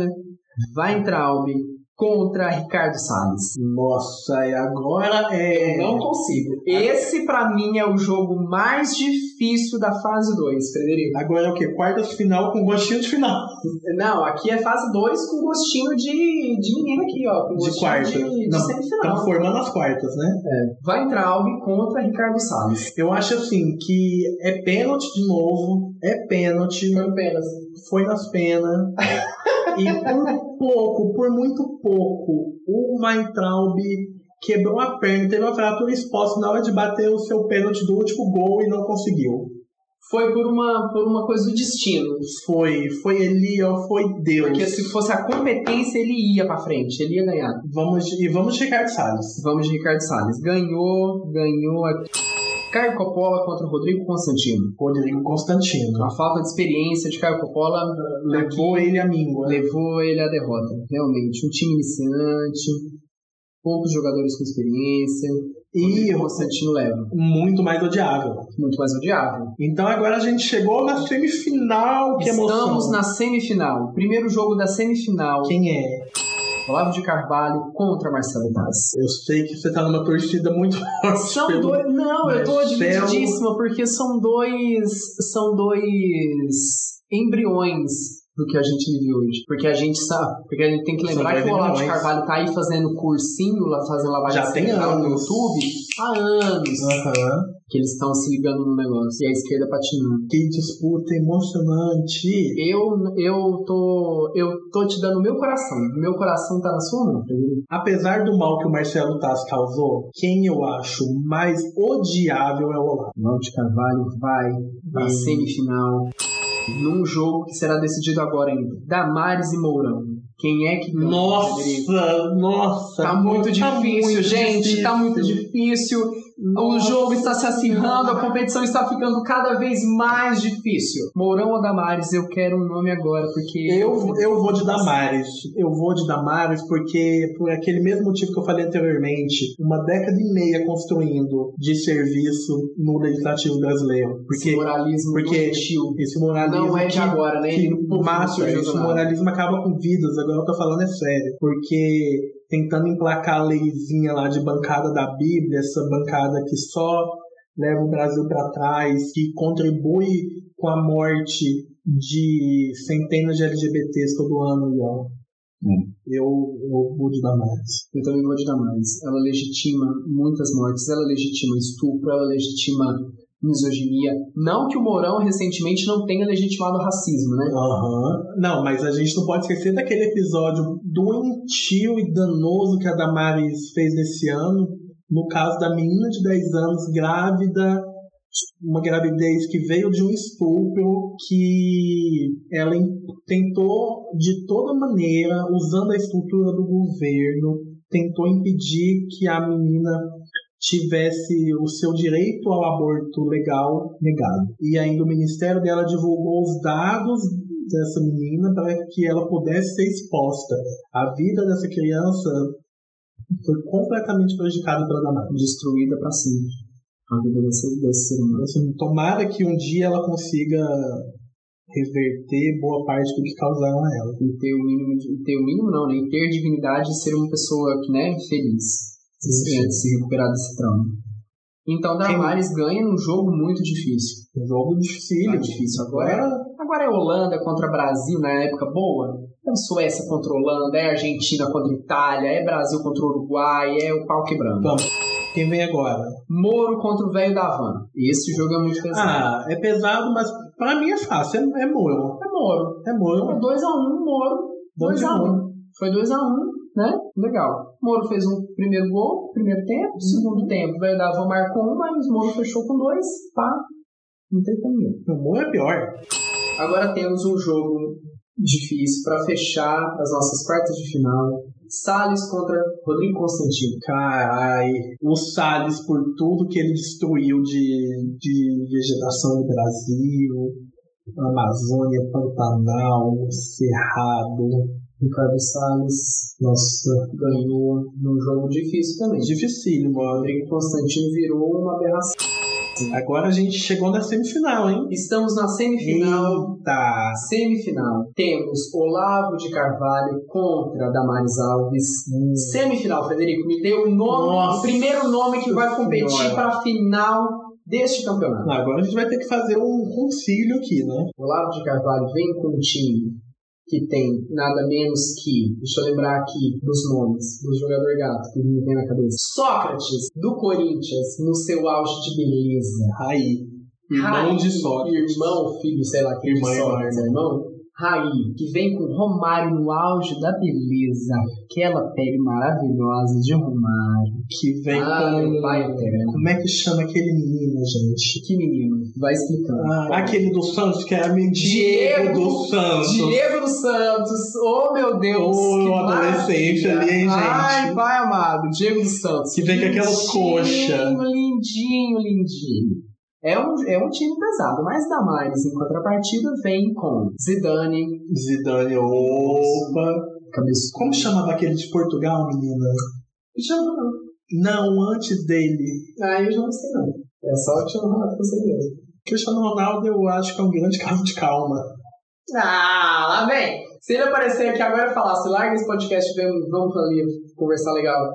Speaker 1: Weintraub contra Ricardo Salles.
Speaker 2: Nossa, e agora é.
Speaker 1: consigo. Esse, pra mim, é o jogo mais difícil da fase 2, Frederico.
Speaker 2: Agora é o quê? Quartas de final com gostinho de final.
Speaker 1: Não, aqui é fase 2 com gostinho de, de menino aqui, ó. Com
Speaker 2: De
Speaker 1: gostinho
Speaker 2: quarta.
Speaker 1: De, de
Speaker 2: Não, Estão
Speaker 1: semifinal.
Speaker 2: formando as quartas, né?
Speaker 1: Weintraub contra Ricardo Salles.
Speaker 2: Eu acho assim que é pênalti de novo, é pênalti,
Speaker 1: Foi apenas.
Speaker 2: foi nas penas. e por pouco, por muito pouco, o Weintraub quebrou a perna, teve uma fratura exposta na hora de bater o seu pênalti do último gol e não conseguiu.
Speaker 1: Foi por uma, por uma coisa do destino.
Speaker 2: Foi, foi ali, ó, foi Deus.
Speaker 1: Porque se fosse a competência, ele ia pra frente, ele ia ganhar.
Speaker 2: Vamos, e vamos chegar de Salles.
Speaker 1: Vamos de Ricardo Salles. Ganhou, ganhou aqui. Caio Coppola contra o Rodrigo Constantino.
Speaker 2: Rodrigo Constantino.
Speaker 1: A falta de experiência de Caio Coppola eh,
Speaker 2: Levou ele a
Speaker 1: né?
Speaker 2: míngua.
Speaker 1: levou ele à derrota. Realmente, um time iniciante, poucos jogadores com experiência. E
Speaker 2: E
Speaker 1: o Constantino leva.
Speaker 2: muito mais odiável.
Speaker 1: Muito mais odiável.
Speaker 2: Então agora a gente chegou na semifinal, que emoção.
Speaker 1: Estamos na semifinal. Primeiro jogo da semifinal.
Speaker 2: Quem é?
Speaker 1: Olavo de Carvalho contra Marcelo Taz.
Speaker 2: Eu sei que você tá numa torcida muito forte.
Speaker 1: São
Speaker 2: pelo-
Speaker 1: dois. Não, eu tô
Speaker 2: Marcelo.
Speaker 1: divididíssima, porque são dois. São dois embriões do que a gente vive hoje. Porque a gente sabe. Porque a gente tem que
Speaker 2: São
Speaker 1: lembrar
Speaker 2: dois
Speaker 1: que o Olavo de
Speaker 2: embriões.
Speaker 1: Carvalho tá aí fazendo cursinho, lá fazendo lavagem
Speaker 2: Já tem
Speaker 1: cerebral no
Speaker 2: anos. Ah.
Speaker 1: YouTube há anos
Speaker 2: Aham.
Speaker 1: que eles estão se ligando no negócio. E a esquerda patinando.
Speaker 2: Que disputa emocionante.
Speaker 1: Eu, eu tô. Eu tô te dando meu coração. Meu coração tá na sua mão. entendeu?
Speaker 2: Apesar do mal que o Marcelo Taz causou, quem eu acho mais odiável é o Olavo.
Speaker 1: Olavo de Carvalho vai na
Speaker 2: Hum.
Speaker 1: semifinal num jogo que será decidido agora ainda. Damares e Mourão. Quem é que ganha, Frederico?
Speaker 2: Nossa, nossa.
Speaker 1: Tá muito
Speaker 2: tá
Speaker 1: difícil,
Speaker 2: muito
Speaker 1: gente. Tá muito
Speaker 2: difícil.
Speaker 1: difícil. O
Speaker 2: Nossa.
Speaker 1: jogo está se acirrando, a competição está ficando cada vez mais difícil. Mourão ou Damares, eu quero um nome agora, porque.
Speaker 2: Eu, eu vou de Damares. Eu vou de Damares porque, por aquele mesmo motivo que eu falei anteriormente, uma década e meia construindo de serviço no legislativo brasileiro.
Speaker 1: Porque,
Speaker 2: Porque
Speaker 1: moralismo
Speaker 2: porque-
Speaker 1: doentio.
Speaker 2: esse moralismo.
Speaker 1: Não é de
Speaker 2: que-
Speaker 1: agora, né? Ele
Speaker 2: que
Speaker 1: não
Speaker 2: mata,
Speaker 1: surgiu do
Speaker 2: esse
Speaker 1: nada.
Speaker 2: moralismo acaba com vidas, agora eu tô falando é sério. Porque tentando emplacar a leizinha lá de bancada da Bíblia, essa bancada que só leva o Brasil para trás, que contribui com a morte de centenas de LGBTs todo ano, Léo. Eu, eu vou de Damares.
Speaker 1: Eu também vou de Damares. Ela legitima muitas mortes, ela legitima estupro, ela legitima misoginia. Não que o Mourão recentemente não tenha legitimado o racismo, né?
Speaker 2: Aham. Não, mas a gente não pode esquecer daquele episódio doentio e danoso que a Damares fez nesse ano. No caso da menina de 10 anos, grávida, uma gravidez que veio de um estupro, que ela em- tentou de toda maneira, usando a estrutura do governo, tentou impedir que a menina tivesse o seu direito ao aborto legal negado. E ainda o ministério dela divulgou os dados dessa menina para que ela pudesse ser exposta. A vida dessa criança foi completamente prejudicada pela Damares.
Speaker 1: Destruída pra sempre. A vida desse, desse ser humano.
Speaker 2: Assim, tomara que um dia ela consiga reverter boa parte do que causaram a ela.
Speaker 1: E ter o mínimo, de- ter o mínimo não, né? E ter dignidade de ser uma pessoa que, né, feliz. É,
Speaker 2: Sim.
Speaker 1: Se, se recuperar desse trauma. Então, Damares ganha num jogo muito difícil.
Speaker 2: Um jogo difícil.
Speaker 1: Tá difícil agora.
Speaker 2: Agora,
Speaker 1: Agora é Holanda contra Brasil na época boa. É Suécia contra Holanda, é Argentina contra Itália, é Brasil contra Uruguai, é o pau quebrando.
Speaker 2: vamos. Quem vem agora?
Speaker 1: Moro contra o velho da Havana. Esse jogo é muito pesado.
Speaker 2: Ah, é pesado, mas pra mim é fácil. É, é Moro.
Speaker 1: É Moro.
Speaker 2: É Moro.
Speaker 1: 2x1, Moro.
Speaker 2: Bom
Speaker 1: 2x1. Foi 2x1, né? Legal. Moro fez um primeiro gol, primeiro
Speaker 2: Uhum.
Speaker 1: tempo. Segundo tempo, velho da Havan marcou um, mas Moro fechou com dois. Pá. Não tem caminho.
Speaker 2: O Moro é pior.
Speaker 1: Agora temos um jogo difícil para fechar as nossas quartas de final. Salles contra Rodrigo Constantino.
Speaker 2: Carai. O Salles, por tudo que ele destruiu de, de vegetação no Brasil, Amazônia, Pantanal, Cerrado.
Speaker 1: Ricardo Salles, nossa, ganhou num jogo difícil também.
Speaker 2: Dificílimo, ó.
Speaker 1: Rodrigo Constantino virou uma aberração.
Speaker 2: Agora a gente chegou na semifinal, hein?
Speaker 1: Estamos na semifinal.
Speaker 2: Eita!
Speaker 1: Na semifinal, temos Olavo de Carvalho contra Damares Alves. Semifinal, Frederico, me dê o nome,
Speaker 2: Nossa
Speaker 1: o primeiro nome que vai competir
Speaker 2: Senhora.
Speaker 1: para a final deste campeonato.
Speaker 2: Não, agora a gente vai ter que fazer um concílio aqui, né?
Speaker 1: Olavo de Carvalho vem com um time que tem nada menos que, deixa eu lembrar aqui dos nomes, do jogador gato que me vem na cabeça. Sócrates, do Corinthians, no seu auge de beleza.
Speaker 2: Aí. Irmão
Speaker 1: Raí,
Speaker 2: de Sócrates.
Speaker 1: Irmão, filho, sei lá, que
Speaker 2: Irmã,
Speaker 1: de Sócrates,
Speaker 2: irmã.
Speaker 1: é irmão. Raí, que vem com Romário no auge da beleza. Aquela pele maravilhosa de Romário.
Speaker 2: Que vem
Speaker 1: ah, meu pai
Speaker 2: com.
Speaker 1: eterno.
Speaker 2: Como é que chama aquele menino, gente?
Speaker 1: Que menino, vai explicando.
Speaker 2: Ah, aquele do Santos, que era meu Diego,
Speaker 1: Diego
Speaker 2: do Santos.
Speaker 1: Diego dos Santos, oh meu Deus!
Speaker 2: Ô,
Speaker 1: que
Speaker 2: adolescente
Speaker 1: maravilha.
Speaker 2: ali, hein, gente?
Speaker 1: Ai, pai amado, Diego dos Santos.
Speaker 2: Que vem com aquelas
Speaker 1: Lindinho,
Speaker 2: coxas.
Speaker 1: Lindinho, lindinho. É um, é um time pesado, mas Damares, em contrapartida, vem com Zidane,
Speaker 2: Zidane, opa.
Speaker 1: cabeçudo.
Speaker 2: Como chamava aquele de Portugal, menina?
Speaker 1: Já não.
Speaker 2: Não, antes dele.
Speaker 1: Ah, eu já não sei não. É só te honrar com você mesmo.
Speaker 2: Cristiano Ronaldo, eu acho que é um grande caso de calma.
Speaker 1: Ah, lá vem! Se ele aparecer aqui agora e falar, se larga esse podcast, vamos, vamos ali conversar legal.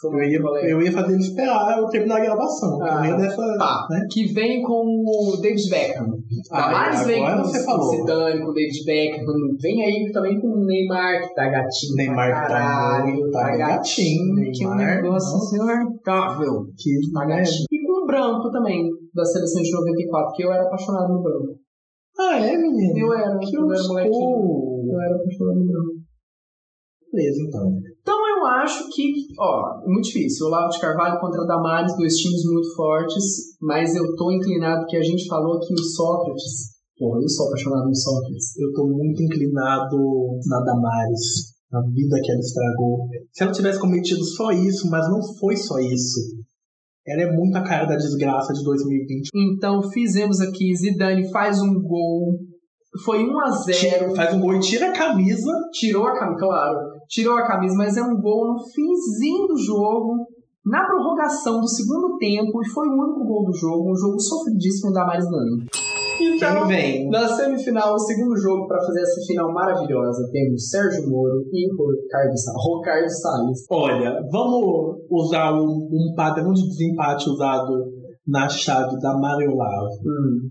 Speaker 1: Como
Speaker 2: Eu ia,
Speaker 1: eu falei.
Speaker 2: eu ia fazer ele esperar eu terminar a gravação.
Speaker 1: Ah,
Speaker 2: Ah, dessa,
Speaker 1: Tá,
Speaker 2: né?
Speaker 1: que vem com o David Beckham.
Speaker 2: Ah,
Speaker 1: Damares Tá, vem
Speaker 2: agora
Speaker 1: com então.
Speaker 2: você
Speaker 1: o
Speaker 2: falou.
Speaker 1: Zidane, com o David Beckham. Vem aí também com o Neymar, que tá gatinho. pra
Speaker 2: Neymar tá
Speaker 1: caralho,
Speaker 2: muito, tá gatinho,
Speaker 1: Que é um
Speaker 2: Neymar,
Speaker 1: negócio
Speaker 2: nossa.
Speaker 1: insuportável.
Speaker 2: Que
Speaker 1: Tá gatinho. E com o branco também, da seleção de 94, que eu era apaixonado no branco.
Speaker 2: Ah, é, menino?
Speaker 1: Eu era,
Speaker 2: Que
Speaker 1: eu era molequinho.
Speaker 2: obscuro.
Speaker 1: Eu era apaixonado no branco.
Speaker 2: Beleza, então.
Speaker 1: Então eu acho que, ó, muito difícil. Olavo de Carvalho contra Damares, dois times muito fortes, mas eu tô inclinado que a gente falou aqui o Sócrates. Porra, eu sou apaixonado no Sócrates.
Speaker 2: Eu tô muito inclinado na Damares. A vida que ela estragou. Se ela tivesse cometido só isso, mas não foi só isso. Ela é muito a cara da desgraça de 2020.
Speaker 1: Então fizemos aqui, Zidane faz um gol. Foi 1 a 0
Speaker 2: Tira- Faz um gol e tira a camisa.
Speaker 1: tirou a camisa, claro, tirou a camisa, mas é um gol no finzinho do jogo, na prorrogação do segundo tempo, e foi o único gol do jogo, um jogo sofridíssimo da Damares ganha.
Speaker 2: Quem vem?
Speaker 1: Na semifinal, o segundo jogo para fazer essa final maravilhosa, temos Sérgio Moro e Ricardo Sa- Ricardo Salles.
Speaker 2: Olha, vamos usar um, um padrão de desempate usado na chave da Mariolavo.
Speaker 1: Hum,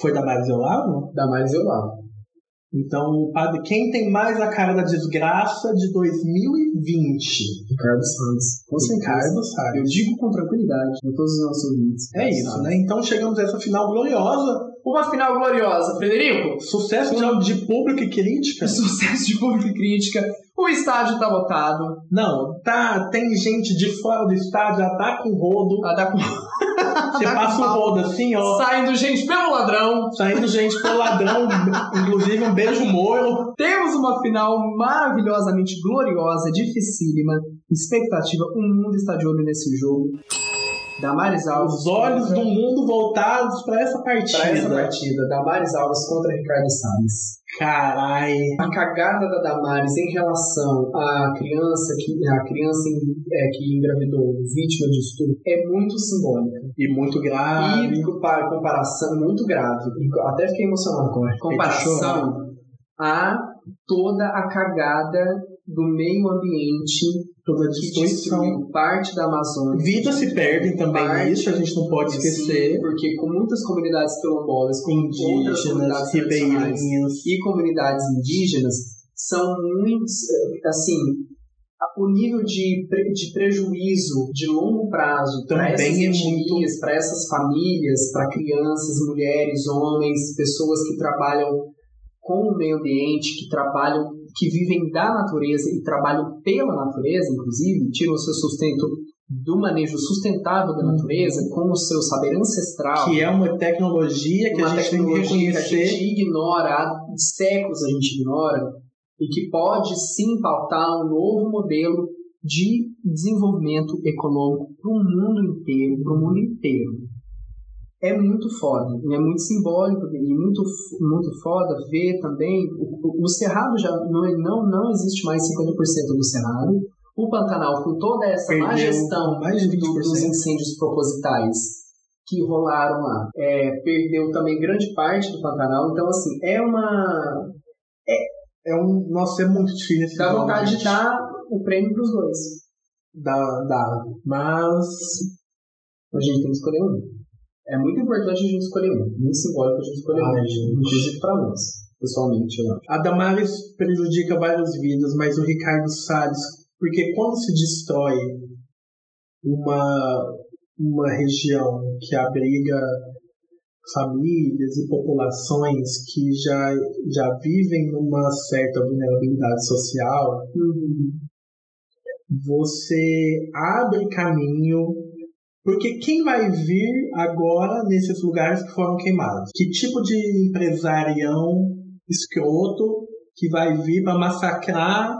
Speaker 2: Foi da Mariolavo?
Speaker 1: Damares e Olavo.
Speaker 2: Então, o padre, quem tem mais a cara da desgraça de 2020?
Speaker 1: Ricardo Santos. Com certeza.
Speaker 2: Ricardo sabe.
Speaker 1: Eu digo com tranquilidade a todos os nossos ouvintes.
Speaker 2: É isso, né? Então chegamos a essa final gloriosa.
Speaker 1: Uma final gloriosa, Frederico.
Speaker 2: Sucesso de, de público e crítica.
Speaker 1: Sucesso de público e crítica. O estádio tá lotado.
Speaker 2: Não, tá, tem gente de fora do estádio, já tá com rodo.
Speaker 1: A da...
Speaker 2: Você passa o rodo assim, ó.
Speaker 1: Saindo gente pelo ladrão.
Speaker 2: Saindo gente pro ladrão, inclusive um beijo Moro.
Speaker 1: Temos uma final maravilhosamente gloriosa, dificílima, expectativa. O mundo está de olho nesse jogo. Damares Alves.
Speaker 2: Os olhos do
Speaker 1: contra-
Speaker 2: mundo voltados pra essa partida.
Speaker 1: pra essa partida. Damares Alves contra Ricardo Salles.
Speaker 2: Carai.
Speaker 1: A cagada da Damares em relação à criança que, à criança em- é, que engravidou, vítima disso tudo, é muito simbólica.
Speaker 2: E muito grave.
Speaker 1: E para comparação muito grave, e até fiquei emocionado com ela. Comparação a toda a cagada do meio ambiente
Speaker 2: Toda a
Speaker 1: que
Speaker 2: destruição.
Speaker 1: destruiu parte da Amazônia.
Speaker 2: Vidas se perdem também
Speaker 1: Parte,
Speaker 2: nisso, a gente não pode
Speaker 1: Sim,
Speaker 2: esquecer.
Speaker 1: porque com muitas comunidades quilombolas, com outras
Speaker 2: Indígenas,
Speaker 1: comunidades tradicionais
Speaker 2: ribeirinhos.
Speaker 1: e comunidades indígenas são muito, eh, assim, a- o nível de, pre- de prejuízo de longo prazo para
Speaker 2: Também
Speaker 1: essas
Speaker 2: é
Speaker 1: etnias, para essas famílias, para crianças, mulheres, homens, pessoas que trabalham com o meio ambiente, que trabalham, que vivem da natureza e trabalham pela natureza, inclusive, tiram o seu sustento do manejo sustentável da
Speaker 2: Uhum.
Speaker 1: natureza com o seu saber ancestral
Speaker 2: Que é uma tecnologia que
Speaker 1: uma
Speaker 2: a gente tem que
Speaker 1: tecnologia que a
Speaker 2: reconhecer.
Speaker 1: gente ignora, há séculos a gente ignora, e que pode sim pautar um novo modelo de desenvolvimento econômico para o mundo inteiro, para o mundo inteiro. É muito foda, e é muito simbólico e muito, f- muito foda ver também o, o- o Cerrado já não, é- não, não existe mais 50% do Cerrado. O Pantanal, com toda essa má
Speaker 2: Perdeu
Speaker 1: gestão
Speaker 2: mais de
Speaker 1: do- dos
Speaker 2: 20%.
Speaker 1: incêndios propositais que rolaram lá. É, perdeu também grande parte do Pantanal, então assim, é uma.
Speaker 2: É um, nossa, é muito difícil. esse
Speaker 1: dá
Speaker 2: jogo,
Speaker 1: vontade de
Speaker 2: gente.
Speaker 1: dar o prêmio pros dois.
Speaker 2: Dá, dá. Mas
Speaker 1: A gente tem que escolher um. É muito importante a gente escolher um. Muito simbólico a gente escolher
Speaker 2: Ai,
Speaker 1: um.
Speaker 2: gente.
Speaker 1: Inclusive pra nós, pessoalmente, eu acho.
Speaker 2: a Damares prejudica várias vidas, mas o Ricardo Salles, porque quando se destrói uma, uma região que abriga famílias e populações que já, já vivem numa certa vulnerabilidade social, você abre caminho. Porque quem vai vir agora nesses lugares que foram queimados? Que tipo de empresarião escroto que vai vir para massacrar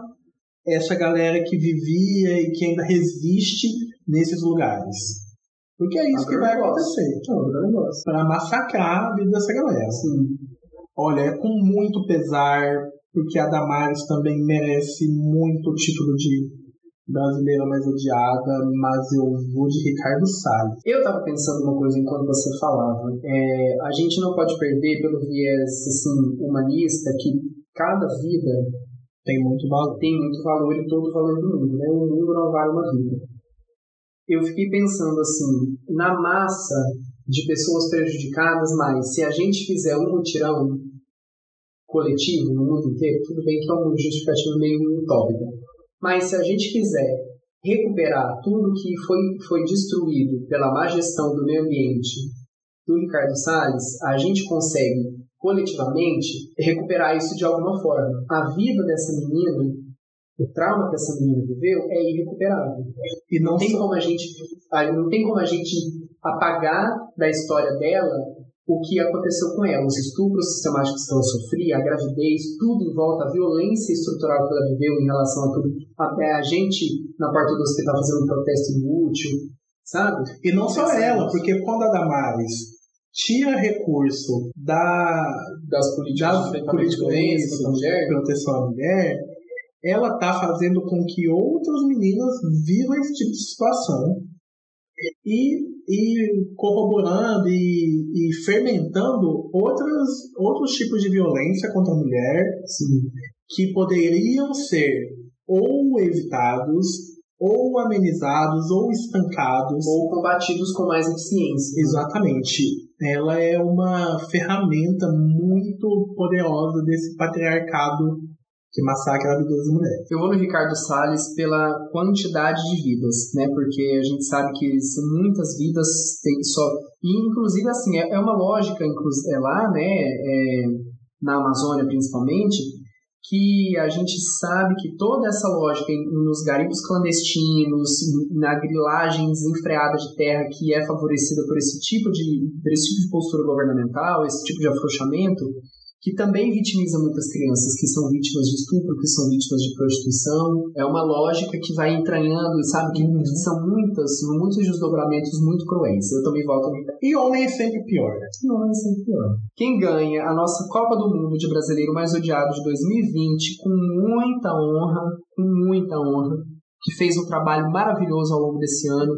Speaker 2: essa galera que vivia e que ainda resiste nesses lugares? Porque é isso que vai acontecer. Para massacrar a vida dessa galera. Olha, é com muito pesar, porque a Damares também merece muito o título de brasileira mais odiada, mas eu vou de Ricardo Salles.
Speaker 1: Eu tava pensando uma coisa enquanto você falava. É, a gente não pode perder pelo viés assim, humanista que cada vida
Speaker 2: Tem muito valor.
Speaker 1: tem muito valor e todo o valor do mundo, né? O mundo não vale uma vida. Eu fiquei pensando assim, na massa de pessoas prejudicadas, mas se a gente fizer um mutirão coletivo no mundo inteiro, tudo bem que é uma justificativa meio utópica, mas se a gente quiser recuperar tudo que foi, foi destruído pela má gestão do meio ambiente do Ricardo Salles, a gente consegue coletivamente recuperar isso de alguma forma. A vida dessa menina, o trauma que essa menina viveu é irrecuperável.
Speaker 2: E não
Speaker 1: Não tem
Speaker 2: só
Speaker 1: como a gente, a- não tem como a gente apagar da história dela o que aconteceu com ela, os estupros sistemáticos que ela sofria, a gravidez, tudo em volta, a violência estrutural que ela viveu em relação a tudo, até a gente na porta do hospital fazendo um protesto inútil, sabe?
Speaker 2: E não só
Speaker 1: Pensamos.
Speaker 2: ela, porque quando a Damares tira recurso da,
Speaker 1: Das políticas
Speaker 2: das
Speaker 1: de tratamento de
Speaker 2: políticas
Speaker 1: violência
Speaker 2: de
Speaker 1: contra a mulher,
Speaker 2: proteção à mulher, ela tá fazendo com que outras meninas vivam esse tipo de situação. E, e corroborando e, e fermentando outras, outros tipos de violência contra a mulher que poderiam ser ou evitados ou amenizados, ou estancados.
Speaker 1: Ou combatidos com mais eficiência.
Speaker 2: Exatamente. Ela é uma ferramenta muito poderosa desse patriarcado que massacra a vida das mulheres.
Speaker 1: Eu vou no Ricardo Salles pela quantidade de vidas, né? Porque a gente sabe que são muitas vidas tem só. E, inclusive, assim, é é uma lógica inclusive, é lá, né? é, na Amazônia, principalmente, que a gente sabe que toda essa lógica em- nos garimpos clandestinos, na grilagem desenfreada de terra que é favorecida por esse tipo de, por esse tipo de postura governamental, esse tipo de afrouxamento, que também vitimiza muitas crianças que são vítimas de estupro, que são vítimas de prostituição. É uma lógica que vai entranhando, sabe? Que são muitas, muitos desdobramentos muito cruéis. Eu também volto a
Speaker 2: E homem é sempre pior.
Speaker 1: que homem é sempre pior. Quem ganha a nossa Copa do Mundo de Brasileiro Mais Odiado de 2020, com muita honra, com muita honra, que fez um trabalho maravilhoso ao longo desse ano.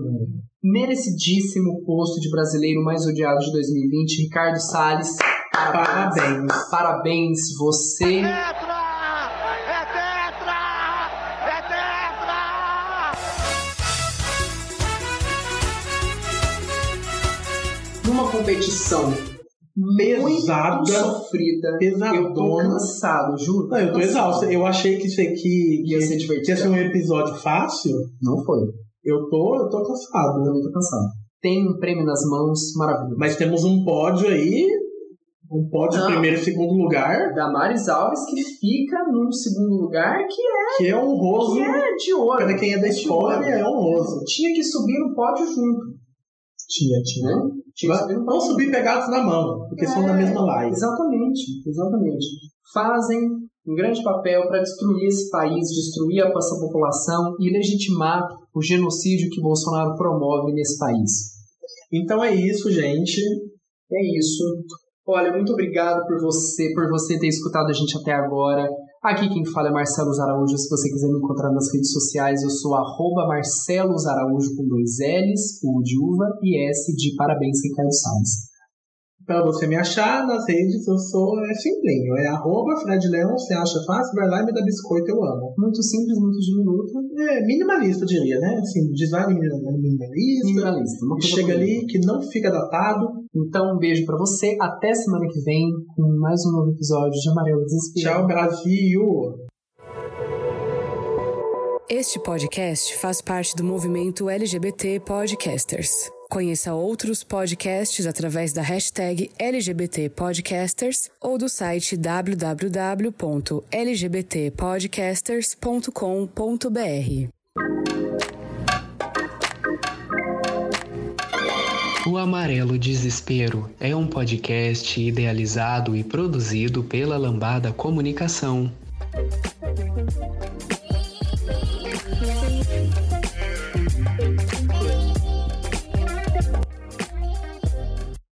Speaker 1: Merecidíssimo posto de Brasileiro Mais Odiado de 2020, Ricardo Salles.
Speaker 2: Parabéns.
Speaker 1: Parabéns, você numa competição
Speaker 2: Pesada.
Speaker 1: muito sofrida. Eu tô
Speaker 2: Pesadona.
Speaker 1: cansado, juro.
Speaker 2: Não, eu tô exausto. Eu achei que isso aqui
Speaker 1: Ia ser
Speaker 2: que ia ser
Speaker 1: divertido.
Speaker 2: um episódio fácil.
Speaker 1: Não foi.
Speaker 2: Eu tô, eu tô cansado.
Speaker 1: Eu
Speaker 2: né?
Speaker 1: também tô cansado. Tem um prêmio nas mãos maravilhoso.
Speaker 2: Mas temos um pódio aí. Um pódio
Speaker 1: Não.
Speaker 2: primeiro e segundo lugar,
Speaker 1: é Damares Alves que fica num segundo lugar que
Speaker 2: que é honroso.
Speaker 1: é de ouro.
Speaker 2: Pra quem é da
Speaker 1: de ouro. né?
Speaker 2: história, é honroso.
Speaker 1: Tinha que subir no pódio junto,
Speaker 2: Tinha, tinha.
Speaker 1: né? Tinha que subir no
Speaker 2: Vão subir pegados na mão, porque são
Speaker 1: É.
Speaker 2: da mesma live.
Speaker 1: Exatamente, exatamente. Fazem um grande papel para destruir esse país, destruir a nossa população e legitimar o genocídio que Bolsonaro promove nesse país.
Speaker 2: Então é isso, gente.
Speaker 1: É isso. Olha, muito obrigado por você, por você ter escutado a gente até agora. Aqui quem fala é Marcelo Araújo. Se você quiser me encontrar nas redes sociais, eu sou arroba Marcelo Araújo com dois L's, U de uva e S de parabéns, Ricardo Salles.
Speaker 2: Pra você me achar nas redes, eu sou é simplinho. É arroba Fred Leon, você acha fácil, vai lá e me dá biscoito, eu amo.
Speaker 1: Muito simples, muito diminuto,
Speaker 2: É minimalista, eu diria, né? Assim, design minimalista.
Speaker 1: minimalista. Uma
Speaker 2: E
Speaker 1: coisa
Speaker 2: chega
Speaker 1: bonita.
Speaker 2: ali que não fica datado.
Speaker 1: Então, um beijo pra você. Até semana que vem com mais um novo episódio de Amarelo Desespero.
Speaker 2: Tchau, Brasil!
Speaker 5: Este podcast faz parte do movimento LGBT Podcasters. Conheça outros podcasts através da hashtag LGBT Podcasters ou do site www.lgbtpodcasters.com.br.
Speaker 6: O Amarelo Desespero é um podcast idealizado e produzido pela Lambada Comunicação.